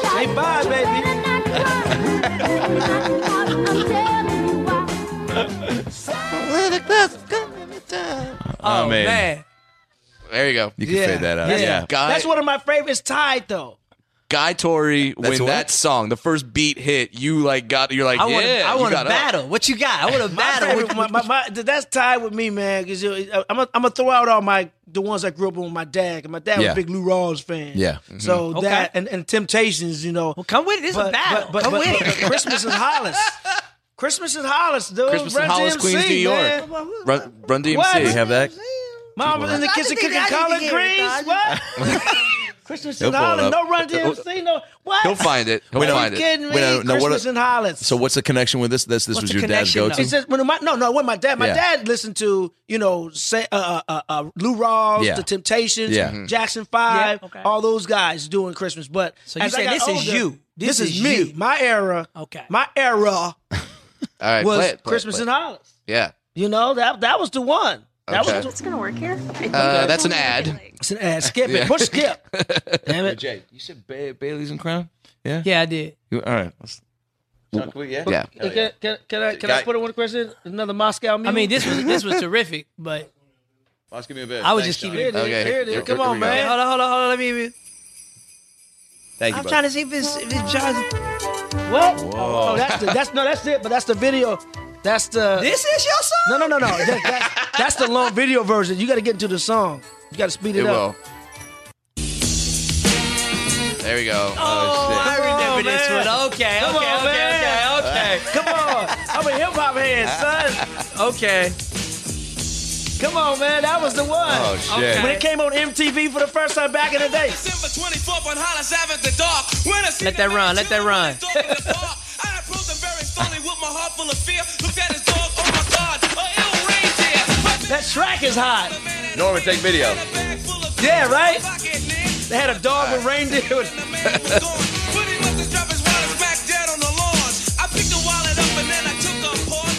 Speaker 4: Say bye, baby.
Speaker 10: oh,
Speaker 2: man.
Speaker 10: man.
Speaker 6: There you go.
Speaker 2: You can fade that out. Yeah,
Speaker 4: Yeah.
Speaker 6: Guy,
Speaker 4: That's one of my favorites. Tied though.
Speaker 6: Guy Tori, when
Speaker 2: what?
Speaker 6: that song, the first beat hit, you like got, you're like,
Speaker 10: I want.
Speaker 6: yeah,
Speaker 10: I
Speaker 6: you
Speaker 10: want to
Speaker 6: got up.
Speaker 10: battle. What you got? I want to
Speaker 4: My
Speaker 10: battle.
Speaker 4: favorite- my- my- my- that's tied with me, man. Because I'm gonna throw out all my the ones I grew up on with my dad. 'cause my dad was
Speaker 2: Yeah.
Speaker 4: a big Lou Rawls fan.
Speaker 2: Yeah.
Speaker 4: So
Speaker 6: Mm-hmm.
Speaker 10: Okay.
Speaker 4: that and, and Temptations, you know.
Speaker 10: Well, come with it. This is a battle.
Speaker 4: But,
Speaker 10: come
Speaker 4: but-
Speaker 10: with
Speaker 4: but
Speaker 10: it.
Speaker 4: Christmas in
Speaker 10: [LAUGHS]
Speaker 4: Hollis. Christmas in Hollis, dude.
Speaker 6: Christmas in
Speaker 4: Run
Speaker 6: Hollis,
Speaker 4: DMC,
Speaker 6: Queens, New York.
Speaker 4: Man.
Speaker 6: Run, run DMC.
Speaker 4: What?
Speaker 2: We have that.
Speaker 4: Mom was in the kitchen cooking collard greens. What?
Speaker 10: [LAUGHS]
Speaker 4: Christmas
Speaker 2: He'll
Speaker 4: in
Speaker 2: pull it
Speaker 4: Hollis.
Speaker 2: up.
Speaker 4: No Run DMC. No. What?
Speaker 6: He'll find it. He'll
Speaker 2: Wait, no,
Speaker 4: Are
Speaker 6: find
Speaker 4: you
Speaker 6: it.
Speaker 4: kidding me?
Speaker 2: Wait, no, no, what
Speaker 4: Christmas
Speaker 2: a-
Speaker 4: in Hollis.
Speaker 2: So what's the connection with this? This this
Speaker 10: What's
Speaker 2: was
Speaker 10: the
Speaker 2: your dad's
Speaker 10: connection,
Speaker 2: go-to.
Speaker 10: though?
Speaker 4: It's just when my no no when my dad my
Speaker 2: Um, Yeah.
Speaker 4: dad listened to you know say, uh, uh, uh, uh, Lou Rawls,
Speaker 2: Yeah.
Speaker 4: The Temptations,
Speaker 2: Yeah. Mhm.
Speaker 4: Jackson Five,
Speaker 10: Mm-hmm. Yeah, okay.
Speaker 4: all those guys doing Christmas. But
Speaker 10: So you
Speaker 4: as I
Speaker 10: say
Speaker 4: got
Speaker 10: this is
Speaker 4: older,
Speaker 10: you.
Speaker 4: This,
Speaker 10: This
Speaker 4: is,
Speaker 10: is
Speaker 4: me.
Speaker 10: you.
Speaker 4: My era.
Speaker 10: [LAUGHS] Okay.
Speaker 4: My era
Speaker 6: All right,
Speaker 4: was
Speaker 6: play it, play it,
Speaker 4: Christmas
Speaker 6: play it.
Speaker 4: in Hollis.
Speaker 6: Yeah.
Speaker 4: You know that that was the one. That
Speaker 6: Okay.
Speaker 4: was the,
Speaker 11: It's gonna work here.
Speaker 6: Uh, that's an ad.
Speaker 4: it's an ad. Skip it. Push skip. Damn it.
Speaker 2: Jay, you said ba- Bailey's and Crown. Yeah.
Speaker 10: Yeah, I did.
Speaker 2: You- all right. Let's, yeah.
Speaker 6: Yeah.
Speaker 4: Can, can, can I can I
Speaker 2: Guy-
Speaker 4: put it one question? Another Moscow Mule.
Speaker 10: I mean, this was this [LAUGHS] was terrific, but
Speaker 2: Let's give me a bit.
Speaker 10: I was just keeping
Speaker 4: Here it is.
Speaker 6: Okay,
Speaker 4: Here it
Speaker 6: here-
Speaker 4: is. Come
Speaker 6: here
Speaker 4: on,
Speaker 6: we go.
Speaker 10: Hey,
Speaker 4: man.
Speaker 10: hold on, hold on, hold on. Let me. let me-
Speaker 2: Thank you.
Speaker 10: I'm
Speaker 2: bud.
Speaker 10: trying to see if it's if it's John's.
Speaker 4: What? Oh, that's the, that's no, that's it. But that's the video. That's the
Speaker 10: This is your song.
Speaker 4: No, no, no, no. That, that, that's the long video version. You got to get into the song. You got to speed it,
Speaker 6: It
Speaker 4: up.
Speaker 6: will. There we go.
Speaker 10: Oh, I remember this
Speaker 4: man.
Speaker 10: one. Okay,
Speaker 4: Come
Speaker 10: okay,
Speaker 4: on,
Speaker 10: okay,
Speaker 4: man.
Speaker 10: okay, okay,
Speaker 4: Come on. I'm a hip hop head, son.
Speaker 10: okay.
Speaker 4: Come on, man. That was the one.
Speaker 2: Oh shit.
Speaker 10: Okay.
Speaker 4: When it came on MTV for the first time back in the day.
Speaker 7: December 24th on Hollis Avenue, the dark. When I see
Speaker 10: Let that run, let that run.
Speaker 7: I approached him very slowly with my heart full of fear. Looked at his dog, oh my god, a ill reindeer.
Speaker 4: That track is hot.
Speaker 2: Norman, take video.
Speaker 4: Yeah, right? They had a dog with reindeer. [LAUGHS] with-
Speaker 10: [LAUGHS]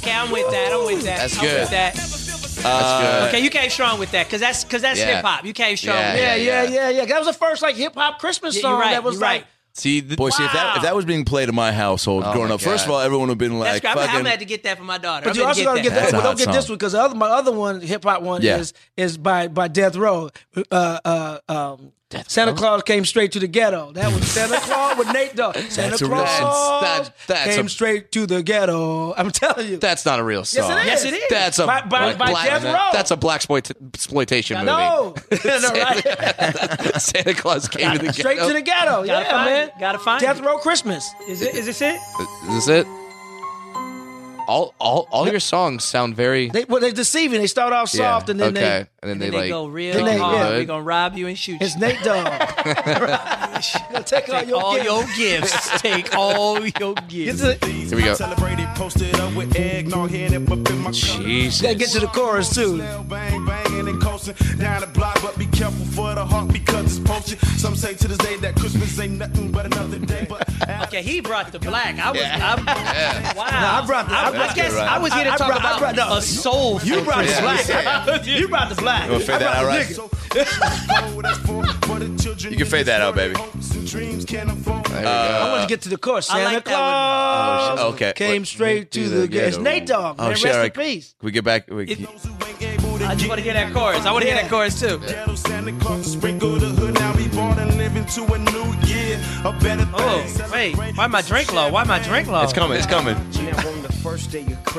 Speaker 10: Okay, I'm with that. I'm with that.
Speaker 6: That's
Speaker 10: I'm
Speaker 6: good.
Speaker 10: With that.
Speaker 2: Uh,
Speaker 6: good.
Speaker 10: Okay, you came strong with that because that's because that's
Speaker 6: Yeah.
Speaker 10: hip hop. You came strong.
Speaker 6: Yeah,
Speaker 10: with
Speaker 4: yeah,
Speaker 10: that.
Speaker 4: yeah, yeah, yeah. That was the first like hip hop Christmas
Speaker 10: Yeah,
Speaker 4: song
Speaker 10: you're right,
Speaker 4: that was
Speaker 10: you're
Speaker 4: like
Speaker 10: right.
Speaker 2: See, boy, see if that if that was being played in my household
Speaker 4: Oh,
Speaker 2: growing
Speaker 4: my
Speaker 2: up, first of
Speaker 4: God.
Speaker 2: all, everyone would have been
Speaker 10: That's
Speaker 2: like,
Speaker 10: great. I'm- I'm,
Speaker 2: fucking.
Speaker 10: glad to get that for my daughter.
Speaker 4: But
Speaker 10: I'm
Speaker 4: you
Speaker 10: gonna
Speaker 4: also gotta get that.
Speaker 2: That's a
Speaker 4: But don't
Speaker 2: hot
Speaker 4: get this
Speaker 2: song.
Speaker 4: one because other my other one, hip hop one
Speaker 2: Yeah.
Speaker 4: is is by by Death Row. Uh, uh, um, Santa Claus came straight to the ghetto. That was Santa Claus with Nate Dogg. Santa
Speaker 6: a real
Speaker 4: Claus
Speaker 6: song. That's- that- that's
Speaker 4: came
Speaker 6: a-
Speaker 4: straight to the ghetto. I'm telling you.
Speaker 6: That's not a real
Speaker 4: it
Speaker 6: song.
Speaker 4: is. Yes, it is.
Speaker 6: That's a
Speaker 4: By- by- by Death Row.
Speaker 6: That's a black exploit- exploitation movie.
Speaker 4: No, [LAUGHS] no right?
Speaker 6: [LAUGHS] Santa Claus came to
Speaker 4: [LAUGHS]
Speaker 6: the
Speaker 4: straight
Speaker 6: ghetto.
Speaker 4: to the ghetto.
Speaker 10: Gotta
Speaker 4: yeah,
Speaker 10: find
Speaker 4: man.
Speaker 10: it. Gotta find
Speaker 4: Death
Speaker 10: it.
Speaker 4: Row Christmas.
Speaker 10: Is it? Is this it?
Speaker 6: Is this it? All, all, all your songs sound very.
Speaker 4: They well, they're deceiving. They start off soft and then
Speaker 6: okay.
Speaker 4: they
Speaker 6: and then
Speaker 10: And
Speaker 6: they,
Speaker 10: then
Speaker 6: like
Speaker 10: go real
Speaker 6: think you
Speaker 10: hard.
Speaker 6: good.
Speaker 10: We're gonna rob you and shoot
Speaker 4: It's
Speaker 10: you.
Speaker 4: Nate Dogg. [LAUGHS] take all your
Speaker 10: all
Speaker 4: gifts.
Speaker 10: your
Speaker 4: [LAUGHS]
Speaker 10: gifts. Take all your gifts.
Speaker 6: Here we go.
Speaker 12: Celebrated, posted up with eggnog, hit it up in my
Speaker 6: Jesus.
Speaker 4: They get to the chorus too.
Speaker 12: bang banging and coasting down the block, but be careful for the heart because it's poaching. Some say to this day that Christmas ain't nothing but another day, but
Speaker 10: Okay, he brought the black. I was. I'm, Wow.
Speaker 4: No, I brought the-
Speaker 10: I,
Speaker 4: I
Speaker 10: I
Speaker 4: brought the-
Speaker 10: guess I was here to
Speaker 4: I- I
Speaker 10: talk
Speaker 4: brought- I
Speaker 10: about
Speaker 4: brought- no,
Speaker 10: a soul.
Speaker 4: You brought the
Speaker 10: Yeah,
Speaker 4: black.
Speaker 2: yeah.
Speaker 4: [LAUGHS] You brought the black.
Speaker 2: You wanna fade
Speaker 4: I
Speaker 2: that
Speaker 4: brought
Speaker 2: out,
Speaker 4: the
Speaker 2: right?
Speaker 4: nigga.
Speaker 6: [LAUGHS]
Speaker 2: You can fade that out, [LAUGHS] baby.
Speaker 4: I want to get to the chorus.
Speaker 10: I
Speaker 4: Santa
Speaker 10: like that
Speaker 4: Claus
Speaker 2: uh, Oh, shit. Okay.
Speaker 4: came
Speaker 2: What-
Speaker 4: straight to the ghetto. It's Nate Dogg,
Speaker 2: Oh,
Speaker 4: man.
Speaker 2: shit,
Speaker 4: Rest
Speaker 2: all
Speaker 4: in
Speaker 2: right.
Speaker 4: peace.
Speaker 2: Can we get back? We,
Speaker 10: I just want to hear that chorus. I want to hear that chorus too.
Speaker 12: Ghetto Santa Claus sprinkle the hood. Now we born and living to a new year, a better
Speaker 10: Oh wait, why my drink low? Why my drink low?
Speaker 2: It's coming. It's coming.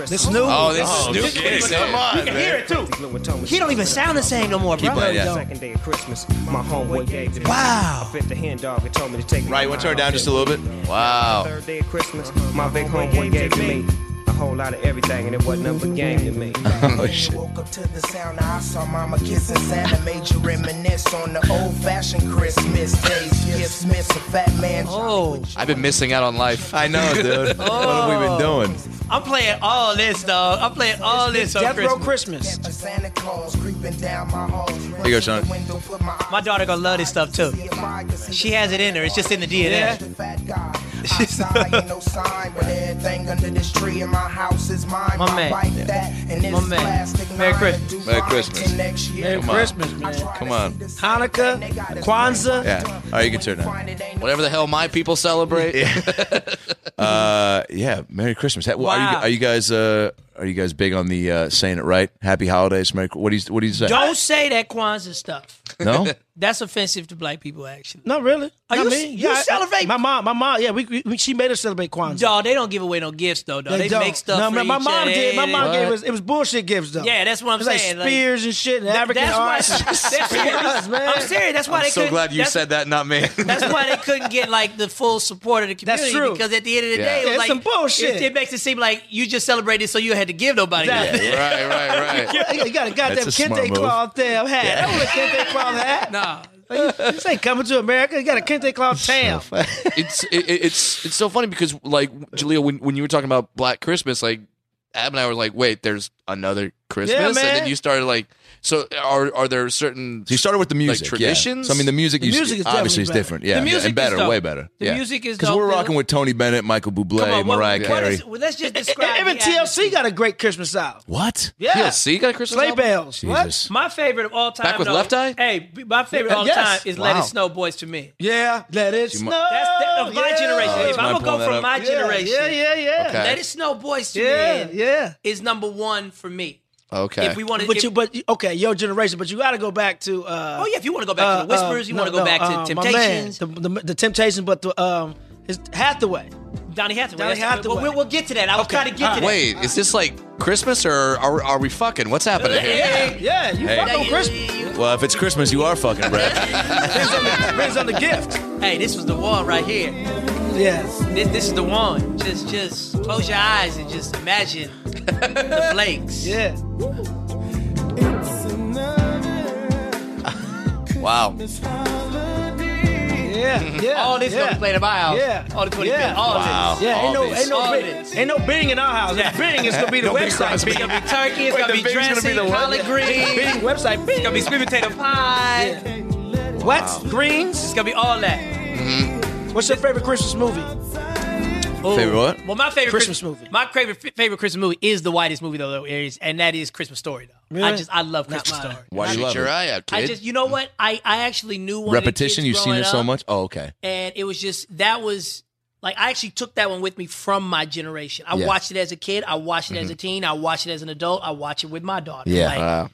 Speaker 4: This new.
Speaker 2: Oh, this is new. Come on,
Speaker 4: You can
Speaker 2: man.
Speaker 4: hear it too.
Speaker 10: He don't even sound the same no more,
Speaker 2: Keep
Speaker 10: bro.
Speaker 2: playing, yeah.
Speaker 13: Second day of Christmas, my homeboy gave to me.
Speaker 10: Wow.
Speaker 13: I fit the hen dog and told me to take
Speaker 2: Right, you want to turn it down just a little bit? Wow.
Speaker 13: Third day of Christmas, my big homeboy gave to me a whole lot of everything, and it wasn't up a game to me.
Speaker 2: [LAUGHS] oh shit.
Speaker 7: Woke up to the sound I saw Mama kissing Santa. Made you reminisce on the old-fashioned Christmas days. Gifts miss a fat man.
Speaker 10: Oh,
Speaker 6: I've been missing out on life.
Speaker 2: I know, dude. What have we been doing?
Speaker 10: I'm playing all this, dog. I'm playing all this on
Speaker 4: Death Row
Speaker 10: Christmas.
Speaker 4: Christmas.
Speaker 7: Santa Claus creeping down my hall.
Speaker 2: Here you go, Sean.
Speaker 10: My daughter gonna love this stuff too. She has it in her. It's just in the DNA.
Speaker 2: [LAUGHS]
Speaker 7: Outside ain't no sign, but everything under this tree in my house is mine.
Speaker 10: My
Speaker 7: My,
Speaker 10: man.
Speaker 7: bike that and this
Speaker 10: My man.
Speaker 7: plastic
Speaker 10: Merry
Speaker 7: nine
Speaker 10: Christmas.
Speaker 7: to do
Speaker 2: Merry
Speaker 7: mine
Speaker 2: Christmas.
Speaker 7: till next year.
Speaker 4: Merry
Speaker 2: Come on.
Speaker 4: Christmas, man.
Speaker 2: Come on.
Speaker 4: Hanukkah, Kwanzaa.
Speaker 2: Yeah. All right, you can turn it down.
Speaker 6: Whatever the hell my people celebrate. [LAUGHS]
Speaker 2: Uh, yeah. Merry Christmas. Ha- well, Are, you,
Speaker 10: Wow.
Speaker 2: are you guys? Uh, are you guys big on the uh, saying it right? Happy holidays. Merry. What do you? What do you say?
Speaker 10: Don't say that Kwanzaa stuff. [LAUGHS]
Speaker 2: No.
Speaker 10: That's offensive to black people, actually.
Speaker 4: No, really.
Speaker 10: Are
Speaker 4: Not
Speaker 10: you-
Speaker 4: me.
Speaker 10: you
Speaker 4: Yeah, I-
Speaker 10: celebrate-
Speaker 4: My mom. My mom. Yeah, we, we- we- she made us celebrate Kwanzaa.
Speaker 10: Dog, they don't give away no gifts though. Dog, they,
Speaker 4: don't.
Speaker 10: make stuff.
Speaker 4: No,
Speaker 10: for
Speaker 4: man, my
Speaker 10: each
Speaker 4: mom
Speaker 10: other.
Speaker 4: did. My mom
Speaker 10: What?
Speaker 4: gave us. It was bullshit gifts though.
Speaker 10: Yeah, that's what I'm
Speaker 4: It was
Speaker 10: saying,
Speaker 4: Like
Speaker 10: like-
Speaker 4: spears and shit, and
Speaker 10: Th-
Speaker 4: African
Speaker 10: that's why.
Speaker 4: arts.
Speaker 10: [LAUGHS]
Speaker 4: [LAUGHS]
Speaker 10: That's
Speaker 4: Spears, man.
Speaker 10: I'm serious. That's why
Speaker 6: I'm
Speaker 10: they
Speaker 6: so
Speaker 10: couldn't-
Speaker 6: glad you
Speaker 10: that's-
Speaker 6: said that,
Speaker 2: [LAUGHS]
Speaker 6: not me.
Speaker 10: That's why they couldn't get like the full support of the
Speaker 4: That's
Speaker 10: community.
Speaker 4: true.
Speaker 10: Because at the end of the
Speaker 6: Yeah.
Speaker 10: day, it
Speaker 4: Yeah,
Speaker 10: was
Speaker 4: it's
Speaker 10: like
Speaker 4: some bullshit.
Speaker 10: It, it makes it seem like you just celebrated, so you had to give nobody.
Speaker 4: Exactly.
Speaker 10: nothing.
Speaker 6: right, right, right.
Speaker 4: Yeah, you got a goddamn
Speaker 2: That's a smart
Speaker 4: kente
Speaker 2: move.
Speaker 4: cloth damn hat. I want a kente cloth
Speaker 10: [LAUGHS]
Speaker 4: hat.
Speaker 10: Nah.
Speaker 4: Like, This ain't coming to America. You got a kente
Speaker 2: [LAUGHS]
Speaker 4: cloth tam.
Speaker 6: it's it, it- it's it's so funny because like Jaleel, when when you were talking about Black Christmas, like Ab and I were like, wait, there's another Christmas, and
Speaker 4: man.
Speaker 6: then you started like, so are are there certain?
Speaker 2: So you started with the music,
Speaker 6: like
Speaker 2: yeah.
Speaker 6: traditions.
Speaker 2: So, I mean, the music,
Speaker 4: The
Speaker 2: you,
Speaker 4: music is
Speaker 2: obviously
Speaker 4: definitely
Speaker 2: is
Speaker 4: better.
Speaker 2: different, yeah,
Speaker 10: The music
Speaker 2: yeah,
Speaker 10: is
Speaker 2: and better,
Speaker 10: dope.
Speaker 2: way better.
Speaker 10: The
Speaker 2: yeah.
Speaker 10: music is
Speaker 2: because we're
Speaker 10: dope.
Speaker 2: rocking with Tony Bennett, Michael Bublé,
Speaker 10: Come on, what-
Speaker 2: Mariah
Speaker 10: what
Speaker 2: Carey.
Speaker 10: is- well, let's just describe.
Speaker 4: Even
Speaker 10: the atmosphere.
Speaker 4: TLC got a great Christmas album.
Speaker 2: what?
Speaker 4: Yeah.
Speaker 6: TLC got a Christmas
Speaker 4: Sleigh
Speaker 6: album?
Speaker 4: bells. What?
Speaker 2: Jesus.
Speaker 10: My favorite of all time.
Speaker 6: Back with
Speaker 10: though-
Speaker 6: Left Eye?
Speaker 10: Hey, b- my favorite of all
Speaker 4: Yes.
Speaker 10: time is Let It
Speaker 2: Wow.
Speaker 10: Snow, Boys to Me.
Speaker 4: Yeah. Let it
Speaker 2: You mu-
Speaker 4: snow.
Speaker 10: That's the, of my
Speaker 4: yeah.
Speaker 10: generation.
Speaker 2: Oh,
Speaker 10: if
Speaker 2: that's my
Speaker 10: I'm gonna go
Speaker 2: pulling
Speaker 10: from
Speaker 2: that up.
Speaker 10: my
Speaker 4: Yeah,
Speaker 10: generation,
Speaker 4: Yeah, yeah, yeah.
Speaker 6: Okay.
Speaker 10: Let It Snow, Boys to
Speaker 4: Yeah,
Speaker 10: Me
Speaker 4: yeah.
Speaker 10: is number one for me.
Speaker 6: Okay.
Speaker 10: If we want to,
Speaker 4: But you, but you- okay, your generation. But you got to go back to. Uh,
Speaker 10: oh yeah, if you want to go back to the
Speaker 4: uh, uh,
Speaker 10: Whispers, you
Speaker 4: no,
Speaker 10: want to go
Speaker 4: no,
Speaker 10: back to
Speaker 4: uh, my
Speaker 10: Temptations.
Speaker 4: man, the, the, the Temptations, but the um, his Hathaway.
Speaker 10: Donny Hathaway.
Speaker 4: Donny
Speaker 10: that's-
Speaker 4: Hathaway.
Speaker 10: We'll, we'll- we'll get to that. I was
Speaker 4: Okay.
Speaker 10: trying to get
Speaker 4: All
Speaker 10: to
Speaker 4: right.
Speaker 10: that.
Speaker 6: Wait, is this like Christmas or are are we fucking? What's happening here?
Speaker 10: Hey,
Speaker 4: Yeah, you
Speaker 2: Hey.
Speaker 4: fuck on
Speaker 10: you-
Speaker 4: Christmas.
Speaker 2: Well, if it's Christmas, you are fucking Brad.
Speaker 4: Depends on the gift.
Speaker 10: hey, this was the one right here.
Speaker 4: Yes.
Speaker 10: This, this is the one. Just, just close your eyes and just imagine
Speaker 4: [LAUGHS]
Speaker 10: the flakes.
Speaker 4: Yeah.
Speaker 6: Wow.
Speaker 4: Yeah. Yeah, yeah.
Speaker 10: All this
Speaker 4: yeah,
Speaker 10: gonna play in my house.
Speaker 4: Yeah,
Speaker 10: All this gonna be
Speaker 4: yeah.
Speaker 10: big. All
Speaker 4: Wow.
Speaker 10: this.
Speaker 4: Yeah, ain't
Speaker 10: All
Speaker 4: no,
Speaker 10: this.
Speaker 4: ain't no,
Speaker 10: All
Speaker 4: big, ain't no bing in our house.
Speaker 10: Yeah.
Speaker 4: The bing is gonna be the
Speaker 10: No big
Speaker 4: website.
Speaker 10: Crosby. It's gonna be turkey, it's
Speaker 4: Wait,
Speaker 10: gonna
Speaker 4: the
Speaker 10: be
Speaker 4: bing's gonna
Speaker 10: dressing,
Speaker 4: the what?
Speaker 10: collard
Speaker 4: [LAUGHS]
Speaker 10: greens.
Speaker 4: Bing website. Bing.
Speaker 10: It's gonna be sweet potato pie.
Speaker 4: What? Greens?
Speaker 10: It's gonna be all that.
Speaker 4: What's your favorite Christmas movie?
Speaker 10: Ooh.
Speaker 4: Favorite what?
Speaker 10: Well, my favorite
Speaker 4: Christmas
Speaker 10: Christ- My favorite f- favorite Christmas movie is the whitest movie though, though is, and that is Christmas Story though. I
Speaker 4: Really?
Speaker 10: just I love
Speaker 4: Not
Speaker 10: Christmas
Speaker 4: mine.
Speaker 10: Story.
Speaker 2: Why do you
Speaker 10: I-
Speaker 2: love it?
Speaker 10: I just you know what I I actually knew one of the
Speaker 2: Repetition.
Speaker 10: kids
Speaker 2: You've seen
Speaker 10: growing
Speaker 2: it so
Speaker 10: up.
Speaker 2: much. Oh, okay.
Speaker 10: and it was just that was like I actually took that one with me from my generation. I
Speaker 6: Yeah.
Speaker 10: watched it as a kid, I watched it as
Speaker 2: Mm-hmm.
Speaker 10: a
Speaker 6: Mhm.
Speaker 10: teen, I watched it as an adult, I watch it with my daughter. Like,
Speaker 6: Wow.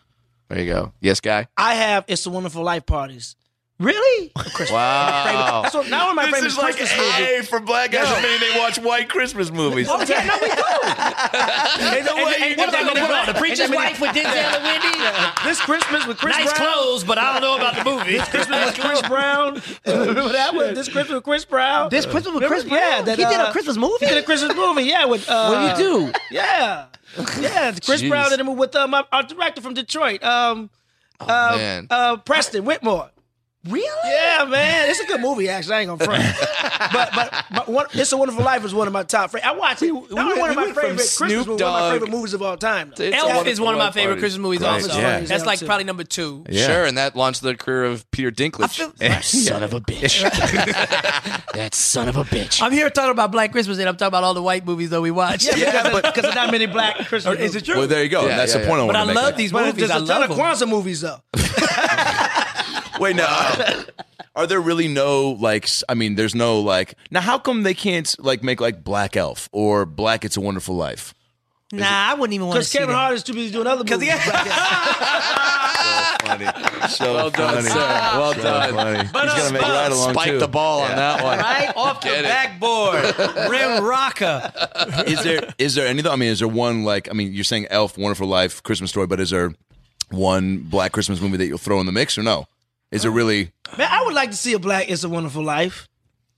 Speaker 6: There you go. Yes,
Speaker 10: [LAUGHS]
Speaker 6: guy.
Speaker 4: I have It's a Wonderful Life parties. Really?
Speaker 10: Oh.
Speaker 4: Christmas. My favorite- That's what, now one of my
Speaker 2: This
Speaker 4: favorite
Speaker 2: is like
Speaker 4: Christmas
Speaker 2: AA
Speaker 4: movies.
Speaker 2: for black guys. I mean, they watch white Christmas movies.
Speaker 4: Oh, yeah, no, we do.
Speaker 10: [LAUGHS] Ain't no way you
Speaker 4: what about
Speaker 10: get that many
Speaker 4: the-
Speaker 10: black- The Preacher's
Speaker 4: ain't that many- [LAUGHS]
Speaker 10: Wife with Denzel and Wendy?
Speaker 4: This Christmas with Chris
Speaker 10: Nice
Speaker 4: Brown.
Speaker 10: clothes, but I don't know
Speaker 4: [LAUGHS]
Speaker 10: about the movie.
Speaker 4: This Christmas with Chris
Speaker 10: [LAUGHS]
Speaker 4: Brown. Remember that one? This Christmas with Chris Brown.
Speaker 10: This Christmas with Chris
Speaker 4: Yeah,
Speaker 10: Brown? He did a
Speaker 4: uh,
Speaker 10: Christmas movie?
Speaker 4: He did a Christmas movie. Yeah, with uh,
Speaker 10: [LAUGHS] What do you do?
Speaker 4: Yeah, yeah. Chris
Speaker 10: Jeez.
Speaker 4: Brown did a movie with um, our, our director from Detroit. [LAUGHS] Um, uh,
Speaker 6: man.
Speaker 4: uh, Preston Whitmore.
Speaker 10: Really?
Speaker 4: Yeah, man. It's a good movie, actually. I ain't gonna
Speaker 10: [LAUGHS]
Speaker 4: front. but but, but one, It's a Wonderful Life is one of my top. Fa- I watch it. That was one of my
Speaker 10: went from
Speaker 4: favorite Christmas movies,
Speaker 10: Snoop
Speaker 4: one of my
Speaker 10: Dogg
Speaker 4: favorite movies of all time. though.
Speaker 10: Elf is one of my favorite
Speaker 6: party.
Speaker 10: Christmas movies
Speaker 6: Right,
Speaker 10: also.
Speaker 6: yeah.
Speaker 10: That's like
Speaker 4: Yeah.
Speaker 10: probably number two.
Speaker 6: Sure, and that launched the career of Peter
Speaker 2: [LAUGHS]
Speaker 6: Dinklage.
Speaker 10: son of
Speaker 6: a bitch. that son of a bitch.
Speaker 10: I'm here talking about Black Christmas and I'm talking about all the white movies that we watch.
Speaker 4: Yeah,
Speaker 10: [LAUGHS]
Speaker 4: because because there's not many black Christmas.
Speaker 10: Or is it true?
Speaker 2: Well, there you go.
Speaker 10: Yeah,
Speaker 2: That's
Speaker 10: yeah,
Speaker 2: the
Speaker 10: yeah.
Speaker 2: point I
Speaker 10: But
Speaker 2: want
Speaker 10: I
Speaker 2: to make.
Speaker 10: love these
Speaker 4: But
Speaker 10: movies.
Speaker 4: there's
Speaker 10: I
Speaker 4: a ton
Speaker 10: love
Speaker 4: of
Speaker 10: them.
Speaker 4: Kwanzaa movies though.
Speaker 2: Wait, now, [LAUGHS] are there really no like? s- I mean, there's no like. Now, how come they can't like make like Black Elf or Black It's a Wonderful Life?
Speaker 10: Nah, I wouldn't even want to
Speaker 4: Because
Speaker 10: see
Speaker 4: Kevin
Speaker 10: that.
Speaker 4: Hart is too busy doing
Speaker 10: [LAUGHS]
Speaker 4: other movies.
Speaker 2: Funny. [LAUGHS] So
Speaker 6: Well done,
Speaker 2: funny.
Speaker 6: sir. Well
Speaker 2: so
Speaker 6: done.
Speaker 2: Funny. He's
Speaker 6: But, uh,
Speaker 2: gonna make
Speaker 6: but,
Speaker 2: right along
Speaker 6: spike
Speaker 2: too.
Speaker 6: the ball on that one.
Speaker 10: Right off the
Speaker 6: Get it.
Speaker 10: backboard.
Speaker 4: [LAUGHS]
Speaker 10: Rim rocker.
Speaker 2: is there is there any though? I mean, is there one like? I mean, you're saying Elf, Wonderful Life, Christmas Story, but is there one Black Christmas movie that you'll throw in the mix or no? Is it really?
Speaker 4: Man, I would like to see a black It's a Wonderful Life.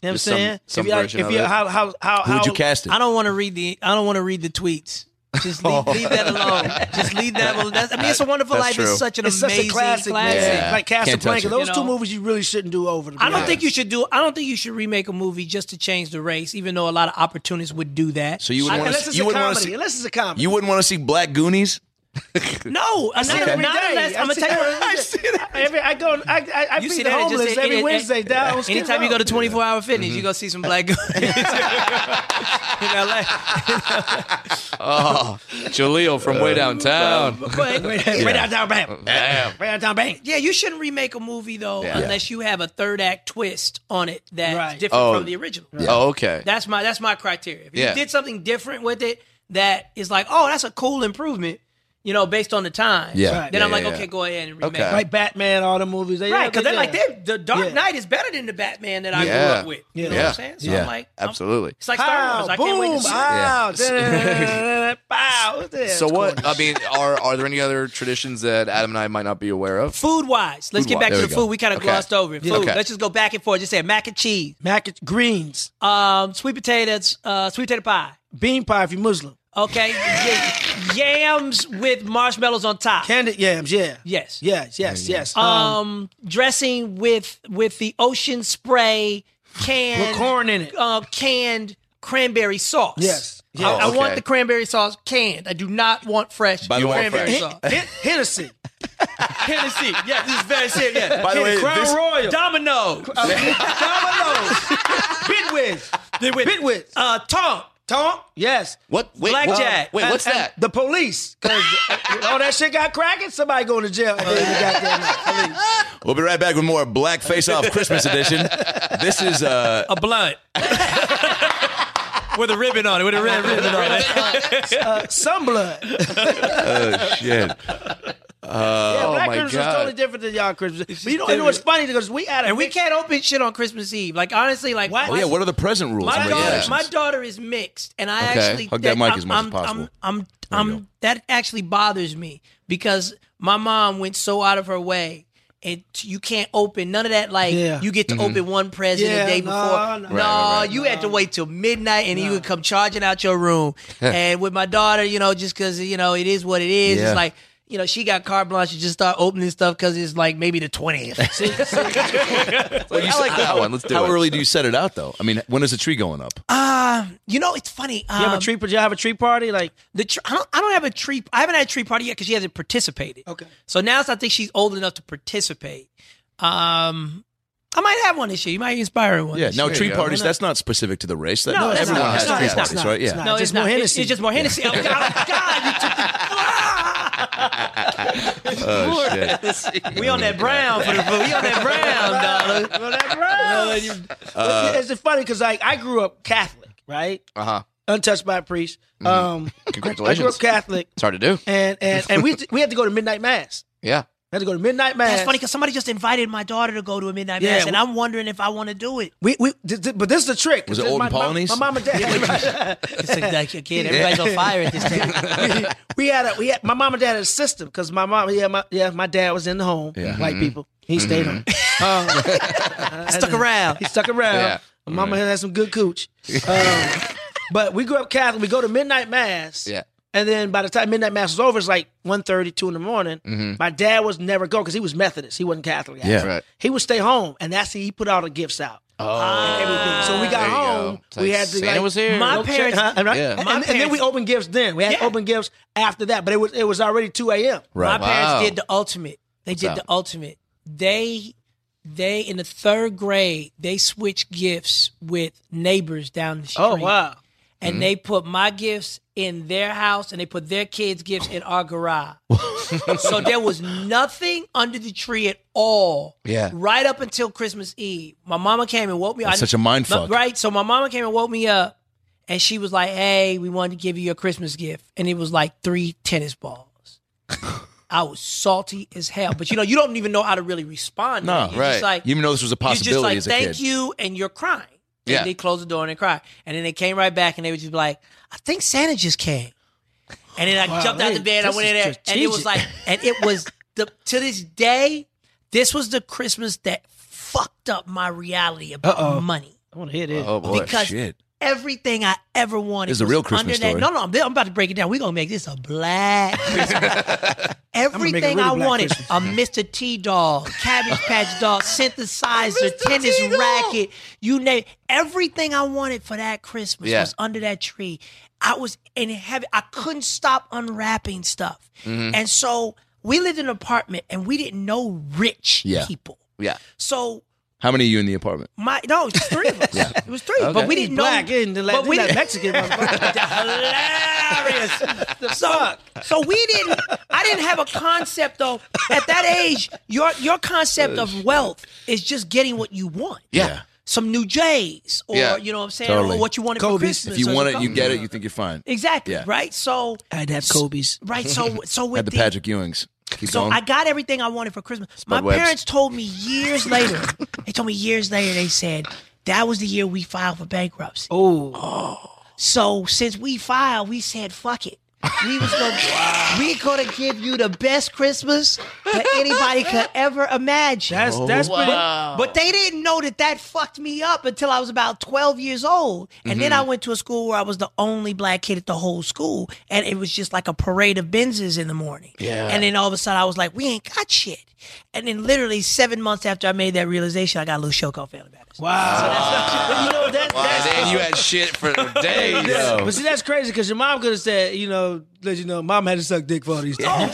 Speaker 4: You know what I'm
Speaker 2: Just some-
Speaker 4: saying?
Speaker 2: some
Speaker 4: if you,
Speaker 2: version
Speaker 4: if
Speaker 2: of
Speaker 4: you,
Speaker 2: it.
Speaker 4: How, how, how,
Speaker 2: Who would
Speaker 4: how-
Speaker 2: you cast it?
Speaker 10: I don't want to read the I don't want to read the tweets. Just leave,
Speaker 4: Oh.
Speaker 10: leave that alone. Just leave that alone. That's, I mean, it's a wonderful
Speaker 2: That's
Speaker 10: life.
Speaker 2: true.
Speaker 10: It's such an
Speaker 4: It's such a
Speaker 10: amazing
Speaker 4: classic, man. Yeah. Like Can't touch Casablanca. it. Those two movies you really shouldn't do over.
Speaker 10: I don't think you should do. I don't think you should remake a movie just to change the race, even though a lot of opportunists would do that.
Speaker 2: So you would
Speaker 10: I-
Speaker 2: want
Speaker 10: unless
Speaker 2: to?
Speaker 10: it's
Speaker 2: You
Speaker 10: a
Speaker 2: would want to
Speaker 10: comedy.
Speaker 2: see?
Speaker 4: Unless it's a comedy.
Speaker 2: You wouldn't want to see Black Goonies?
Speaker 10: No,
Speaker 4: I see
Speaker 10: not-
Speaker 4: it every
Speaker 10: not
Speaker 4: day.
Speaker 10: unless-
Speaker 4: I
Speaker 10: I'ma
Speaker 4: see
Speaker 10: tell you
Speaker 4: it
Speaker 10: what
Speaker 4: every day. I, every, I go. I I, I feed the
Speaker 10: and just
Speaker 4: homeless
Speaker 10: say,
Speaker 4: every
Speaker 10: any-
Speaker 4: Wednesday.
Speaker 10: any-
Speaker 4: Down. on Skid
Speaker 10: anytime you
Speaker 4: Row.
Speaker 10: go to 24 hour fitness,
Speaker 4: Mm-hmm.
Speaker 10: you go see some black [LAUGHS] guys in
Speaker 4: [LAUGHS]
Speaker 10: LA.
Speaker 6: Oh, Jaleel from way downtown.
Speaker 10: But-
Speaker 6: Yeah.
Speaker 10: Right down, down,
Speaker 4: [LAUGHS]
Speaker 10: bam.
Speaker 6: um, Damn.
Speaker 4: Right down, down, bang.
Speaker 10: Yeah, you shouldn't remake a movie though
Speaker 6: Yeah.
Speaker 10: unless you have a third act twist on it that's different
Speaker 6: Oh.
Speaker 10: from the original.
Speaker 6: Oh, okay.
Speaker 10: That's my that's my criteria. If
Speaker 6: Yeah.
Speaker 10: you did something different with it that is like, oh, that's a cool improvement, you know, based on the time.
Speaker 4: Yeah. Right.
Speaker 10: Then I'm
Speaker 4: Yeah,
Speaker 10: like,
Speaker 4: yeah,
Speaker 10: okay,
Speaker 4: yeah.
Speaker 10: go ahead and remake. it.
Speaker 4: Right, Batman, all the movies. They,
Speaker 10: Right, because
Speaker 4: they,
Speaker 10: they're like, they're, the Dark
Speaker 4: Yeah.
Speaker 10: Knight is better than the Batman that I grew
Speaker 6: Yeah.
Speaker 10: up with. You know what I'm saying? So
Speaker 6: Yeah.
Speaker 10: I'm like,
Speaker 6: absolutely.
Speaker 10: it's like Star Wars. I can't wait to see it.
Speaker 4: Pow,
Speaker 6: Yeah.
Speaker 4: da-da-da-da-da-da, pow. What's that?
Speaker 6: So what? I mean, are are there any other traditions that Adam and I might not be aware of?
Speaker 10: Food wise, let's get
Speaker 6: Food-wise. There
Speaker 10: back to
Speaker 6: we
Speaker 10: the
Speaker 6: go.
Speaker 10: food. We kind of
Speaker 6: Okay.
Speaker 10: glossed over it.
Speaker 6: Yeah.
Speaker 10: Food.
Speaker 6: Okay.
Speaker 10: Let's just go back and forth. Just say mac and cheese,
Speaker 4: mac and greens,
Speaker 10: um, sweet potatoes, uh, sweet potato pie.
Speaker 4: bean pie if you're Muslim.
Speaker 10: Okay, Y- yams with marshmallows on top.
Speaker 4: Candied yams. Yeah.
Speaker 10: Yes.
Speaker 4: Yes. Yes. Yes.
Speaker 10: Um, dressing with with the ocean spray canned
Speaker 4: With corn in it.
Speaker 10: Uh, canned cranberry sauce.
Speaker 4: Yes.
Speaker 10: I-
Speaker 4: Yes.
Speaker 10: I,
Speaker 4: Oh, okay.
Speaker 10: want the cranberry sauce canned. I do not want fresh
Speaker 2: By the way,
Speaker 10: cranberry
Speaker 2: fresh.
Speaker 10: sauce.
Speaker 4: Hen- Hennessy.
Speaker 10: Hennessy. Yeah, this is very serious. Yeah.
Speaker 2: By the way,
Speaker 10: Crown
Speaker 2: this-
Speaker 10: Royal, [LAUGHS] Domino,
Speaker 4: Domino's. Bitwiz.
Speaker 10: Bitwit,
Speaker 4: Bitwiz.
Speaker 10: uh, Tonk.
Speaker 4: Tonk. Yes.
Speaker 6: What? Wait, what-
Speaker 10: Blackjack.
Speaker 6: wait,
Speaker 4: And-
Speaker 6: what's
Speaker 4: and
Speaker 6: that?
Speaker 4: The police. Because all that shit got cracking. Somebody going to
Speaker 10: [LAUGHS]
Speaker 4: jail. at the end of the goddamn night.
Speaker 2: We'll be right back with more Black Face Off Christmas edition. This is uh,
Speaker 10: a [LAUGHS] blunt with a ribbon on it. With a red ribbon on it.
Speaker 4: Uh, some blood. Yeah,
Speaker 2: oh shit.
Speaker 6: Oh,
Speaker 2: Uh,
Speaker 4: black Christmas is totally different than y'all Christmas. But you know, you know
Speaker 10: different.
Speaker 4: what's funny? Because we had a
Speaker 10: and we
Speaker 4: mix-
Speaker 10: can't open shit on Christmas Eve. Like honestly, like
Speaker 2: Oh, yeah, what are the present rules?
Speaker 10: my
Speaker 2: and
Speaker 10: daughter,
Speaker 2: regulations?
Speaker 10: my daughter is mixed, and I
Speaker 2: Okay.
Speaker 10: actually
Speaker 2: Hug that mic as much as
Speaker 10: I'm,
Speaker 2: possible.
Speaker 10: I'm, I'm, I'm, that actually bothers me because my mom went so out of her way. And t- you can't open none of that. Like
Speaker 4: Yeah.
Speaker 10: you get to
Speaker 4: Mhm.
Speaker 2: Mm-hmm.
Speaker 10: open one present
Speaker 4: Yeah,
Speaker 10: the day
Speaker 4: no,
Speaker 10: before.
Speaker 4: no.
Speaker 10: no,
Speaker 4: Right, right,
Speaker 10: you had to wait till midnight, and you
Speaker 2: [LAUGHS]
Speaker 10: would come charging out your room. and with my daughter, you know, just because you know it is what it is.
Speaker 2: Yeah.
Speaker 10: It's like you know, she got carte blanche to just start opening stuff because it's like maybe the 20th. See? [LAUGHS]
Speaker 9: Well, you
Speaker 10: I like
Speaker 9: set-
Speaker 10: that
Speaker 9: how-
Speaker 10: one. Let's do
Speaker 9: How
Speaker 10: it.
Speaker 9: early do you set it out though? I mean, when is the tree going up?
Speaker 10: Uh, you know, it's funny. Um,
Speaker 4: have a tree-
Speaker 10: Do you have a tree party? Like the tr- I, don't, I don't have a tree. I haven't had a tree party yet because she hasn't participated.
Speaker 4: [LAUGHS] Okay.
Speaker 10: So now I think she's old enough to participate. Um, I might have one this year. You might inspire one.
Speaker 9: Yeah.
Speaker 10: this
Speaker 9: Now
Speaker 10: year.
Speaker 9: tree
Speaker 10: Why
Speaker 9: parties.
Speaker 10: not?
Speaker 9: That's not specific to the race. That,
Speaker 10: No,
Speaker 9: no,
Speaker 10: that's
Speaker 9: everyone
Speaker 10: not.
Speaker 9: has
Speaker 10: It's not.
Speaker 9: tree
Speaker 10: It's not.
Speaker 9: parties, right? Yeah.
Speaker 10: No, it's, not. It's- It's, just more Hennessy. oh, I'm like, [LAUGHS]
Speaker 9: Oh, shit.
Speaker 10: we on that brown for the food. We on that [LAUGHS] brown, dog.
Speaker 4: [LAUGHS]
Speaker 6: Uh,
Speaker 4: But it's it's funny because like I grew up Catholic, right?
Speaker 5: Uh huh.
Speaker 4: Untouched by a priest.
Speaker 10: Mm-hmm.
Speaker 5: Mhm.
Speaker 10: [LAUGHS]
Speaker 4: Um, I grew
Speaker 5: Congratulations.
Speaker 4: up Catholic,
Speaker 5: It's hard to do.
Speaker 4: and and and we we had to go to midnight mass.
Speaker 5: Yeah.
Speaker 4: We had to go to midnight mass.
Speaker 10: That's funny because somebody just invited my daughter to go to a midnight
Speaker 4: Yeah,
Speaker 10: mass, and
Speaker 4: we-
Speaker 10: I'm wondering if I want to do [LAUGHS] it.
Speaker 4: We we th- th- but this is the trick.
Speaker 10: Was it
Speaker 4: This is
Speaker 10: Old
Speaker 4: my,
Speaker 10: and
Speaker 4: my-
Speaker 10: Pawnee's?
Speaker 4: My, mom and
Speaker 10: [LAUGHS]
Speaker 4: dad. [LAUGHS]
Speaker 10: It's like, like your kid, everybody's on fire at this time.
Speaker 4: we had a we had my mom and dad had a system because my mom yeah my yeah my dad was in the home
Speaker 10: Yeah.
Speaker 4: white
Speaker 10: Mhm.
Speaker 4: people he stayed home [LAUGHS] um,
Speaker 10: [LAUGHS] Stuck around.
Speaker 4: he stuck around
Speaker 10: Yeah.
Speaker 4: my mama had some good
Speaker 10: [LAUGHS]
Speaker 4: cooch um, but we grew up Catholic we go to midnight mass
Speaker 5: Yeah.
Speaker 4: and then by the time midnight mass was over it's like 1.30, 2 in the morning
Speaker 10: Mm-hmm.
Speaker 5: Mhm.
Speaker 4: my dad was never go because he was Methodist he wasn't Catholic
Speaker 5: Yeah. Right.
Speaker 4: he would stay home and that's he put all the gifts out.
Speaker 10: Uh,
Speaker 5: Oh.
Speaker 4: and everything. So we got
Speaker 5: There you
Speaker 4: home.
Speaker 5: go. It's
Speaker 4: we
Speaker 5: like
Speaker 4: had to
Speaker 5: Santa
Speaker 4: like,
Speaker 5: was here. My
Speaker 4: milkshake,
Speaker 5: parents-
Speaker 4: huh? and, right?
Speaker 5: Yeah.
Speaker 4: and,
Speaker 5: My
Speaker 4: and then we opened gifts. Then we had open gifts after that, but it was it was already two a.m.
Speaker 10: My parents did the ultimate. They
Speaker 4: What's
Speaker 10: did
Speaker 4: up?
Speaker 10: the ultimate. They they in the third grade they switched gifts with neighbors down the street.
Speaker 4: Oh, wow.
Speaker 10: And
Speaker 4: Mhm.
Speaker 10: they put my gifts in their house, and they put their kids' gifts in our
Speaker 9: [LAUGHS]
Speaker 10: garage. so there was nothing under the tree at all.
Speaker 9: Yeah.
Speaker 10: Right up until Christmas Eve, my mama came and woke me. up.
Speaker 9: That's such a mind
Speaker 10: My-
Speaker 9: fuck.
Speaker 10: Right. So my mama came and woke me up, and she was like, "Hey, we wanted to give you a Christmas gift," and it was like three tennis balls. I was salty as hell, but you know, you don't even know how to really respond. to
Speaker 9: No,
Speaker 10: it. You're
Speaker 9: right.
Speaker 10: Just like,
Speaker 9: you even know this was a
Speaker 10: you're
Speaker 9: possibility
Speaker 10: just like,
Speaker 9: as a
Speaker 10: thank
Speaker 9: kid.
Speaker 10: you, and you're crying. And
Speaker 9: Yeah.
Speaker 10: they closed the door and they cried, and then they came right back and they would just be like, "I think Santa just came," and then I
Speaker 14: Wow,
Speaker 10: jumped out the
Speaker 14: wait,
Speaker 10: bed, I
Speaker 14: this
Speaker 10: went
Speaker 14: is
Speaker 10: in there, and it was
Speaker 14: strategic.
Speaker 10: like, and it was the to this day, this was the Christmas that fucked up my reality about
Speaker 4: Uh-oh.
Speaker 10: money.
Speaker 4: I want to hear this.
Speaker 9: Oh, boy.
Speaker 10: Because
Speaker 9: Shit.
Speaker 10: everything I ever wanted
Speaker 9: This is a
Speaker 10: was
Speaker 9: real Christmas
Speaker 10: under that.
Speaker 9: story.
Speaker 10: No, no, I'm, I'm about to break it down. We're gonna make this a black
Speaker 9: [LAUGHS]
Speaker 4: make a
Speaker 10: Everything
Speaker 4: really
Speaker 10: I
Speaker 4: black
Speaker 10: wanted
Speaker 4: Christmas.
Speaker 10: a Mr. T doll, Cabbage
Speaker 9: [LAUGHS]
Speaker 10: Patch doll, synthesizer, tennis racket, you name everything I wanted for that Christmas
Speaker 5: Yeah.
Speaker 10: was under that tree. I was in heaven. I couldn't stop unwrapping stuff.
Speaker 9: Mm-hmm.
Speaker 5: Mhm.
Speaker 10: And so we lived in an apartment and we didn't know rich
Speaker 9: Yeah.
Speaker 10: people.
Speaker 5: Yeah.
Speaker 10: So
Speaker 9: How many of you in the apartment?
Speaker 10: my no, it was three of us. It was three,
Speaker 9: Okay.
Speaker 10: but we didn't know.
Speaker 4: Black, and the
Speaker 10: but we
Speaker 4: like
Speaker 10: didn't-
Speaker 9: [LAUGHS]
Speaker 4: Mexican.
Speaker 10: hilarious. so, so we didn't. I didn't have a concept of at that age. Your your concept of wealth is just getting what you want.
Speaker 9: Yeah.
Speaker 10: Some new J's, or
Speaker 9: Yeah.
Speaker 10: you know what I'm saying,
Speaker 9: Totally.
Speaker 10: or what you wanted for Christmas.
Speaker 9: If you
Speaker 10: or
Speaker 9: want
Speaker 10: the
Speaker 9: it, you
Speaker 10: Kobe.
Speaker 9: get it. You think you're fine.
Speaker 10: Exactly.
Speaker 9: Yeah.
Speaker 10: Right. So
Speaker 4: I'd have Kobe's.
Speaker 10: Right. So so
Speaker 9: [LAUGHS]
Speaker 10: with
Speaker 9: Had the
Speaker 10: the-
Speaker 9: Patrick Ewings. Keep
Speaker 10: so
Speaker 9: going.
Speaker 10: I got everything I wanted for Christmas. My
Speaker 9: Webs.
Speaker 10: parents told me years later. they told me years later. They said that was the year we filed for bankruptcy.
Speaker 4: Oh.
Speaker 10: So since we filed, we said fuck it. We was gonna we gonna give you the best Christmas that anybody could ever imagine.
Speaker 4: That's- that's pretty- Wow.
Speaker 10: But, they didn't know that that fucked me up until I was about twelve years old, and then
Speaker 14: Mhm.
Speaker 10: I went to a school where I was the only black kid at the whole school, and it was just like a parade of Benzes in the morning.
Speaker 14: Yeah.
Speaker 10: And then all of a sudden, I was like, we ain't got shit. And then literally seven months after I made that realization, I got a little show called Family Matters.
Speaker 4: Wow. you know, that,
Speaker 6: And then you had shit for days.
Speaker 4: But see, that's crazy because your mom could have said, you know, let you know, mom had to suck dick for all these things. [LAUGHS]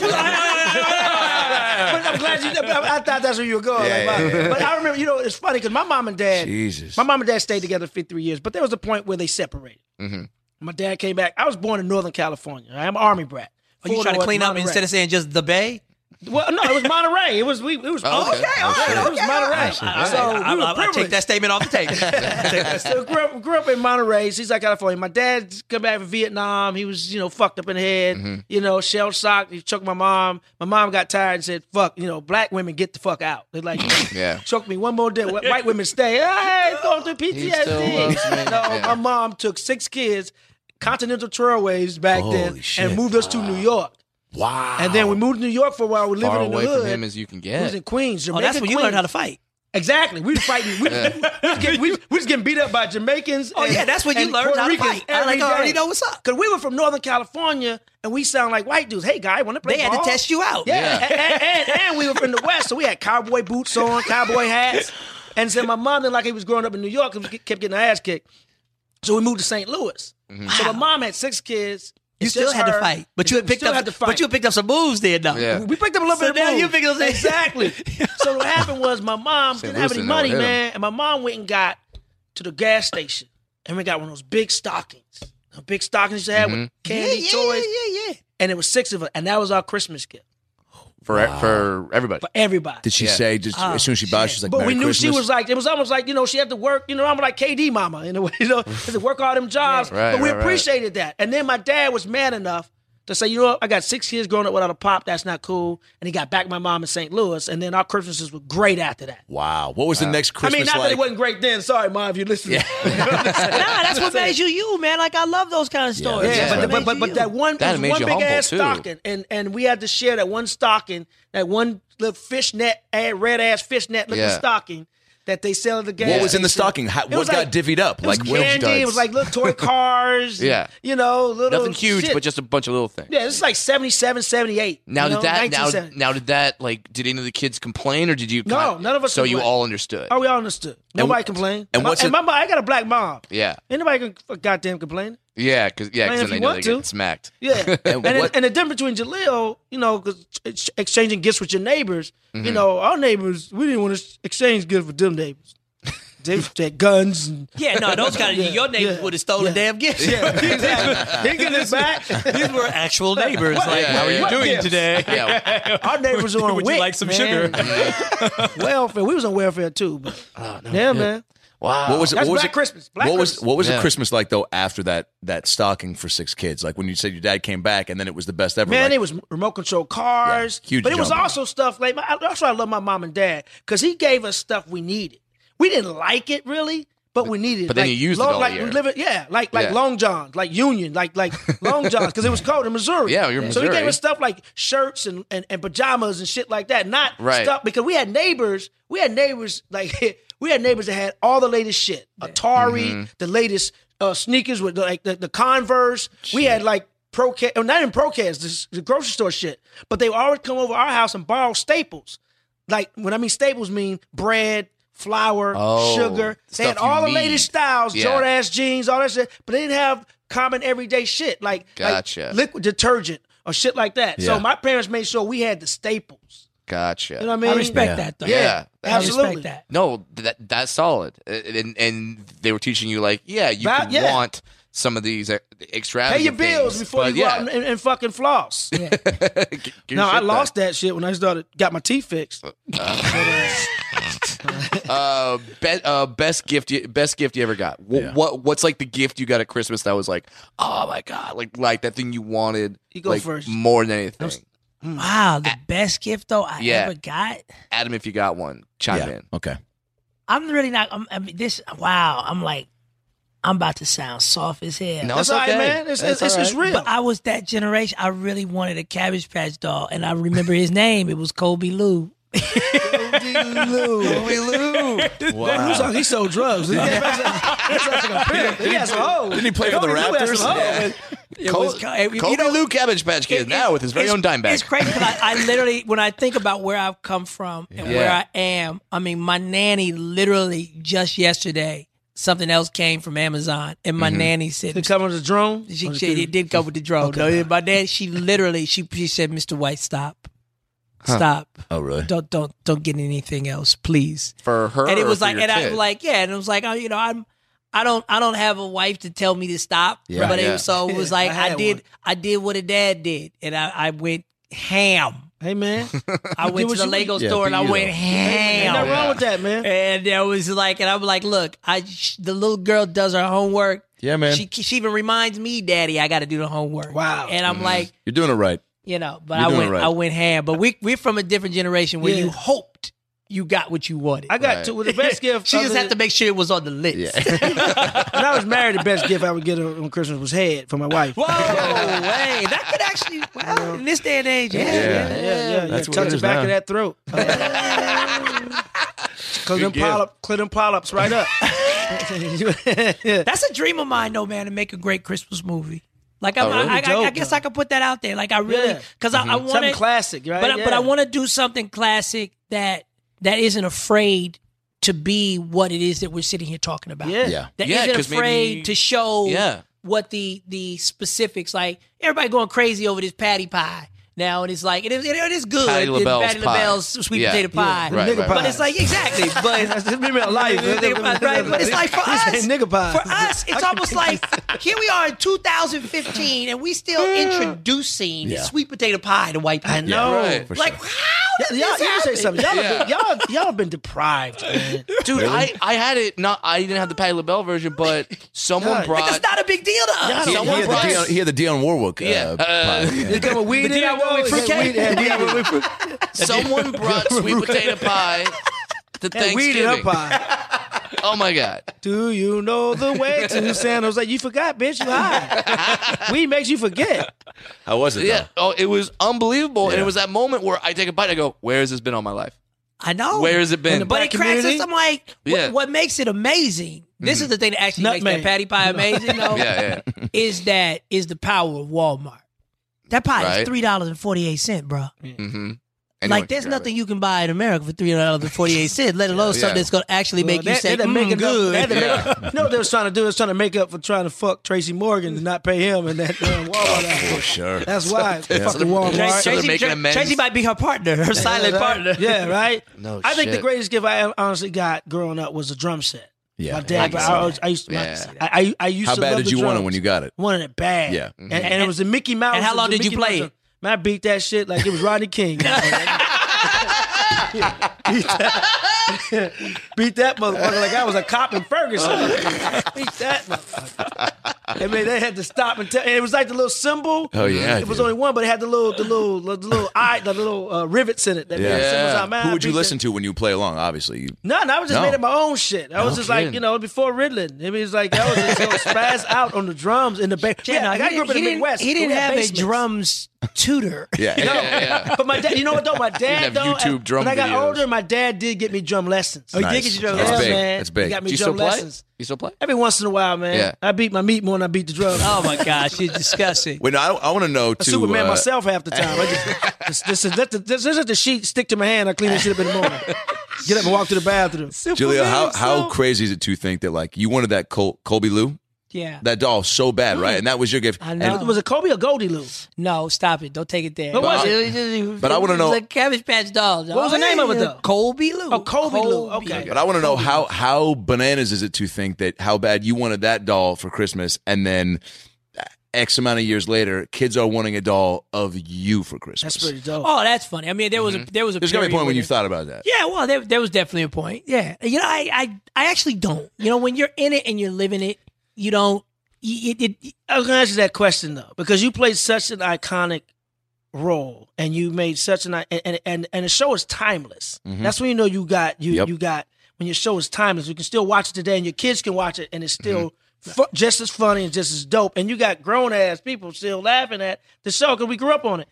Speaker 4: but I'm glad you. I, I thought that's where you were going.
Speaker 9: Yeah,
Speaker 4: like,
Speaker 9: yeah,
Speaker 4: my-
Speaker 9: yeah.
Speaker 4: But I remember, you know, it's funny because my mom and dad,
Speaker 9: Jesus.
Speaker 4: my mom and dad stayed together 53 years, but there was a point where they separated.
Speaker 9: Mm-hmm.
Speaker 4: My dad came back. I was born in Northern California. I'm an army brat.
Speaker 10: Are you
Speaker 4: Full
Speaker 10: trying to
Speaker 4: North,
Speaker 10: clean up
Speaker 4: Monterey.
Speaker 10: instead of saying just the Bay?
Speaker 4: Well, no, it was Monterey. It was we. It was
Speaker 10: Oh, okay.
Speaker 4: all
Speaker 10: Okay,
Speaker 4: right, It was
Speaker 10: okay,
Speaker 4: Monterey.
Speaker 10: all right.
Speaker 4: So
Speaker 10: All right. I-
Speaker 4: we were
Speaker 10: I- I take
Speaker 4: privileged.
Speaker 10: that statement off the table. [LAUGHS] Take that
Speaker 4: so grew up, grew up in Monterey, Seaside, California. My dad come back from Vietnam. He was you know fucked up in the head.
Speaker 5: Mhm.
Speaker 4: You know shell shocked. He choked my mom. My mom got tired and said, "Fuck, you know black women get the fuck out." They're like.
Speaker 5: [LAUGHS] Yeah.
Speaker 4: Choked me one more day. Wh- White women stay. Hey, it's going through
Speaker 5: He still loves me.
Speaker 4: PTSD. No,
Speaker 5: Yeah.
Speaker 4: my mom took six kids, Continental Trailways back then,
Speaker 5: Holy shit.
Speaker 4: and moved us to New York.
Speaker 5: Wow.
Speaker 4: And then we moved to New York for a while. We lived
Speaker 5: Far
Speaker 4: in the
Speaker 5: away
Speaker 4: hood.
Speaker 5: from him as you can
Speaker 4: We was
Speaker 5: get.
Speaker 4: in Queens.
Speaker 10: Oh, that's
Speaker 4: Jamaica,
Speaker 10: when you learned how to
Speaker 4: Queens.
Speaker 10: fight.
Speaker 4: Exactly. We was fighting. We,
Speaker 10: [LAUGHS] Yeah.
Speaker 4: we, was getting, we, we was getting beat up by Jamaicans.
Speaker 10: Oh,
Speaker 4: and-
Speaker 10: yeah, that's what you
Speaker 4: and
Speaker 10: learned
Speaker 4: Puerto
Speaker 10: how to
Speaker 4: Ricans
Speaker 10: fight. I
Speaker 4: every
Speaker 10: like, oh, I already
Speaker 4: day.
Speaker 10: know what's up.
Speaker 4: Cause we were from Northern California, and we sound like white dudes. Hey, guy, want to play?
Speaker 10: They had to
Speaker 4: ball?
Speaker 10: test you out.
Speaker 4: Yeah,
Speaker 10: Yeah.
Speaker 4: And, and- and- and we were from the West, so we had cowboy boots on, cowboy hats, and so my mom, then like he was growing up in New York, and we kept getting her ass kicked. So we moved to St. Louis.
Speaker 10: Mm-hmm.
Speaker 4: So my mom had six kids.
Speaker 10: You
Speaker 4: It's
Speaker 10: still
Speaker 4: just
Speaker 10: had
Speaker 4: her.
Speaker 10: to fight, but you had
Speaker 4: We
Speaker 10: picked
Speaker 4: still
Speaker 10: up.
Speaker 4: had to fight.
Speaker 10: But you had picked up some moves there, though. [LAUGHS]
Speaker 4: Yeah. We picked up a little
Speaker 10: so
Speaker 4: bit of
Speaker 10: now
Speaker 4: moves.
Speaker 10: you picked up
Speaker 4: exactly.
Speaker 10: [LAUGHS]
Speaker 4: so what happened was my mom
Speaker 10: St.
Speaker 4: didn't have
Speaker 10: Louis
Speaker 4: any
Speaker 10: didn't
Speaker 4: money,
Speaker 10: know what hit 'em.
Speaker 4: man, and my mom went and got to the gas station, and we got one of those big stockings, the big stockings you had
Speaker 6: Mhm.
Speaker 4: with
Speaker 2: Mm-hmm.
Speaker 4: candy toys. Yeah, yeah, yeah. And it was six of us, and that was our Christmas gift
Speaker 2: for for everybody.
Speaker 4: for everybody.
Speaker 2: Did she
Speaker 4: Yeah.
Speaker 2: say just
Speaker 4: Oh,
Speaker 2: as soon as she bought, she's like,
Speaker 4: but
Speaker 2: Merry
Speaker 4: we knew she
Speaker 2: Christmas"?
Speaker 4: was like, it was almost like, you know, she had to work, you know, I'm like KD mama in a way, [LAUGHS]
Speaker 2: [LAUGHS]
Speaker 4: you know, had to work all them jobs.
Speaker 2: Right,
Speaker 4: but we
Speaker 2: right, right.
Speaker 4: appreciated that. And then my dad was mad enough to say, you know what, I got six kids growing up without a pop, that's not cool. And he got back my mom in St. Louis, and then our Christmases were great after that.
Speaker 15: Wow. What was the next Christmas
Speaker 4: Uh, I mean, not
Speaker 15: like?
Speaker 4: that it wasn't great then. Sorry, mom, if you listen. [LAUGHS] Yeah.
Speaker 10: [LAUGHS] Nah, that's what made you you, man. Like I love those kind of stories.
Speaker 4: Yeah,
Speaker 10: That's
Speaker 4: but,
Speaker 10: what
Speaker 4: but,
Speaker 10: made
Speaker 4: but,
Speaker 10: you
Speaker 4: but
Speaker 10: you.
Speaker 4: that one,
Speaker 10: That
Speaker 4: it was
Speaker 10: made
Speaker 4: one
Speaker 10: you
Speaker 4: big
Speaker 10: humble,
Speaker 4: ass
Speaker 10: too.
Speaker 4: stocking, and and we had to share that one stocking, that one little fishnet, eh, red ass fishnet looking
Speaker 2: Yeah.
Speaker 4: stocking that they sell at the gas.
Speaker 2: what was in the
Speaker 4: station.
Speaker 2: stocking? How,
Speaker 4: It
Speaker 2: what
Speaker 4: was
Speaker 2: got
Speaker 4: like-
Speaker 2: divvied up?
Speaker 4: It was
Speaker 2: what
Speaker 4: candy. It was like little toy cars.
Speaker 6: Yeah.
Speaker 4: you know, little
Speaker 6: Nothing huge,
Speaker 4: shit.
Speaker 6: but just a bunch of little things.
Speaker 4: yeah, this is like 77, 78.
Speaker 6: Now
Speaker 4: you
Speaker 6: did
Speaker 4: know,
Speaker 6: that now
Speaker 4: 1970.
Speaker 6: now did that like did any of the kids complain or did you
Speaker 4: No,
Speaker 6: kind-
Speaker 4: none of us
Speaker 6: so you
Speaker 4: complained.
Speaker 6: all understood
Speaker 4: Oh, we all understood.
Speaker 6: And
Speaker 4: Nobody
Speaker 6: wh-
Speaker 4: complained.
Speaker 6: and
Speaker 4: my,
Speaker 6: what's
Speaker 4: and
Speaker 6: it-
Speaker 4: my mom? I got a black mom.
Speaker 6: yeah
Speaker 4: Anybody can f- goddamn complain.
Speaker 6: yeah because yeah
Speaker 4: Man,
Speaker 6: because
Speaker 4: if
Speaker 6: they
Speaker 4: you
Speaker 6: know they
Speaker 4: want to.
Speaker 6: get smacked
Speaker 4: Yeah, [LAUGHS] and,
Speaker 6: [LAUGHS] and,
Speaker 4: and, the difference between Jaleel, you know, because exchanging gifts with your neighbors, you
Speaker 6: Mhm.
Speaker 4: know, our neighbors, we didn't want to exchange gifts with them neighbors. [LAUGHS] They had guns. [LAUGHS] And,
Speaker 10: Yeah, no, those kind of your neighbors would have stolen
Speaker 6: [LAUGHS]
Speaker 10: damn gifts.
Speaker 4: Yeah, exactly. He get his back.
Speaker 10: [LAUGHS] These were actual neighbors.
Speaker 4: What
Speaker 10: like,
Speaker 4: gifts?
Speaker 10: how are you
Speaker 4: What
Speaker 10: doing
Speaker 4: gifts?
Speaker 6: [LAUGHS]
Speaker 10: today?
Speaker 4: [LAUGHS] Our neighbors
Speaker 10: [LAUGHS]
Speaker 4: were on
Speaker 10: Would you
Speaker 4: WIC,
Speaker 10: like some
Speaker 4: man. [LAUGHS] welfare. We was on welfare too, but Oh, yeah, man.
Speaker 2: Wow. What was it?
Speaker 4: That's
Speaker 2: what was
Speaker 4: Black
Speaker 2: it-
Speaker 4: Christmas. Black
Speaker 2: what was
Speaker 4: Christmas.
Speaker 2: what was
Speaker 4: Yeah.
Speaker 2: the Christmas like though after that that stocking for six kids? Like when you said your dad came back and then it was the best ever.
Speaker 4: Man,
Speaker 2: like,
Speaker 4: it was remote control cars.
Speaker 2: Yeah, huge
Speaker 4: but it was
Speaker 2: jump.
Speaker 4: also stuff like my, that's why I love my mom and dad because he gave us stuff we needed. We didn't like it really, but we needed. it.
Speaker 6: But then
Speaker 4: like,
Speaker 6: you used it
Speaker 4: long,
Speaker 6: all
Speaker 4: like
Speaker 6: year.
Speaker 4: we live it, yeah, like like
Speaker 6: Yeah.
Speaker 4: long johns, like Union, like
Speaker 6: [LAUGHS]
Speaker 4: like long johns because it was cold in Missouri.
Speaker 6: Yeah, you're in
Speaker 4: so he gave
Speaker 6: Missouri.
Speaker 4: us stuff like shirts and, and, and pajamas and shit like that. Not
Speaker 6: Right.
Speaker 4: stuff because we had neighbors. We had neighbors like [LAUGHS] we had neighbors that had all the latest shit, Atari,
Speaker 6: Mhm.
Speaker 4: the latest uh, sneakers with like the, the Converse. We had like Procast, oh, not even Procast, the, the grocery store shit. But they would always come over our house and borrow staples. Like when I mean staples, mean bread, flour,
Speaker 6: Oh,
Speaker 4: sugar. They had
Speaker 6: stuff you
Speaker 4: all the
Speaker 6: need.
Speaker 4: latest styles,
Speaker 6: Yeah.
Speaker 4: Jordan ass jeans, all that shit. But they didn't have common everyday shit like like
Speaker 6: Gotcha.
Speaker 4: liquid detergent or shit like that.
Speaker 6: Yeah.
Speaker 4: So my parents made sure we had the staples.
Speaker 6: gotcha
Speaker 4: You know what I mean?
Speaker 10: respect Yeah. that, though.
Speaker 6: yeah,
Speaker 10: I respect
Speaker 4: absolutely.
Speaker 10: that.
Speaker 6: no that that's solid Uh, and and they were teaching you like yeah you
Speaker 4: Val-
Speaker 6: can
Speaker 4: yeah.
Speaker 6: want some of these uh, extravagant
Speaker 4: Pay your bills
Speaker 6: things,
Speaker 4: before
Speaker 6: but
Speaker 4: you go out and,
Speaker 6: [LAUGHS]
Speaker 4: and, and fucking floss.
Speaker 6: your
Speaker 4: no, I
Speaker 6: shit back.
Speaker 4: lost that shit when I started got my teeth fixed.
Speaker 6: uh, be, uh, best gift, you, best gift you ever got. Wh- What what's like the gift you got at Christmas that was like, oh my god, like like that thing you wanted.
Speaker 10: You go
Speaker 6: like,
Speaker 10: first.
Speaker 6: more than anything.
Speaker 10: Mm. Wow, the best gift though I
Speaker 6: Yeah.
Speaker 10: ever got.
Speaker 6: Adam, if you got one, chime in.
Speaker 2: Okay.
Speaker 10: I'm really not. I'm, I mean, this. Wow, I'm like, I'm about to sound soft as hell.
Speaker 6: No, That's it's all right, okay. man. It's- That's it's- all it's right. real.
Speaker 10: But I was that generation. I really wanted a Cabbage Patch doll, and I remember his name. It was Kobe Lou.
Speaker 4: Lou. Kobe
Speaker 6: [LAUGHS]
Speaker 4: Lou. Wow. He's, he sold drugs. He had
Speaker 6: [LAUGHS]
Speaker 4: a pimp. He had some hoes.
Speaker 6: Didn't he play for the
Speaker 4: Kobe Lou had some hoes.
Speaker 6: Raptors? Yeah.
Speaker 10: It
Speaker 6: Col-
Speaker 10: was- it- you
Speaker 6: Kobe
Speaker 10: know-
Speaker 6: Lou Cabbage Patch Kid now with his very
Speaker 10: it's-
Speaker 6: own dime bag.
Speaker 10: It's crazy because I, I literally, when I think about where I've come from and
Speaker 6: Yeah.
Speaker 10: where I am, I mean, my nanny literally just yesterday, something else came from Amazon, and my
Speaker 6: Mm-hmm.
Speaker 4: Mhm.
Speaker 10: nanny said,
Speaker 4: Did it come with the drone?
Speaker 10: She,
Speaker 4: Or the
Speaker 10: she-
Speaker 4: computer?
Speaker 10: it did come with the drone. No, my dad, she literally, she she said, "Mr. White, stop,
Speaker 6: Huh.
Speaker 10: stop.
Speaker 2: Oh, really?
Speaker 10: Don't don't don't get anything else, please."
Speaker 6: For her,
Speaker 10: and it
Speaker 6: or
Speaker 10: was
Speaker 6: for
Speaker 10: like,
Speaker 6: your
Speaker 10: and I
Speaker 6: kid?
Speaker 10: was like, yeah, and it was like, oh, you know, I'm, I don't, I don't have a wife to tell me to stop.
Speaker 6: Yeah.
Speaker 10: but
Speaker 6: Yeah.
Speaker 10: it was, so it was
Speaker 4: Yeah, [LAUGHS]
Speaker 10: like,
Speaker 4: I
Speaker 10: I,
Speaker 4: had
Speaker 10: did, I did what a dad did, and I, I went ham.
Speaker 4: Hey
Speaker 6: [LAUGHS]
Speaker 4: man, [LAUGHS]
Speaker 10: I
Speaker 4: You did
Speaker 10: went to
Speaker 4: what
Speaker 10: the
Speaker 4: you-
Speaker 10: Lego
Speaker 4: Yeah,
Speaker 10: store and
Speaker 4: be
Speaker 10: I
Speaker 4: you,
Speaker 10: went
Speaker 4: though.
Speaker 10: ham.
Speaker 4: Ain't nothing wrong with that, man.
Speaker 10: And I was like, and I'm like, look, I, sh- the little girl does her homework.
Speaker 2: Yeah, man.
Speaker 10: She, she even reminds me, Daddy, I got to do the homework. Wow. And
Speaker 6: Mm-hmm.
Speaker 10: I'm like,
Speaker 2: You're doing it right.
Speaker 10: you know, but
Speaker 2: You're
Speaker 10: I
Speaker 2: doing
Speaker 10: went
Speaker 2: right.
Speaker 10: I went ham. But we we're from a different generation where
Speaker 4: Yeah.
Speaker 10: you hoped you got what you wanted.
Speaker 4: I got Right. two-
Speaker 10: [LAUGHS]
Speaker 4: well, the best gift
Speaker 10: she just
Speaker 4: other-
Speaker 10: had to make sure it was on the list. [LAUGHS]
Speaker 4: when I was married, the best gift I would get on on Christmas was head for my wife.
Speaker 10: [LAUGHS] Whoa, hey, that could actually well, in this day and age, yeah.
Speaker 4: yeah, yeah, yeah.
Speaker 10: That's what
Speaker 4: Touch
Speaker 10: it
Speaker 4: the
Speaker 10: is
Speaker 4: back
Speaker 10: now.
Speaker 4: of that throat. Cause them polyp, clear them polyps right
Speaker 10: [LAUGHS]
Speaker 4: up.
Speaker 10: That's a dream of mine, though, man, to make a great Christmas movie. Like I'm,
Speaker 4: Oh, really?
Speaker 10: I, I, I
Speaker 4: Dope.
Speaker 10: guess I could put that out there. Like I really,
Speaker 4: Yeah.
Speaker 10: because
Speaker 6: Mm-hmm.
Speaker 10: I, I
Speaker 4: Mhm.
Speaker 10: want
Speaker 4: Something classic, right?
Speaker 10: But I- but I
Speaker 4: Yeah.
Speaker 10: want to do something classic that that isn't afraid to be what it is that we're sitting here talking about.
Speaker 6: Yeah. Yeah.
Speaker 10: that
Speaker 6: Yeah,
Speaker 10: not
Speaker 6: 'cause maybe-
Speaker 10: afraid to show
Speaker 6: Yeah.
Speaker 10: what the the specifics. Like everybody going crazy over this patty pie now, and it's like it is it is good.
Speaker 6: Patty
Speaker 10: it's
Speaker 6: LaBelle's
Speaker 10: Patty
Speaker 6: pie.
Speaker 10: LaBelle's sweet
Speaker 6: Yeah.
Speaker 10: potato
Speaker 6: Yeah.
Speaker 10: pie,
Speaker 6: Right, Nigga right,
Speaker 10: but
Speaker 6: right.
Speaker 10: it's like
Speaker 4: [LAUGHS]
Speaker 10: exactly, but
Speaker 4: That's me real life.
Speaker 10: [LAUGHS] Nigga pie, right? But it's
Speaker 4: [LAUGHS]
Speaker 10: like for us,
Speaker 4: This ain't nigga pie.
Speaker 10: for us,
Speaker 4: [LAUGHS]
Speaker 10: it's almost like here we are in 2015 and we still introducing
Speaker 4: Yeah.
Speaker 10: sweet potato pie to white people.
Speaker 4: I know. Right. For
Speaker 10: Like, how did
Speaker 4: y'all,
Speaker 10: this
Speaker 4: you
Speaker 10: happen?
Speaker 4: say something. Y'all, have been, y'all, y'all have been deprived, man.
Speaker 10: [LAUGHS]
Speaker 6: Dude, I, I had it. Not I didn't have the Patty LaBelle version,
Speaker 10: [LAUGHS]
Speaker 6: but someone
Speaker 4: Yeah.
Speaker 6: brought.
Speaker 4: Like, it's
Speaker 10: not a big deal to us.
Speaker 9: He, he
Speaker 6: someone
Speaker 9: had the
Speaker 6: brought.
Speaker 9: Dionne- he had the Dionne Warwick. Uh,
Speaker 6: Yeah.
Speaker 9: pie, yeah.
Speaker 5: [LAUGHS]
Speaker 4: You come with weed in it, though? You got weed- had weed in it.
Speaker 6: Someone brought sweet
Speaker 10: [LAUGHS]
Speaker 6: potato pie to
Speaker 4: Had weed in her
Speaker 6: Thanksgiving.
Speaker 4: pie.
Speaker 6: Oh my god!
Speaker 4: Do you know the way to San Jose? You forgot, bitch. You high. weed makes you forget.
Speaker 9: How was it?
Speaker 6: Yeah. Oh, it was unbelievable, and
Speaker 9: Yeah.
Speaker 6: it was that moment where I take a bite. and I go, "Where has this been all my life?
Speaker 10: I know.
Speaker 6: Where has it been?
Speaker 10: But it cracks us. I'm like, what,
Speaker 6: Yeah.
Speaker 10: what makes it amazing? This is the thing that actually makes
Speaker 6: Nutmeg.
Speaker 10: that patty pie amazing,
Speaker 6: [LAUGHS]
Speaker 10: though.
Speaker 6: Yeah, yeah.
Speaker 10: Is that is the power of Walmart? That pie
Speaker 6: Right.
Speaker 10: is three dollars and forty eight cent, bro.
Speaker 6: Mm-hmm.
Speaker 10: like, there's nothing you can buy in America for three dollars and forty eight cent. Let alone
Speaker 4: Yeah.
Speaker 10: something that's gonna actually
Speaker 4: Well,
Speaker 10: make you
Speaker 4: that-
Speaker 10: say,
Speaker 4: that'd make
Speaker 10: "Mm,
Speaker 4: it up-
Speaker 10: good."
Speaker 4: that'd make up- You know what they was trying to do? They was trying to make up for trying to fuck Tracy Morgan and not pay him and that damn Walmart.
Speaker 9: For sure.
Speaker 4: That's why
Speaker 9: Yeah.
Speaker 4: fucking Walmart.
Speaker 10: Tracy, Tracy, Tracy might be her partner, her silent
Speaker 4: Yeah, right.
Speaker 10: partner.
Speaker 4: Yeah, right.
Speaker 10: No
Speaker 4: I think the
Speaker 10: shit.
Speaker 4: greatest gift I honestly got growing up was a drum set.
Speaker 9: Yeah,
Speaker 4: my
Speaker 9: I
Speaker 4: dad.
Speaker 9: can
Speaker 4: I,
Speaker 9: see
Speaker 4: I, was-
Speaker 9: that.
Speaker 4: I used to.
Speaker 9: Yeah.
Speaker 4: I, I, I used
Speaker 9: How
Speaker 4: to
Speaker 9: bad
Speaker 4: love
Speaker 9: did
Speaker 4: the
Speaker 9: you want it
Speaker 4: drums.
Speaker 9: when you got it?
Speaker 4: Wanted it bad.
Speaker 9: Yeah.
Speaker 4: and, and, it was a Mickey Mouse.
Speaker 10: Mm-hmm. And how
Speaker 4: it was
Speaker 10: long
Speaker 4: a
Speaker 10: did you
Speaker 4: Mickey
Speaker 10: play
Speaker 4: Mouse.
Speaker 10: it?
Speaker 4: Man, I beat that shit like it was Rodney
Speaker 10: [LAUGHS]
Speaker 4: King. Beat that [LAUGHS] motherfucker like I was a cop in Ferguson. Beat that motherfucker. I mean, they had to stop and tell. And it was like the little symbol.
Speaker 9: Oh, yeah,
Speaker 4: it was
Speaker 9: dude.
Speaker 4: only one, but it had the little, the little, the little eye, the little uh, rivets in it. That made the symbols out. Man,
Speaker 9: Who
Speaker 4: I
Speaker 9: would you
Speaker 4: beat that-
Speaker 9: listen to when you play along? Obviously, you.
Speaker 4: No, no, I was just
Speaker 9: No.
Speaker 4: making my own shit. I was
Speaker 9: No
Speaker 4: just like,
Speaker 9: kidding.
Speaker 4: you know, before Riddlin. It was like I was just gonna
Speaker 9: [LAUGHS]
Speaker 4: spaz out on the drums in the back. Yeah,
Speaker 10: no,
Speaker 4: like,
Speaker 10: he
Speaker 4: I grew up in
Speaker 10: didn't- he
Speaker 4: the
Speaker 10: didn't-
Speaker 4: Midwest.
Speaker 10: he didn't
Speaker 4: We had
Speaker 10: have a
Speaker 4: basements. [LAUGHS]
Speaker 10: drums
Speaker 6: [LAUGHS]
Speaker 10: tutor.
Speaker 9: [LAUGHS] Yeah.
Speaker 4: No.
Speaker 9: yeah, yeah.
Speaker 4: But my dad, you know what though?
Speaker 9: [LAUGHS]
Speaker 4: My
Speaker 9: have
Speaker 4: dad though,
Speaker 9: YouTube drum
Speaker 4: when I got
Speaker 9: videos.
Speaker 4: older, my dad did get me drum lessons.
Speaker 9: Oh, he did Nice. get you drum That's lessons. big.
Speaker 4: Yeah, man.
Speaker 9: That's big.
Speaker 4: He got me
Speaker 9: Do you
Speaker 4: drum
Speaker 9: still play?
Speaker 4: lessons.
Speaker 6: You still play?
Speaker 4: Every once in a while, man.
Speaker 9: Yeah.
Speaker 4: I beat my meat more than I beat the drums.
Speaker 10: Oh my gosh, you're disgusting.
Speaker 9: Wait, no, I, I want to know
Speaker 4: I
Speaker 9: too.
Speaker 4: Superman
Speaker 9: uh,
Speaker 4: myself
Speaker 9: [LAUGHS]
Speaker 4: half the time. I just, just, just, just let the, just, just let the sheet stick to my hand. I clean this shit up in the
Speaker 9: [LAUGHS]
Speaker 4: morning. Get up and walk to the bathroom.
Speaker 9: Julia, how, how crazy is it to think that like you wanted that Col- Colby Lou,
Speaker 10: Yeah.
Speaker 9: that doll so bad, right?
Speaker 10: Mm.
Speaker 9: And that was your gift.
Speaker 10: I
Speaker 9: And-
Speaker 10: know.
Speaker 4: it Kobe or Goldie Lou?
Speaker 10: No, stop it. Don't take it there.
Speaker 9: What was But it? I- but I wanna
Speaker 10: It was
Speaker 9: know-
Speaker 10: a Cabbage Patch doll.
Speaker 4: What was the name of it, though?
Speaker 10: Colby Lou. Oh,
Speaker 4: Colby Lou. Okay.
Speaker 9: But I want to know how how bananas is it to think that how bad you wanted that doll for Christmas, and then X amount of years later, kids are wanting a doll of you for Christmas.
Speaker 4: dope.
Speaker 10: Oh, that's funny. I mean, there was a there was a
Speaker 9: Mm-hmm. There's got to be a
Speaker 10: period
Speaker 9: point when
Speaker 10: where-
Speaker 9: you thought about that.
Speaker 10: Yeah, well, there, there was definitely a point. Yeah, you know, I, I I actually don't. You know, when you're in it and you're living it, you don't. You, it, it,
Speaker 4: I was gonna ask you that question though, because you played such an iconic role, and you made such an and and and, and the show is timeless.
Speaker 16: Mhm.
Speaker 4: That's when you know you got you
Speaker 16: Yep.
Speaker 4: you got when your show is timeless. You can still watch it today, and your kids can watch it, and it's still fu- just as funny and just as dope. And you got grown ass people still laughing at the show because we grew up on it.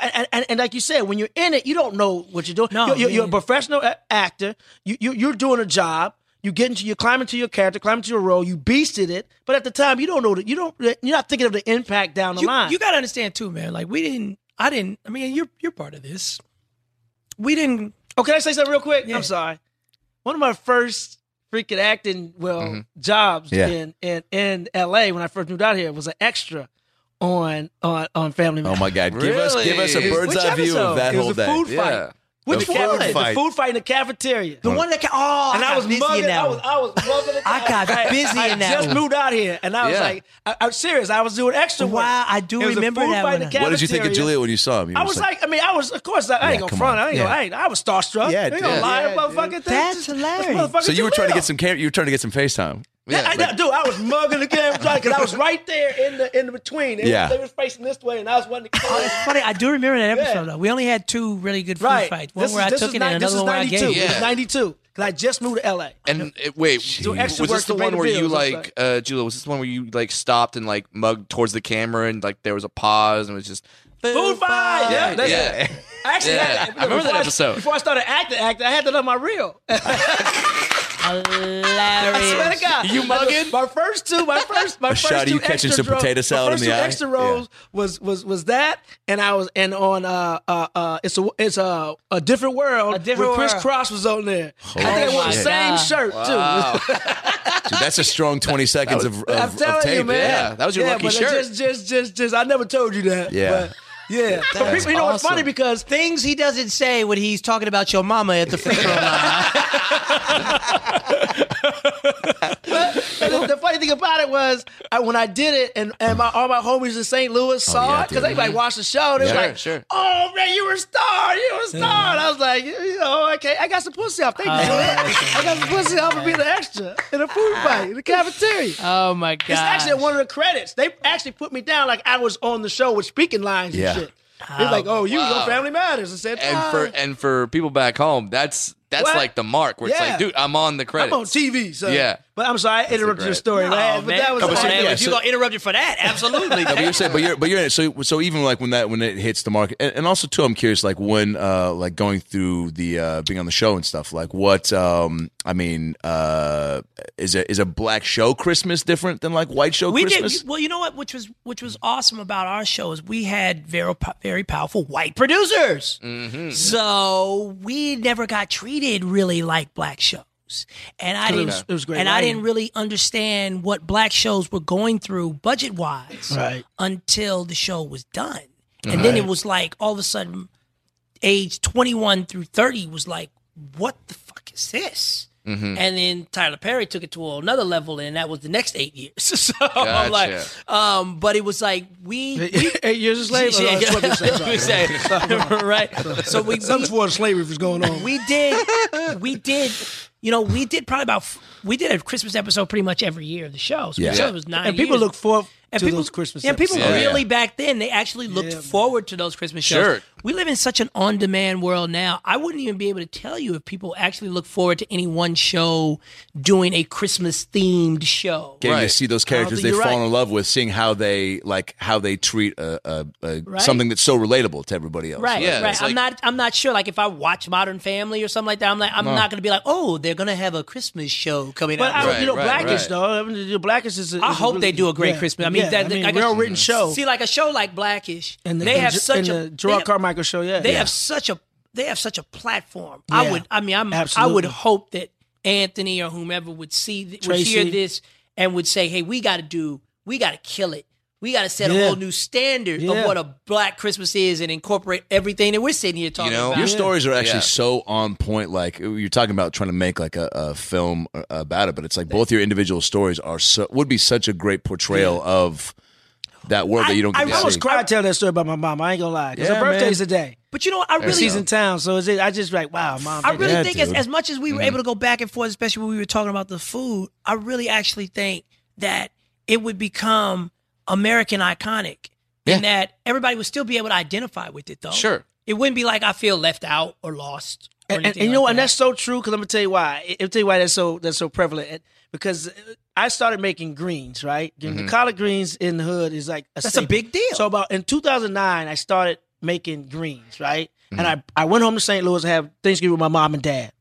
Speaker 4: And, and, and like you said, when you're in it, you don't know what you're doing. you're, you're- you're a
Speaker 10: man.
Speaker 4: professional a- actor. You, you you're doing a job. You get into you're climbing to your character, climbing to your role. You beasted it, but at the time you don't know that you don't you're not thinking of the impact down the
Speaker 10: you,
Speaker 4: line.
Speaker 10: You got to understand too, man. Like we didn't. I didn't. I mean, you're you're part of this. We didn't.
Speaker 4: Oh, can I say something real quick? I'm sorry. One of my first freaking acting well jobs
Speaker 9: Mm-hmm. Yeah.
Speaker 4: in, in in L.A. when I first moved out here was an extra on on on Family Man.
Speaker 9: Oh my God! Give us give us a
Speaker 4: Really?
Speaker 9: bird's
Speaker 4: Which
Speaker 9: eye view
Speaker 4: episode?
Speaker 9: of that
Speaker 4: It was
Speaker 9: whole
Speaker 4: the
Speaker 9: day.
Speaker 4: food fight. Which
Speaker 9: The
Speaker 4: one?
Speaker 9: food fight.
Speaker 4: The food fight in the cafeteria.
Speaker 9: The one
Speaker 10: that ca- oh,
Speaker 4: and
Speaker 10: I
Speaker 4: I,
Speaker 10: got
Speaker 4: was
Speaker 10: busy in
Speaker 4: mugging.
Speaker 10: that
Speaker 4: I was
Speaker 10: one.
Speaker 4: I was mugging. it.
Speaker 10: [LAUGHS] I got
Speaker 4: I-
Speaker 10: busy
Speaker 4: I
Speaker 10: in that
Speaker 4: just
Speaker 10: one.
Speaker 4: moved out here, and I was
Speaker 10: Yeah.
Speaker 4: like, I, I'm serious. I was doing extra work.
Speaker 10: Wow, I do
Speaker 4: It was a
Speaker 10: remember
Speaker 4: food
Speaker 10: that
Speaker 4: fight in
Speaker 10: one.
Speaker 4: the
Speaker 9: What did you think of
Speaker 4: cafeteria.
Speaker 9: Julia when you saw him? You
Speaker 4: I
Speaker 9: were
Speaker 4: was
Speaker 9: just
Speaker 4: like, I mean, I was, of course, I, I
Speaker 9: Yeah,
Speaker 4: ain't gonna
Speaker 9: come
Speaker 4: front.
Speaker 9: on.
Speaker 4: I ain't gonna,
Speaker 9: Yeah.
Speaker 4: I, ain't, I was starstruck.
Speaker 9: Yeah,
Speaker 4: I ain't gonna
Speaker 9: dude.
Speaker 4: lie,
Speaker 9: Yeah,
Speaker 4: motherfucker. That's hilarious.
Speaker 9: so you were trying to get some cam- you were trying to get some
Speaker 4: [LAUGHS]
Speaker 9: FaceTime.
Speaker 4: Yeah, I, I- dude, I was mugging the game because I was right there in the in the between. They,
Speaker 10: Yeah.
Speaker 4: yeah. they was facing this way, and I was wanting to.
Speaker 10: Oh, it's funny. I do remember that episode though. We only had two really good food fights. One
Speaker 4: This
Speaker 10: where
Speaker 4: is-
Speaker 10: I
Speaker 4: this
Speaker 10: took
Speaker 4: is
Speaker 10: it
Speaker 4: ni-
Speaker 10: and
Speaker 4: this is
Speaker 10: another one where I
Speaker 4: 92.
Speaker 10: gave it.
Speaker 4: This is 92. 'Cause I just moved to LA.
Speaker 6: And it, wait,
Speaker 4: Do extra
Speaker 6: was this
Speaker 4: work to
Speaker 6: the
Speaker 4: pay
Speaker 6: one
Speaker 4: the
Speaker 6: where you
Speaker 4: bills, it's
Speaker 6: like, uh, Julia? Was this the one where you like stopped and like mugged towards the camera and like there was a pause and it was just
Speaker 4: Food fight. Yeah, that's
Speaker 6: [LAUGHS] yeah.
Speaker 4: it. I actually
Speaker 6: Yeah.
Speaker 4: had that.
Speaker 6: I remember that
Speaker 4: before
Speaker 6: episode.
Speaker 4: before I started acting, acting, I had that on my reel. [LAUGHS] I swear to God,
Speaker 6: You mugging?
Speaker 4: My first two,
Speaker 9: [LAUGHS]
Speaker 4: my first, my
Speaker 2: A
Speaker 4: first
Speaker 2: shot of
Speaker 4: two
Speaker 2: you catching
Speaker 4: extra
Speaker 2: some
Speaker 4: dro-
Speaker 2: potato salad
Speaker 4: my first
Speaker 2: in the
Speaker 4: two
Speaker 2: eye?
Speaker 4: extra rolls was was was that, and I was and on uh uh, uh it's a it's a a different world. A
Speaker 10: Different
Speaker 4: where Chris
Speaker 10: World.
Speaker 4: Cross was on there.
Speaker 2: Oh
Speaker 9: Holy
Speaker 4: I think they wore the
Speaker 9: shit.
Speaker 4: same shirt too.
Speaker 9: Wow. Dude, that's a strong 20 seconds of, of,
Speaker 4: [LAUGHS] I'm
Speaker 9: of
Speaker 4: telling
Speaker 9: tape.
Speaker 4: you, man.
Speaker 9: Yeah, that was your
Speaker 4: yeah,
Speaker 9: lucky
Speaker 4: but
Speaker 9: shirt.
Speaker 4: Just, just, just, just. I never told you that.
Speaker 9: Yeah.
Speaker 4: But yeah. But
Speaker 9: That's
Speaker 4: people, you know, it's
Speaker 10: awesome.
Speaker 4: funny because
Speaker 14: Things he doesn't say when he's talking about your mama at the funeral.
Speaker 4: And the, the funny thing about it was I, when I did it, and, and my, all my homies in St. Louis saw
Speaker 14: Oh, yeah,
Speaker 4: it because they like watched the show. They
Speaker 14: Yeah.
Speaker 4: were like,
Speaker 14: Sure, sure.
Speaker 4: "Oh man, you were a star! You were a star!" And I was like, "You know, okay, I got some pussy off. Thank you, Juliet.
Speaker 14: Uh,
Speaker 4: I got some pussy off for being an extra in a food fight in the cafeteria."
Speaker 10: Oh my god!
Speaker 4: It's actually one of the credits. They actually put me down like I was on the show with speaking lines
Speaker 6: Yeah.
Speaker 4: and shit. They're like, "Oh, you,
Speaker 6: Wow.
Speaker 4: your family matters," and said,
Speaker 6: and
Speaker 4: "Ah,
Speaker 6: for and for people back home, that's that's
Speaker 4: What?
Speaker 6: like the mark where it's
Speaker 4: Yeah.
Speaker 6: like, dude, I'm on the credits.
Speaker 4: I'm on TV, so
Speaker 6: Yeah.
Speaker 4: But I'm sorry, I interrupted your
Speaker 6: credit.
Speaker 4: story.
Speaker 10: No,
Speaker 4: man, but
Speaker 10: man.
Speaker 4: that was
Speaker 9: Come on,
Speaker 4: awesome.
Speaker 9: man, if Yeah, you [LAUGHS] so- gonna
Speaker 10: interrupt you for that, absolutely.
Speaker 9: No, but you're saying, but you're, but you're in it. So, so even like when that when it hits the market, and, and also too, I'm curious, like when, uh, like going through the uh, being on the show and stuff, like what, um, I mean, uh, is a is a black show Christmas different than like white show
Speaker 10: we
Speaker 9: Christmas?
Speaker 10: did well. You know what? Which was which was awesome about our show is we had very po- very powerful white producers.
Speaker 4: [LAUGHS]
Speaker 6: Mm.
Speaker 14: Mhm.
Speaker 10: So we never got treated really like black shows. And I
Speaker 14: It
Speaker 10: didn't,
Speaker 14: was- it was great
Speaker 10: and I
Speaker 14: writing.
Speaker 10: didn't really understand what black shows were going through budget wise
Speaker 14: Right.
Speaker 10: until the show was done. And then it
Speaker 14: Right.
Speaker 10: was like all of a sudden, age twenty one through thirty was like, what the fuck is this?
Speaker 14: Mhm.
Speaker 10: And then Tyler Perry took it to another level, and that was the next eight years. So I'm like,
Speaker 14: Gotcha.
Speaker 10: um, but it was like we, we
Speaker 4: eight years of slavery.
Speaker 10: [LAUGHS] Yeah,
Speaker 4: Oh, that's what they say.
Speaker 10: yeah. Exactly. right. So we
Speaker 4: some form of slavery was going on.
Speaker 10: we did we did you know we did probably about f- we did a Christmas episode pretty much every year of the show. So
Speaker 4: Yeah.
Speaker 10: the show was nine
Speaker 4: And people
Speaker 10: years.
Speaker 4: look forward
Speaker 10: and
Speaker 4: to
Speaker 10: people,
Speaker 4: those Christmas
Speaker 10: and people
Speaker 4: episodes. Yeah.
Speaker 10: really back then they actually looked forward to those Christmas shows.
Speaker 4: Sure.
Speaker 10: We live in such an on-demand world now. I wouldn't even be able to tell you if people actually look forward to any one show doing a Christmas themed show.
Speaker 9: Getting to see those characters
Speaker 10: I
Speaker 9: they
Speaker 10: don't
Speaker 9: fall
Speaker 10: think you're
Speaker 9: in love with, seeing how they like how they treat a, a, a
Speaker 10: Right.
Speaker 9: something that's so relatable to everybody else.
Speaker 10: Right,
Speaker 9: Yeah,
Speaker 10: right. I'm not. I'm not sure. Like if I watch Modern Family or something like that, I'm like, I'm
Speaker 9: No.
Speaker 10: not going to be like, oh, they're going to have a Christmas show coming
Speaker 4: But
Speaker 10: out.
Speaker 4: I, you know, Blackish though. I mean, the Blackish is. A,
Speaker 10: I
Speaker 4: is
Speaker 10: hope
Speaker 4: really-
Speaker 10: they do a great
Speaker 4: yeah,
Speaker 10: Christmas. I mean,
Speaker 4: yeah,
Speaker 10: that,
Speaker 4: I mean,
Speaker 10: like a-
Speaker 4: real written show.
Speaker 10: See, like a show like Blackish,
Speaker 4: and the,
Speaker 10: they
Speaker 4: and
Speaker 10: have
Speaker 4: Ge- and
Speaker 10: such a
Speaker 4: the
Speaker 10: they
Speaker 4: Gerard
Speaker 10: have-
Speaker 4: Carmichael show. Yeah,
Speaker 10: they
Speaker 4: yeah.
Speaker 10: have such a they have such a platform. I
Speaker 4: Yeah.
Speaker 10: would I mean I'm I would
Speaker 4: Absolutely.
Speaker 10: hope that Anthony or whomever would see th- would hear
Speaker 4: Tracy.
Speaker 10: this and would say, "Hey, we got to do we got to kill it. We got to set a
Speaker 9: Yeah.
Speaker 10: whole new standard
Speaker 9: Yeah.
Speaker 10: of what a black Christmas is and incorporate everything that we're sitting here talking
Speaker 9: you know
Speaker 10: about."
Speaker 9: your stories are actually so on point like you're talking about trying to make like a, a film uh, about it but it's like both your individual stories are so would be such a great portrayal of that world that you don't
Speaker 4: I
Speaker 9: get to
Speaker 4: almost
Speaker 9: see.
Speaker 4: cried telling that story about my mom. I ain't gonna lie, 'cause
Speaker 9: Yeah,
Speaker 4: her birthday's
Speaker 9: man.
Speaker 4: today.
Speaker 10: But you know, what? I
Speaker 4: And
Speaker 10: really
Speaker 4: she's in town, so is it, I just like wow, mom.
Speaker 10: I
Speaker 9: Um,
Speaker 4: thank you.
Speaker 10: really think as, as much as
Speaker 9: Mm-hmm.
Speaker 10: we were able to go back and forth, especially when we were talking about the food, I really actually think that it would become American iconic
Speaker 14: Yeah.
Speaker 10: and that everybody would still be able to identify with it though.
Speaker 14: Sure.
Speaker 10: It wouldn't be like I feel left out or lost. Or
Speaker 4: and, and-
Speaker 10: anything
Speaker 4: and you know,
Speaker 10: like
Speaker 4: and that's so true. Because I'm gonna tell you why. I- I'll tell you why that's so that's so prevalent. And- Because uh, I started making greens, right? And
Speaker 10: Mhm.
Speaker 4: The collard greens in the hood is like a
Speaker 10: That's a
Speaker 4: staple.
Speaker 10: big deal.
Speaker 4: So about in 2009, I started making greens, right?
Speaker 10: Mhm.
Speaker 4: And I I went home to St. Louis to have Thanksgiving with my mom and dad,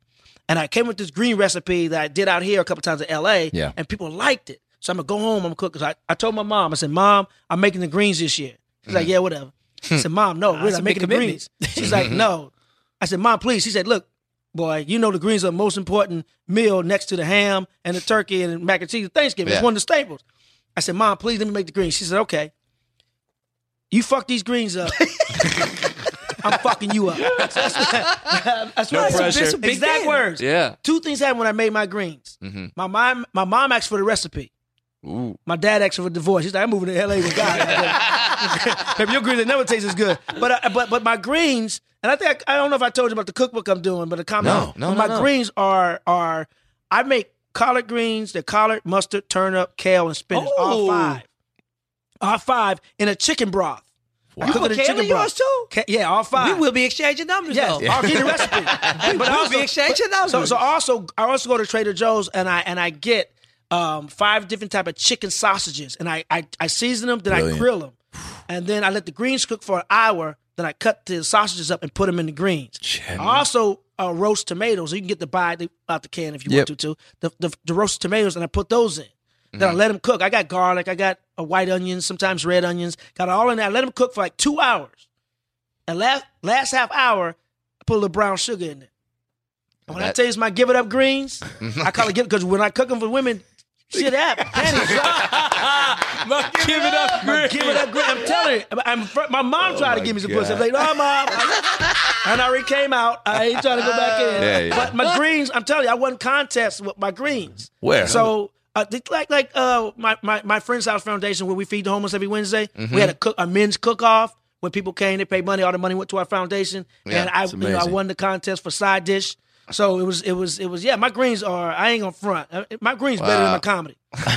Speaker 4: and I came with this green recipe that I did out here a couple times in L.A.
Speaker 9: Yeah.
Speaker 4: and people liked it. So I'm gonna go home. I'm cooking. So I, I told my mom. I said, "Mom, I'm making the greens this year." She's like,
Speaker 10: Mm-hmm.
Speaker 9: Mhm.
Speaker 4: "Yeah, whatever." I said, "Mom, no,
Speaker 10: Nah,
Speaker 4: really,
Speaker 10: that's a
Speaker 4: I'm
Speaker 10: big
Speaker 4: making the
Speaker 10: commitment.
Speaker 4: greens."
Speaker 14: [LAUGHS]
Speaker 4: She's like, "No." I said, "Mom, please." She said, "Look, boy, you know the greens are the most important meal next to the ham and the turkey and mac and cheese at Thanksgiving.
Speaker 14: Yeah.
Speaker 4: It's one of the staples." I said, "Mom, please let me make the greens." She said, "Okay." You fuck these greens
Speaker 14: [LAUGHS]
Speaker 4: up. I'm fucking you up. [LAUGHS] That's what- that's
Speaker 14: No
Speaker 4: what I
Speaker 14: pressure.
Speaker 4: said. Exact
Speaker 14: Big
Speaker 4: words.
Speaker 14: Yeah.
Speaker 4: Two things happened when I made my greens.
Speaker 14: Mhm.
Speaker 4: My mom, my mom asked for the recipe. My dad asked for a divorce. He's like, I'm moving to LA with God. Baby, your greens they never taste as good. But I, but but my greens, and I think I, I don't know if I told you about the cookbook I'm doing, but the comment.
Speaker 14: No, no,
Speaker 4: but
Speaker 14: no,
Speaker 4: my
Speaker 14: no.
Speaker 4: greens are are I make collard greens, the collard, mustard, turnip, kale, and spinach. All
Speaker 14: Oh.
Speaker 4: five. All five in a chicken broth. You
Speaker 10: You
Speaker 4: cook
Speaker 10: a
Speaker 4: the
Speaker 10: kid of
Speaker 4: chicken
Speaker 10: yours
Speaker 4: broth.
Speaker 10: too?
Speaker 4: Ca- Yeah, all five.
Speaker 10: We will be exchanging numbers
Speaker 4: Yes,
Speaker 10: though.
Speaker 4: I'll get the
Speaker 10: [LAUGHS]
Speaker 4: recipe.
Speaker 10: We will be exchanging
Speaker 4: but- So,
Speaker 10: numbers.
Speaker 4: so also, I also go to Trader Joe's and I and I get um, five different type of chicken sausages, and I I, I season them, then I
Speaker 10: Brilliant.
Speaker 4: grill them, and then I let the greens cook for an hour. Then I cut the sausages up and put them in the greens. I also uh, roast tomatoes. You can get the buy the, out the can if you
Speaker 10: Yep.
Speaker 4: want to too. The, the the roasted tomatoes, and I put those in. Then I
Speaker 10: Mm-hmm.
Speaker 4: let them cook. I got garlic. I got uh, white onions, sometimes red onions. Got it all in there. I let them cook for like two hours. And last last half hour, I put a little brown sugar in it. And when I
Speaker 10: That-
Speaker 4: tell you it's my give it up
Speaker 10: [LAUGHS]
Speaker 4: greens, I call it give because when I cook them for women, shit
Speaker 10: [LAUGHS]
Speaker 4: happens. Panties drop.
Speaker 10: my give it up
Speaker 4: greens. Give it up greens. I'm telling you, I'm, I'm- my mom tried to
Speaker 10: Oh my
Speaker 4: give me some
Speaker 10: God.
Speaker 4: pussy. I'm like, no, mom. and I already came out. I ain't trying to go
Speaker 10: [LAUGHS]
Speaker 4: back in.
Speaker 9: Yeah, yeah.
Speaker 4: But my greens, I'm telling you, I won contests with my greens.
Speaker 9: Where?
Speaker 4: So uh, they- like like uh my, my my friend's house foundation where we feed the homeless every Wednesday.
Speaker 9: Mhm.
Speaker 4: We had a cook a men's cook off when people came, they paid money. All the money went to our foundation,
Speaker 9: Yeah,
Speaker 4: and I
Speaker 9: it's
Speaker 4: you know, I
Speaker 9: amazing.
Speaker 4: won the contest for side dish. So it was it was it was yeah. My greens are I ain't gonna front. Uh, My greens better than
Speaker 5: Wow.
Speaker 4: my comedy. [LAUGHS]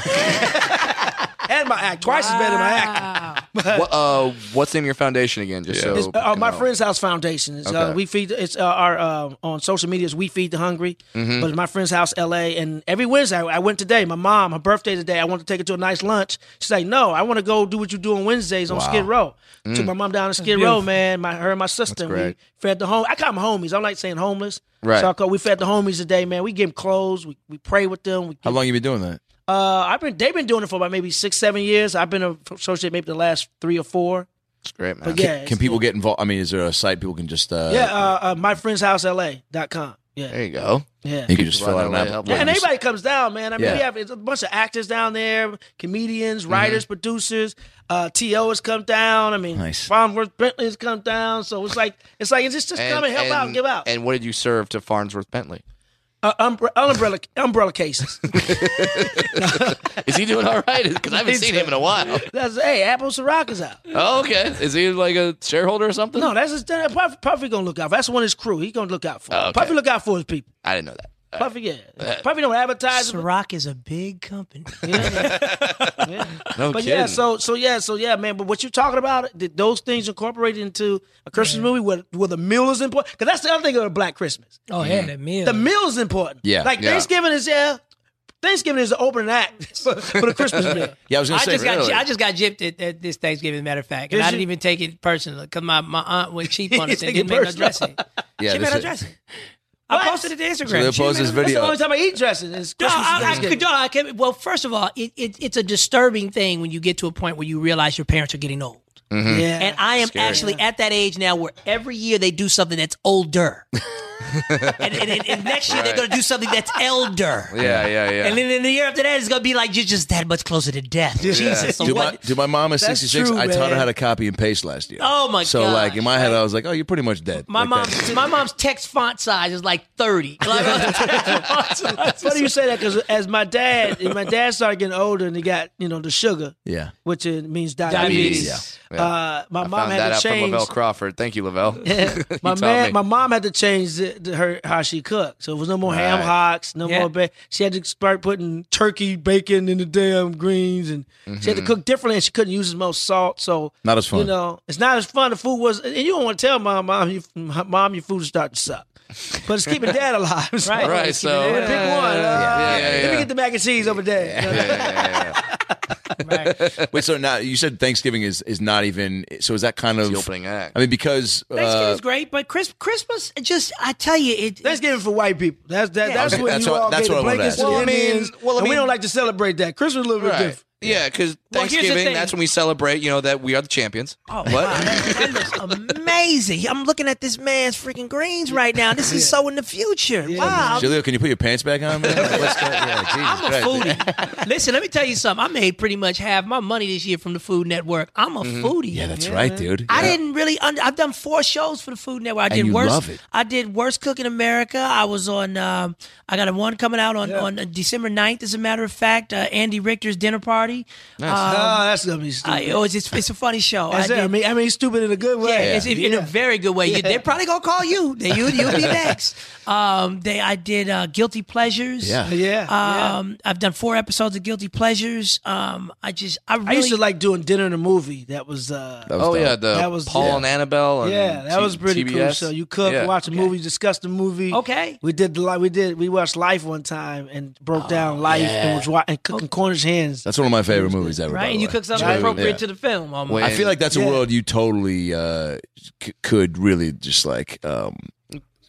Speaker 4: and my act twice is better than my act.
Speaker 6: What, uh, what's the name of your foundation again? Just
Speaker 4: It's,
Speaker 6: so
Speaker 4: uh, my friend's house foundation is uh,
Speaker 6: Okay.
Speaker 4: we feed it's uh, our uh, on social media is we feed the hungry
Speaker 6: Mhm.
Speaker 10: Mm-hmm.
Speaker 4: but it's my friend's house la and every wednesday I, I went today my mom her birthday today i wanted to take her to a nice lunch she's like no i want to go do what you do on wednesdays on
Speaker 10: Wow.
Speaker 4: skid row
Speaker 10: Mm.
Speaker 4: took my mom down to skid row
Speaker 10: beautiful.
Speaker 4: man my her and my sister and we
Speaker 10: great.
Speaker 4: fed the home i call them homies i don't like saying homeless
Speaker 9: Right.
Speaker 4: so I call, we fed the homies today man we give them clothes we, we pray with them we
Speaker 9: How long you been doing that?
Speaker 4: uh, I've been they've been doing it for about maybe six seven years. I've been a associate maybe the last three or four.
Speaker 9: It's great,
Speaker 4: man. But yeah,
Speaker 9: can,
Speaker 4: it's-
Speaker 9: people get involved? I mean, is there a site people can just? Uh,
Speaker 4: yeah, uh, uh, myfriendshousela.com. Yeah.
Speaker 9: There you go.
Speaker 4: Yeah.
Speaker 9: You can just
Speaker 6: People
Speaker 9: fill
Speaker 6: out
Speaker 9: out an
Speaker 6: in LA
Speaker 9: app.
Speaker 6: help
Speaker 4: Yeah, and everybody comes down, man. I mean,
Speaker 9: Yeah.
Speaker 4: we have it's a bunch of actors down there, comedians, writers, producers. Uh, To has come down. I mean,
Speaker 6: Nice.
Speaker 4: Farmworth Bentley has come down. So it's like it's like it's just just come and help out and give out.
Speaker 6: And what did you serve to Farnsworth Bentley?
Speaker 4: Uh, umbre- umbrella umbrella cases.
Speaker 6: Is he [LAUGHS] doing all right? Because I haven't seen him in a while.
Speaker 4: [LAUGHS] That's hey, Apple Ciroc is out.
Speaker 6: Oh, okay. Is he like a shareholder or something?
Speaker 4: No, that's his, that, Puffy, Puffy gonna look out. For. That's one of his crew. He gonna look out for.
Speaker 6: Okay.
Speaker 4: Puffy look out for his people.
Speaker 6: I didn't know that.
Speaker 4: Puffy, yeah.
Speaker 6: Uh,
Speaker 4: Puffy don't advertise.
Speaker 10: Ciroc is a big company.
Speaker 4: but yeah, so so yeah, so yeah, man. But what you're talking about, did those things incorporated into a Christmas movie where where the meal is important? Because that's the other thing of a Black Christmas.
Speaker 10: [LAUGHS] Oh,
Speaker 9: Mm-hmm.
Speaker 10: yeah, Mhm. the meal.
Speaker 4: The meal is important.
Speaker 9: Yeah,
Speaker 4: like
Speaker 9: yeah.
Speaker 4: Thanksgiving is yeah. Thanksgiving is the opening act [LAUGHS] for, for the Christmas
Speaker 2: [LAUGHS]
Speaker 4: meal.
Speaker 9: Yeah, I was gonna say,
Speaker 10: just
Speaker 9: really?
Speaker 10: got I just got gypped at, at this Thanksgiving. Matter of fact,
Speaker 4: Did
Speaker 10: and I
Speaker 4: you?
Speaker 10: didn't even take it personally because my, my aunt was cheap
Speaker 4: [LAUGHS]
Speaker 10: on
Speaker 4: You
Speaker 10: us
Speaker 4: take
Speaker 10: and
Speaker 4: it
Speaker 10: didn't make no
Speaker 4: personal.
Speaker 10: dressing.
Speaker 9: Yeah,
Speaker 10: she
Speaker 9: this
Speaker 10: made no
Speaker 9: is-
Speaker 10: dressing. I posted it to Instagram.
Speaker 9: So they'll
Speaker 10: She made
Speaker 9: post
Speaker 10: no
Speaker 9: this
Speaker 10: dressing.
Speaker 4: That's the
Speaker 9: video.
Speaker 4: only time I eat dressing. Is
Speaker 10: No,
Speaker 4: Christmas and
Speaker 10: I, I,
Speaker 4: Thanksgiving.
Speaker 10: no, I can't. Well, first of all, it, it, it's a disturbing thing when you get to a point where you realize your parents are getting old.
Speaker 4: Mhm. Yeah.
Speaker 10: And I am
Speaker 4: Scary.
Speaker 10: actually at that age now where every year they do something that's
Speaker 4: [LAUGHS]
Speaker 10: older. and, and, and- and next year they're
Speaker 6: Right.
Speaker 10: going to do something that's elder.
Speaker 9: [LAUGHS] Yeah, yeah, yeah.
Speaker 10: And then in the year after that, it's going to be like you're just that much closer to death. Jesus. So
Speaker 9: Dude,
Speaker 10: what?
Speaker 9: my, dude, my mom is
Speaker 10: That's
Speaker 9: 66.
Speaker 10: true,
Speaker 9: I taught her
Speaker 10: man.
Speaker 9: how to copy and paste last year.
Speaker 10: Oh, my
Speaker 9: So, like, in my head, I was like, oh, you're pretty much dead.
Speaker 10: My
Speaker 9: Like, that's-
Speaker 10: mom's my mom's text font size is like thirty. [LAUGHS]
Speaker 4: It's funny you say that because as my dad, [LAUGHS] my dad started getting older and he got you know the sugar,
Speaker 9: [LAUGHS]
Speaker 10: [LAUGHS]
Speaker 9: Yeah.
Speaker 4: which uh, means diabetes.
Speaker 6: Diabetes. Yeah.
Speaker 4: Uh, my
Speaker 6: I
Speaker 4: mom
Speaker 6: found
Speaker 4: had
Speaker 6: that
Speaker 4: to
Speaker 6: out from
Speaker 4: change.
Speaker 6: Lavelle Crawford. Thank
Speaker 4: [LAUGHS]
Speaker 6: you, Lavelle.
Speaker 9: [LAUGHS]
Speaker 6: [LAUGHS] You
Speaker 4: my
Speaker 6: taught
Speaker 4: man,
Speaker 6: me.
Speaker 4: my mom had to change the, the, her how she cooked. So it was no more ham
Speaker 6: Right.
Speaker 4: hocks, no
Speaker 6: Yeah.
Speaker 4: more. Ba- she had to start putting turkey bacon in the damn greens, and she had to
Speaker 9: Mhm.
Speaker 4: cook differently. And she couldn't use as much salt. So
Speaker 9: Not as fun.
Speaker 4: You know, it's not as fun. The food was, and you don't want to tell mom, mom, you, mom, your food is starting to suck. But it's keeping dad alive, [LAUGHS] so-
Speaker 6: Right, right,
Speaker 4: It's
Speaker 6: so-
Speaker 4: keeping dad- pick one. Uh,
Speaker 9: Yeah, yeah,
Speaker 4: Let
Speaker 9: yeah.
Speaker 4: me get the mac and cheese over there. [LAUGHS]
Speaker 9: Wait, so now you said Thanksgiving is is not even. So is that kind of
Speaker 6: the opening act.
Speaker 9: I mean, because uh,
Speaker 10: Thanksgiving's great, but Christ, Christmas it just I tell you it
Speaker 4: Thanksgiving for white people. That's that,
Speaker 10: Yeah.
Speaker 4: that's
Speaker 9: Okay,
Speaker 4: when
Speaker 9: that's
Speaker 4: you
Speaker 9: what-
Speaker 4: all
Speaker 9: that's
Speaker 4: get the
Speaker 9: what I wanted to
Speaker 4: blankets
Speaker 9: ask.
Speaker 4: to
Speaker 9: Well, I
Speaker 4: the
Speaker 9: mean-
Speaker 4: Indians.
Speaker 9: well, I
Speaker 4: and we
Speaker 9: mean-
Speaker 4: don't like to celebrate that. Christmas is a little bit different.
Speaker 6: Yeah, because
Speaker 10: Well, here's the
Speaker 6: Thanksgiving,
Speaker 10: thing.
Speaker 6: that's when we celebrate, you know, that we are the champions.
Speaker 10: Oh,
Speaker 6: what?
Speaker 10: amazing. I'm looking at this man's freaking greens right now. This is so in the future. Wow.
Speaker 9: Jaleel, can you put your pants back on?
Speaker 10: [LAUGHS]
Speaker 9: Man? Like, let's go. Yeah, Jesus
Speaker 10: I'm a
Speaker 9: Christ.
Speaker 10: foodie. Listen, let me tell you something. I made pretty much half my money this year from the Food Network. I'm a
Speaker 9: Mhm.
Speaker 10: foodie.
Speaker 9: Yeah, that's right, dude.
Speaker 10: I
Speaker 9: Yeah.
Speaker 10: didn't really. Under, I've done four shows for the Food Network. I
Speaker 9: And
Speaker 10: did
Speaker 9: you
Speaker 10: worst.
Speaker 9: love it.
Speaker 10: I did worst cook in America. I was on. Um, I got a one coming out on on uh, December 9th, As a matter of fact, uh, Andy Richter's dinner party. Um,
Speaker 4: oh, that's gonna be stupid.
Speaker 10: I, oh, it's, it's it's a funny show.
Speaker 4: That's
Speaker 10: Oh, I
Speaker 4: it. I
Speaker 10: did-
Speaker 4: mean, I mean, stupid in a good way.
Speaker 10: yeah, it's- in- in a very good way. You-
Speaker 4: Yeah.
Speaker 10: They're probably gonna call you. They, you you'll
Speaker 4: [LAUGHS]
Speaker 10: be next. Um, they I did uh, guilty pleasures.
Speaker 4: Yeah. Yeah, yeah.
Speaker 10: Uh, Um, I've done four episodes of guilty pleasures. Um, Um, I just I really
Speaker 4: I used to like doing dinner in a movie. That was uh
Speaker 6: That was Oh, dope. yeah, the Paul and Annabelle and
Speaker 4: yeah, that
Speaker 6: T-
Speaker 4: was pretty cool.
Speaker 6: TBS.
Speaker 4: So you cook,
Speaker 6: Yeah.
Speaker 4: watch a movie, discuss the movie.
Speaker 10: [LAUGHS] Okay,
Speaker 4: we did the li- we did we watched Life one time and
Speaker 10: Oh,
Speaker 4: broke down Life
Speaker 9: yeah.
Speaker 4: and was wa- and cooking Cornish hens.
Speaker 9: That's one of my favorite movies ever. by
Speaker 10: right,
Speaker 9: the
Speaker 10: and you
Speaker 9: way.
Speaker 10: cook something
Speaker 9: Yeah.
Speaker 10: appropriate
Speaker 9: Yeah.
Speaker 10: to the film. Almost.
Speaker 9: I feel like that's a world you totally uh, c- could really just like um,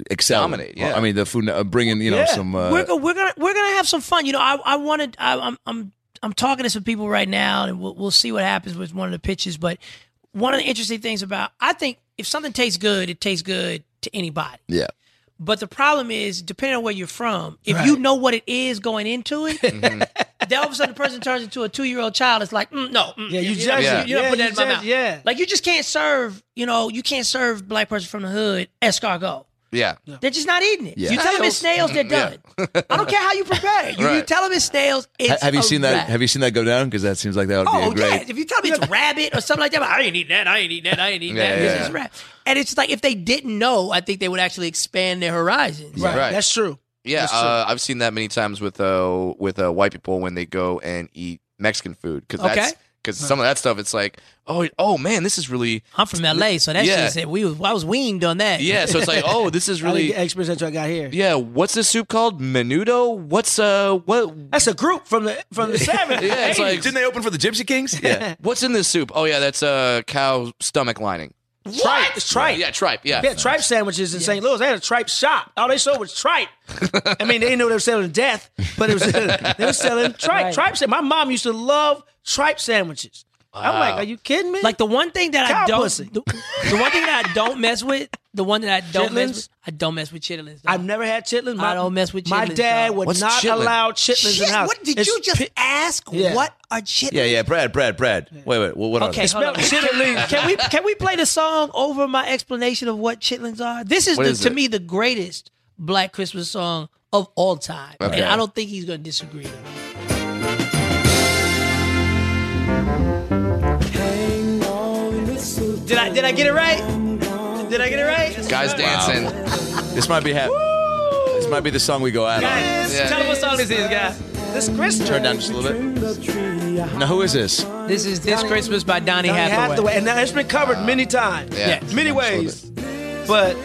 Speaker 9: excel. in.
Speaker 6: Dominate, yeah.
Speaker 9: I mean, the food, uh, bringing you know some. Uh,
Speaker 10: we're, go- we're gonna we're gonna have some fun. You know, I I wanted I, I'm I'm I'm talking to some people right now, and we'll we'll see what happens with one of the pitches. But one of the interesting things about I think if something tastes good, it tastes good to anybody.
Speaker 9: yeah.
Speaker 10: But the problem is, depending on where you're from, if
Speaker 9: Right.
Speaker 10: you know what it is going
Speaker 9: [LAUGHS]
Speaker 10: into it,
Speaker 9: Mm-hmm.
Speaker 10: then all of a sudden the person turns into a two year old child. It's like, mm, no, mm,
Speaker 4: Yeah, you
Speaker 10: don't-
Speaker 4: judge
Speaker 10: you
Speaker 4: it.
Speaker 10: don't- You don't
Speaker 4: Yeah,
Speaker 10: put that
Speaker 4: you
Speaker 10: in my
Speaker 4: judge-
Speaker 10: mouth.
Speaker 4: yeah.
Speaker 10: like you just can't serve. You know, you can't serve black person from the hood escargot.
Speaker 6: Yeah.
Speaker 10: They're just not eating it.
Speaker 9: Yeah.
Speaker 10: You tell them it's snails, they're
Speaker 9: Yeah.
Speaker 10: done. I don't care how you prepare it. You, you
Speaker 9: Right.
Speaker 10: tell them it's snails.
Speaker 9: Ha-
Speaker 10: It's
Speaker 9: have you
Speaker 10: a
Speaker 9: seen that?
Speaker 10: wrap.
Speaker 9: Have you seen that go down? Because that seems like that would
Speaker 10: Oh
Speaker 9: be a great.
Speaker 10: yes! If you tell me it's rabbit or something like that, I'm like, I ain't eating that. I ain't eating that. I ain't eating
Speaker 9: Yeah,
Speaker 10: that.
Speaker 9: yeah,
Speaker 10: This
Speaker 9: yeah.
Speaker 10: is rap. And it's just like if they didn't know, I think they would actually expand their horizons.
Speaker 6: Right. Right.
Speaker 4: That's true.
Speaker 6: Yeah,
Speaker 4: That's true.
Speaker 6: uh, I've seen that many times with uh, with uh, white people when they go and eat Mexican food because
Speaker 10: Okay.
Speaker 6: because some of that stuff it's like oh oh man this is really
Speaker 10: I'm from LA, so that's
Speaker 6: Yeah.
Speaker 10: just it. We was, I was weaned on that.
Speaker 6: yeah so it's like oh this
Speaker 10: [LAUGHS]
Speaker 6: is
Speaker 4: I didn't
Speaker 6: really
Speaker 4: get experience until I got here.
Speaker 6: yeah what's this soup called menudo what's uh what
Speaker 4: that's a group from the from the seventies.
Speaker 6: [LAUGHS] yeah it's like
Speaker 9: didn't they open for the Gypsy Kings
Speaker 10: [LAUGHS]
Speaker 6: yeah what's in this soup oh yeah that's uh cow stomach lining
Speaker 4: Tripe, it's tripe.
Speaker 6: yeah tripe yeah
Speaker 4: They had tripe sandwiches in St. Louis. They had a tripe shop. All they sold was tripe. I mean, they didn't know they were selling death, but it was [LAUGHS] they were selling tripe.
Speaker 10: Right.
Speaker 4: Tripe. sa- My mom used to love tripe sandwiches. I'm like,
Speaker 10: Wow.
Speaker 4: are you kidding me?
Speaker 10: Like the one thing that
Speaker 4: Cow
Speaker 10: I don't,
Speaker 4: pussy.
Speaker 10: The, the one thing that I don't mess with, the one that I don't mess
Speaker 4: Chitlins?
Speaker 10: with, I don't mess with chitlins.
Speaker 4: I've never had chitlins. My,
Speaker 10: I don't mess with chitlins.
Speaker 4: My dad
Speaker 10: dog.
Speaker 4: would not allow chitlins in the
Speaker 10: Shit,
Speaker 4: house.
Speaker 10: What did
Speaker 4: It's
Speaker 10: you just
Speaker 4: pi-
Speaker 10: ask?
Speaker 4: Yeah.
Speaker 10: What are chitlins?
Speaker 9: Yeah, yeah, Brad, Brad, Brad. Wait, wait, what? what
Speaker 10: Okay,
Speaker 9: are
Speaker 10: hold on. Can, can we can [LAUGHS] we play the song over my explanation of what chitlins are? This is,
Speaker 9: What
Speaker 10: the,
Speaker 9: is
Speaker 10: to
Speaker 9: it?
Speaker 10: me the greatest Black Christmas song of all time,
Speaker 9: Okay.
Speaker 10: and I don't think he's going to disagree.
Speaker 4: Did I did I get it right? Did I get it right?
Speaker 6: guys dancing
Speaker 9: this might be hap- This might be the song we go out on.
Speaker 4: Guys, tell me what song this is, guys. This is Christmas.
Speaker 9: Turn down just a little bit. Now, who is this?
Speaker 10: This is This Christmas by Donny,
Speaker 4: Donny
Speaker 10: Hathaway.
Speaker 4: Hathaway. And now it's been covered many times.
Speaker 9: Yeah. Yes.
Speaker 4: Many ways. But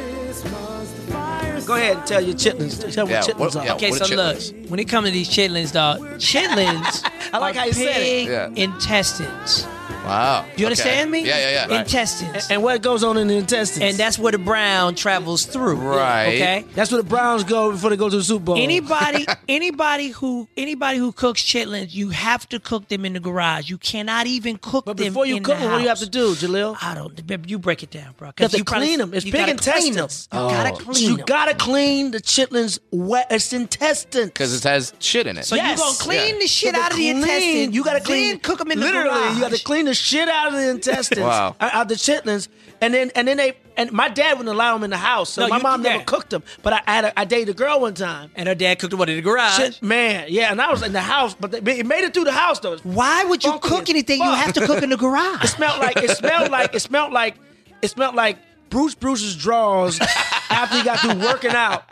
Speaker 4: go ahead and tell your chitlins. Tell
Speaker 10: Yeah,
Speaker 4: what chitlins
Speaker 10: what-
Speaker 4: are.
Speaker 10: yeah, Okay, what are so look, When it comes to these chitlins, dog, chitlins
Speaker 4: [LAUGHS] I like
Speaker 10: are
Speaker 4: how you
Speaker 10: pig
Speaker 4: said it.
Speaker 10: intestines.
Speaker 6: wow
Speaker 10: Do you understand me? Intestines. And,
Speaker 4: what goes on in the intestines?
Speaker 10: And that's where the brown travels through.
Speaker 6: Right.
Speaker 10: Okay.
Speaker 4: That's where the Browns go before they go to the Super Bowl.
Speaker 10: Anybody, anybody who anybody who cooks chitlins, you have to cook them in the garage. You cannot even cook
Speaker 4: But
Speaker 10: them.
Speaker 4: before you
Speaker 10: in
Speaker 4: cook
Speaker 10: the
Speaker 4: them, what do you have
Speaker 10: house.
Speaker 4: to do, Jaleel?
Speaker 10: I don't. You break it down, bro.
Speaker 4: You have to
Speaker 10: you probably-
Speaker 4: clean them. It's
Speaker 10: you
Speaker 4: big
Speaker 10: gotta clean them.
Speaker 4: intestines.
Speaker 10: You gotta clean
Speaker 4: You
Speaker 10: them.
Speaker 4: gotta clean the chitlins' wet. It's intestines.
Speaker 6: because it has shit in it
Speaker 10: So you gonna clean the shit out of the intestines.
Speaker 4: You gotta
Speaker 10: then
Speaker 4: clean.
Speaker 10: cook them in the
Speaker 4: literally.
Speaker 10: garage.
Speaker 4: You gotta clean the shit out of the intestines.
Speaker 6: Wow.
Speaker 4: Out out the chitlins, and then and then they and my dad wouldn't allow them in the house, so
Speaker 10: No,
Speaker 4: my
Speaker 10: you-
Speaker 4: mom never
Speaker 10: yeah.
Speaker 4: cooked them. But I had a, I dated a girl one time.
Speaker 10: And uh, her dad cooked what in the garage.
Speaker 4: Shit, man, yeah, and I was in the house, but they, it made it through the house though.
Speaker 10: Why would you cook anything? You have to cook in the garage.
Speaker 4: It smelled like it smelled like it smelled like it smelled like Bruce Bruce's drawers after he got through working out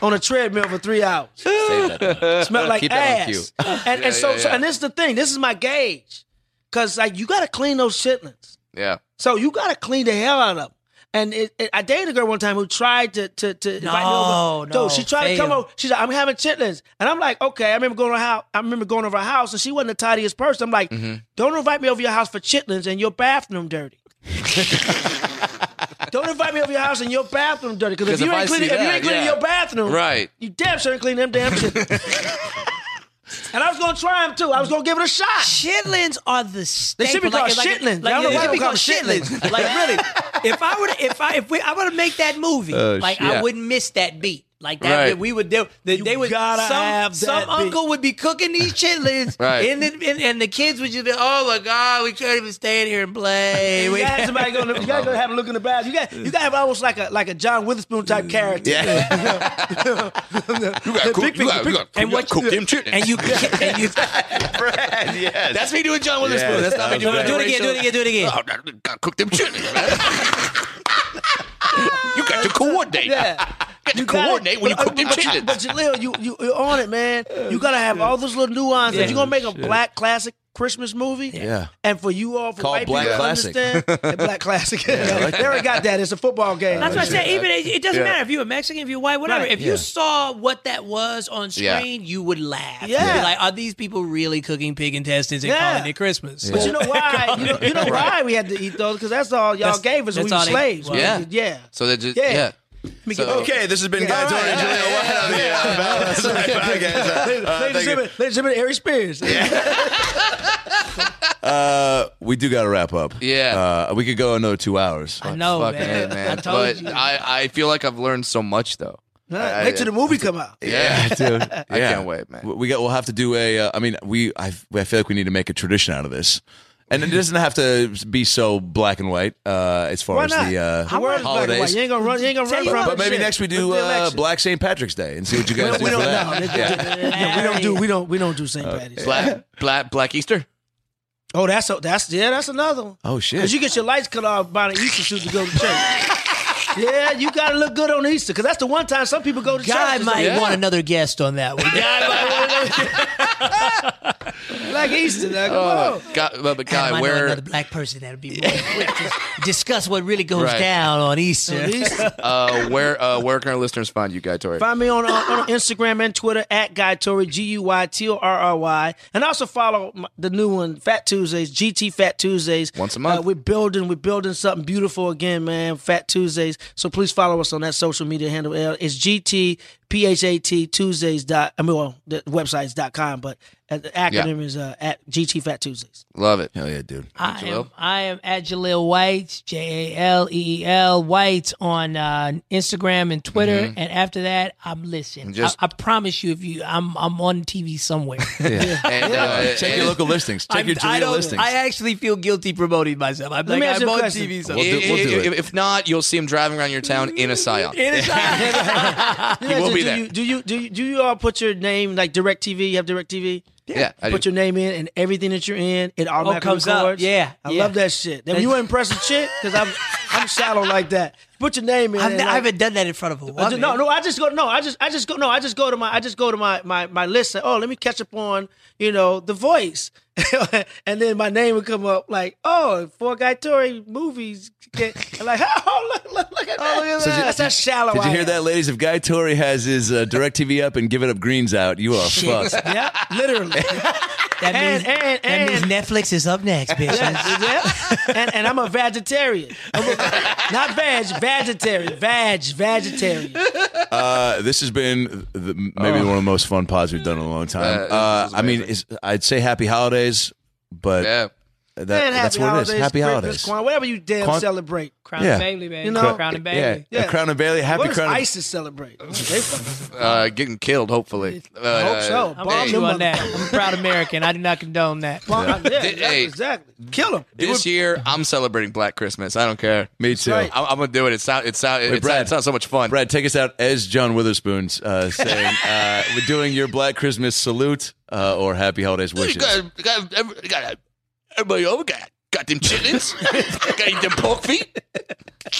Speaker 4: on a treadmill for three hours.
Speaker 9: Save that.
Speaker 4: smelled like
Speaker 9: Keep that on cue.
Speaker 4: ass. And,
Speaker 9: Yeah,
Speaker 4: and so,
Speaker 9: yeah,
Speaker 4: so
Speaker 9: yeah.
Speaker 4: and this is the thing. This is my gauge, because like you got to clean those chitlins.
Speaker 6: yeah
Speaker 4: So you got to clean the hell out of them. And it, it, I dated a girl one time who tried to to to invite me
Speaker 10: No,
Speaker 4: over.
Speaker 10: no,
Speaker 4: Dude, she tried to come
Speaker 10: fail.
Speaker 4: over. She's like, I'm having chitlins, and I'm like, okay. I remember going to her house. I remember going over her house, and she wasn't the tidiest person. I'm like,
Speaker 6: Mm-hmm.
Speaker 4: don't invite me over your house for chitlins and your bathroom
Speaker 6: [LAUGHS]
Speaker 4: dirty. don't invite me over your house and your bathroom dirty. Because if,
Speaker 6: 'Cause
Speaker 4: you
Speaker 6: if I
Speaker 4: ain't cleaning,
Speaker 6: see
Speaker 4: if you
Speaker 6: that,
Speaker 4: ain't cleaning
Speaker 6: yeah.
Speaker 4: your bathroom,
Speaker 6: Right.
Speaker 4: you damn sure ain't clean them damn chitlins.
Speaker 6: [LAUGHS]
Speaker 4: and I was gonna try them too. I was gonna give it a shot.
Speaker 10: Chitlins are the staple.
Speaker 4: [LAUGHS] They should be
Speaker 10: Like-
Speaker 4: called
Speaker 10: like-
Speaker 4: shitlins.
Speaker 10: Like,
Speaker 4: I don't know
Speaker 10: they
Speaker 4: why
Speaker 10: should
Speaker 4: they
Speaker 10: be
Speaker 4: don't
Speaker 10: called
Speaker 4: call them [LAUGHS]
Speaker 10: shitlins. like really, if I were, to, if I, if we, I were to make that movie,
Speaker 4: Uh,
Speaker 6: Uh,
Speaker 14: Oh,
Speaker 10: like
Speaker 14: shit.
Speaker 10: I wouldn't miss that beat. Like that,
Speaker 14: Right.
Speaker 10: we would do. They, they would
Speaker 14: gotta
Speaker 10: some,
Speaker 14: have
Speaker 10: some
Speaker 14: that beat.
Speaker 10: uncle would be cooking these chitlins,
Speaker 14: Right.
Speaker 10: And, the, and and the kids would just be, oh my god, we can't even stand here and [LAUGHS] play.
Speaker 4: You
Speaker 10: We-
Speaker 4: gotta have somebody go. in the- You gotta go have a look in the bathroom. You got. You gotta have almost like a like a John Witherspoon type character.
Speaker 6: you gotta
Speaker 4: cook- you gotta- you gotta-
Speaker 10: and what cook
Speaker 6: them chitlins.
Speaker 10: And you,
Speaker 4: [LAUGHS]
Speaker 6: [LAUGHS]
Speaker 10: and you
Speaker 6: yes that's me doing John Witherspoon
Speaker 10: Yes,
Speaker 6: that's not me
Speaker 10: that was
Speaker 6: doing
Speaker 10: great. Do it again, do it again, do
Speaker 6: it again gotta cook them chitlins man you got to coordinate
Speaker 4: Yeah.
Speaker 6: got
Speaker 4: gotta-
Speaker 6: to coordinate when you
Speaker 4: but- uh,
Speaker 6: cook them
Speaker 4: but-
Speaker 6: chitlins
Speaker 4: But Jaleel, you you you're on it, man. You gotta have all those little nuances.
Speaker 6: Yeah.
Speaker 4: You're gonna make a
Speaker 6: Shit.
Speaker 4: black classic. Christmas movie.
Speaker 2: Yeah.
Speaker 4: And for you all, for
Speaker 2: Called
Speaker 4: white
Speaker 2: Black
Speaker 4: people to
Speaker 2: Classic.
Speaker 6: [LAUGHS]
Speaker 4: understand, yeah, Black Classic.
Speaker 2: Yeah, I like
Speaker 4: [LAUGHS] they already got that. It's a football game.
Speaker 10: That's what I said.
Speaker 4: Yeah.
Speaker 10: Even it, it doesn't
Speaker 4: Yeah.
Speaker 10: matter if you're a Mexican, if you're white, whatever.
Speaker 4: Right.
Speaker 10: If
Speaker 4: Yeah.
Speaker 10: you saw what that was on screen,
Speaker 4: Yeah.
Speaker 10: you would laugh.
Speaker 4: Yeah.
Speaker 10: You'd be like, are these people really cooking pig intestines and
Speaker 4: Yeah.
Speaker 10: calling it Christmas?
Speaker 4: But you know why? You know, you know why we had to eat those? Because that's all y'all
Speaker 10: That's-
Speaker 4: gave us. when We
Speaker 10: that's
Speaker 4: were
Speaker 10: all they-
Speaker 4: slaves.
Speaker 10: well,
Speaker 4: yeah.
Speaker 10: yeah.
Speaker 4: yeah.
Speaker 6: So they just
Speaker 4: Yeah.
Speaker 6: yeah.
Speaker 4: me
Speaker 6: So-
Speaker 4: get-
Speaker 2: Okay, this has bbeen Guy Tony and
Speaker 6: Oh,
Speaker 2: Jaleel White on the
Speaker 6: [LAUGHS]
Speaker 2: uh, Battle Last Night podcast.
Speaker 4: Ladies [LAUGHS]
Speaker 2: Uh, uh,
Speaker 4: and
Speaker 2: thank you.
Speaker 4: gentlemen, ladies and gentlemen, Harry Spears.
Speaker 2: Uh, we do got to wrap up.
Speaker 6: Yeah.
Speaker 2: Uh, we could go another two hours.
Speaker 10: I know,
Speaker 6: Fucking
Speaker 10: man.
Speaker 6: A, man.
Speaker 10: I told
Speaker 6: but I, I feel like I've learned so much though. I-
Speaker 4: Wait till the movie come out.
Speaker 2: Yeah,
Speaker 6: [LAUGHS]
Speaker 2: dude.
Speaker 6: I
Speaker 2: Yeah.
Speaker 6: can't wait, man.
Speaker 2: We we got. We'll have to do a. Uh, I mean, we. I. I feel like we need to make a tradition out of this, and it doesn't have to be so black and white. Uh, as far
Speaker 4: Why
Speaker 2: as
Speaker 4: not?
Speaker 2: the uh,
Speaker 4: The world is black and white.
Speaker 2: holidays.
Speaker 4: You ain't gonna run. You ain't gonna run from
Speaker 2: But
Speaker 4: this
Speaker 2: maybe
Speaker 4: shit.
Speaker 2: next we
Speaker 4: With
Speaker 2: do
Speaker 4: the
Speaker 2: uh,
Speaker 4: election.
Speaker 2: Black St. Patrick's Day and see what you
Speaker 4: We
Speaker 2: guys
Speaker 4: don't-
Speaker 2: do
Speaker 4: we
Speaker 2: for
Speaker 4: don't
Speaker 2: that.
Speaker 4: know.
Speaker 2: Yeah.
Speaker 4: No, [LAUGHS] we don't do. We don't. We don't do St. Patty's.
Speaker 6: Black Black Black Easter.
Speaker 4: Oh, that's a, that's yeah, that's another one.
Speaker 2: [LAUGHS] Oh shit!
Speaker 4: Cause you get your lights cut off by the Easter suit to go to church. yeah, you gotta look good on Easter, cause that's the one time some people go to
Speaker 10: Guy
Speaker 4: church. It's
Speaker 10: might
Speaker 4: like,
Speaker 10: want another guest on that one.
Speaker 4: Black Easter. Now, come on.
Speaker 6: Oh, God, but, but
Speaker 10: [LAUGHS] Adam, I
Speaker 6: guy,
Speaker 10: know
Speaker 6: where
Speaker 10: another black person that would be more quick to discuss what really goes
Speaker 6: Right.
Speaker 10: down on Easter.
Speaker 6: uh, where uh, where can our listeners find you, Guy Tori?
Speaker 4: Find me on, uh, on, on Instagram and Twitter at Guy Tory, G U Y T O R R Y. And also follow my, the new one, Fat Tuesdays, GT Fat Tuesdays. Once a month. we're building, we're building something beautiful again, man, Fat Tuesdays. So please follow us on that social media handle. Uh, It's GT P H A T Tuesdays. Dot, I mean, well, the website's dot com, but uh, the acronym is uh, at GT Fat Tuesdays.
Speaker 6: Love it.
Speaker 2: Hell yeah, dude.
Speaker 10: I am, I am at Jaleel White, J A L E E L White on uh, Instagram and Twitter.
Speaker 6: Mhm.
Speaker 10: And after that, I'm listening.
Speaker 6: Just-
Speaker 10: I, I promise you, if you, I'm I'm on TV somewhere.
Speaker 4: [LAUGHS]
Speaker 2: Yeah.
Speaker 6: And, uh,
Speaker 2: Check your
Speaker 6: and-
Speaker 2: local [LAUGHS] listings. Check
Speaker 10: I'm-
Speaker 2: your
Speaker 10: I
Speaker 2: Jaleel
Speaker 10: don't-
Speaker 2: listings.
Speaker 10: I actually feel guilty promoting myself. I'm
Speaker 6: Let me
Speaker 10: like,
Speaker 6: ask you
Speaker 10: I'm
Speaker 6: a
Speaker 10: on
Speaker 6: question.
Speaker 10: TV
Speaker 6: I-
Speaker 10: somewhere. [LAUGHS]
Speaker 6: i- if, not, you'll see him driving around your town in a Scion.
Speaker 10: In a
Speaker 6: You will
Speaker 4: do,
Speaker 6: be there.
Speaker 4: You, do you do you do you all put your name like Direct TV? You have Direct TV.
Speaker 6: Yeah, I
Speaker 4: put
Speaker 6: do.
Speaker 4: your name in and everything that you're in, it automatically
Speaker 10: comes up.
Speaker 4: records.
Speaker 10: Yeah,
Speaker 4: I
Speaker 10: yeah.
Speaker 4: love that shit. If
Speaker 10: They-
Speaker 4: you were impressive shit, because I'm I'm shallow like that. Put your name in.
Speaker 10: I've
Speaker 4: and,
Speaker 10: ne- I
Speaker 4: like-
Speaker 10: haven't done that in front of a
Speaker 4: I
Speaker 10: woman.
Speaker 4: ju- no, no, I just go. No, I just, I just go. No, I just go to my, I just go to my, my, my list. Like, oh, let me catch up on, you know, the voice, [LAUGHS] and then my name would come up. Like, oh, Four Guy Tory movies. Get, like, [LAUGHS] oh, look, look, look at that.
Speaker 2: So did-
Speaker 4: That's how shallow. [LAUGHS]
Speaker 2: Did you
Speaker 4: I
Speaker 2: hear
Speaker 4: am.
Speaker 2: that, ladies? If Guy Tory has his uh, DirecTV up and giving up greens out, you are fucked.
Speaker 4: yeah, literally.
Speaker 10: [LAUGHS] That
Speaker 4: and,
Speaker 10: means,
Speaker 4: and,
Speaker 10: that means
Speaker 4: and-
Speaker 10: Netflix is up next,
Speaker 2: [LAUGHS]
Speaker 10: bitches.
Speaker 4: yeah, yeah. And, and I'm a vegetarian. I'm a- not veg, vegetarian. Veg, vegetarian.
Speaker 2: Uh, this has been the, maybe
Speaker 4: Oh.
Speaker 2: one of the most fun pods we've done in a long time.
Speaker 6: Uh, this
Speaker 2: uh,
Speaker 6: is
Speaker 2: I mean, it's, I'd say happy holidays, but that, that's what it is. Happy holidays.
Speaker 4: Crown, whatever you damn
Speaker 2: Quan-
Speaker 4: celebrate.
Speaker 10: Crown
Speaker 2: Yeah.
Speaker 10: Bailey, man.
Speaker 4: You know?
Speaker 10: Crown and
Speaker 2: Yeah,
Speaker 10: Bailey.
Speaker 2: yeah. Crown and Bailey. Happy
Speaker 4: what does
Speaker 2: Crown. and-
Speaker 4: ISIS
Speaker 2: [LAUGHS]
Speaker 4: celebrate? They fucking-
Speaker 6: Uh, getting killed, hopefully. Uh,
Speaker 4: I hope so.
Speaker 10: I'm
Speaker 4: Bomb
Speaker 10: with you
Speaker 4: them
Speaker 10: on that. I'm a proud American. I do not condone that.
Speaker 4: Yeah. Yeah,
Speaker 6: hey.
Speaker 4: exactly, exactly. Kill him.
Speaker 6: This year, I'm celebrating Black Christmas. I don't care.
Speaker 2: Me too.
Speaker 6: I'm, I'm gonna do it. It's not. It's not.
Speaker 2: Wait,
Speaker 6: It's,
Speaker 2: Brad.
Speaker 6: not, it's not so much fun.
Speaker 2: Brad, take us out as John Witherspoon's uh, saying, uh, "We're doing your Black Christmas salute uh, or Happy Holidays
Speaker 6: You
Speaker 2: wishes."
Speaker 6: got, got, every- got everybody over. Got, got them [LAUGHS] chitlins. got eat them pork feet.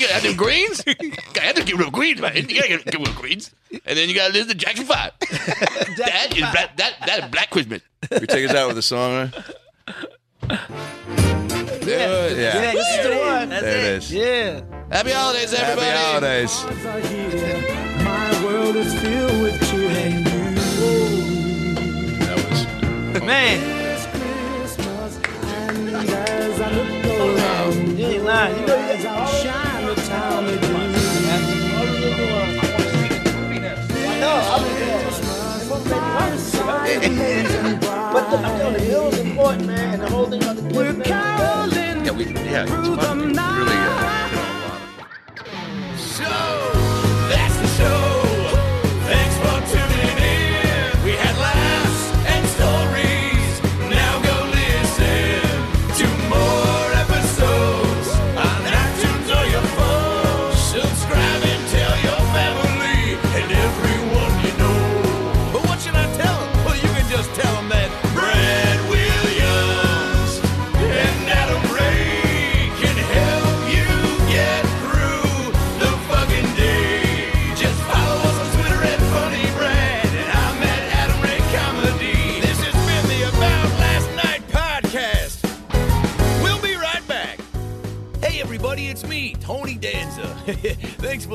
Speaker 6: Gotta have them [LAUGHS] greens. Gotta have to give them greens, man. You gotta give them greens. And then you gotta listen to Jackson [LAUGHS] Five. that is black, that that is Black Christmas.
Speaker 2: We take us out with a song. Right?
Speaker 6: Yeah.
Speaker 2: Yeah.
Speaker 4: this is the one.
Speaker 2: there it is.
Speaker 4: Yeah.
Speaker 6: Happy holidays, everybody.
Speaker 2: Happy holidays.
Speaker 4: My world is filled with you and
Speaker 2: That was.
Speaker 4: Man. You ain't lying. You know you got Chinatown to do. No, I'm But the, I'm telling you, it was important, man. And the whole thing about the We're caroling.
Speaker 2: Yeah, we, yeah, it's fun. Really good.
Speaker 17: That's the show. Thanks for tuning in. We had laughs and stories. Now go listen to more episodes on iTunes or your phone. Subscribe and tell your family and everyone you know. But what should I tell 'em? Well, you can just tell 'em that Brad Williams and Adam Ray can
Speaker 2: Tony Danza. [LAUGHS] Thanks for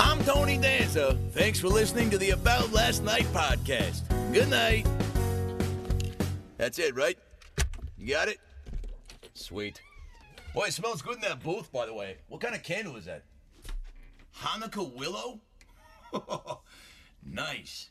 Speaker 2: I'm Tony Danza. Thanks for listening to the About Last Night podcast. Good night. That's it, right? You got it? Sweet. Boy, it smells good in that booth, by the way. What kind of candle is that? Hanukkah willow? [LAUGHS] nice.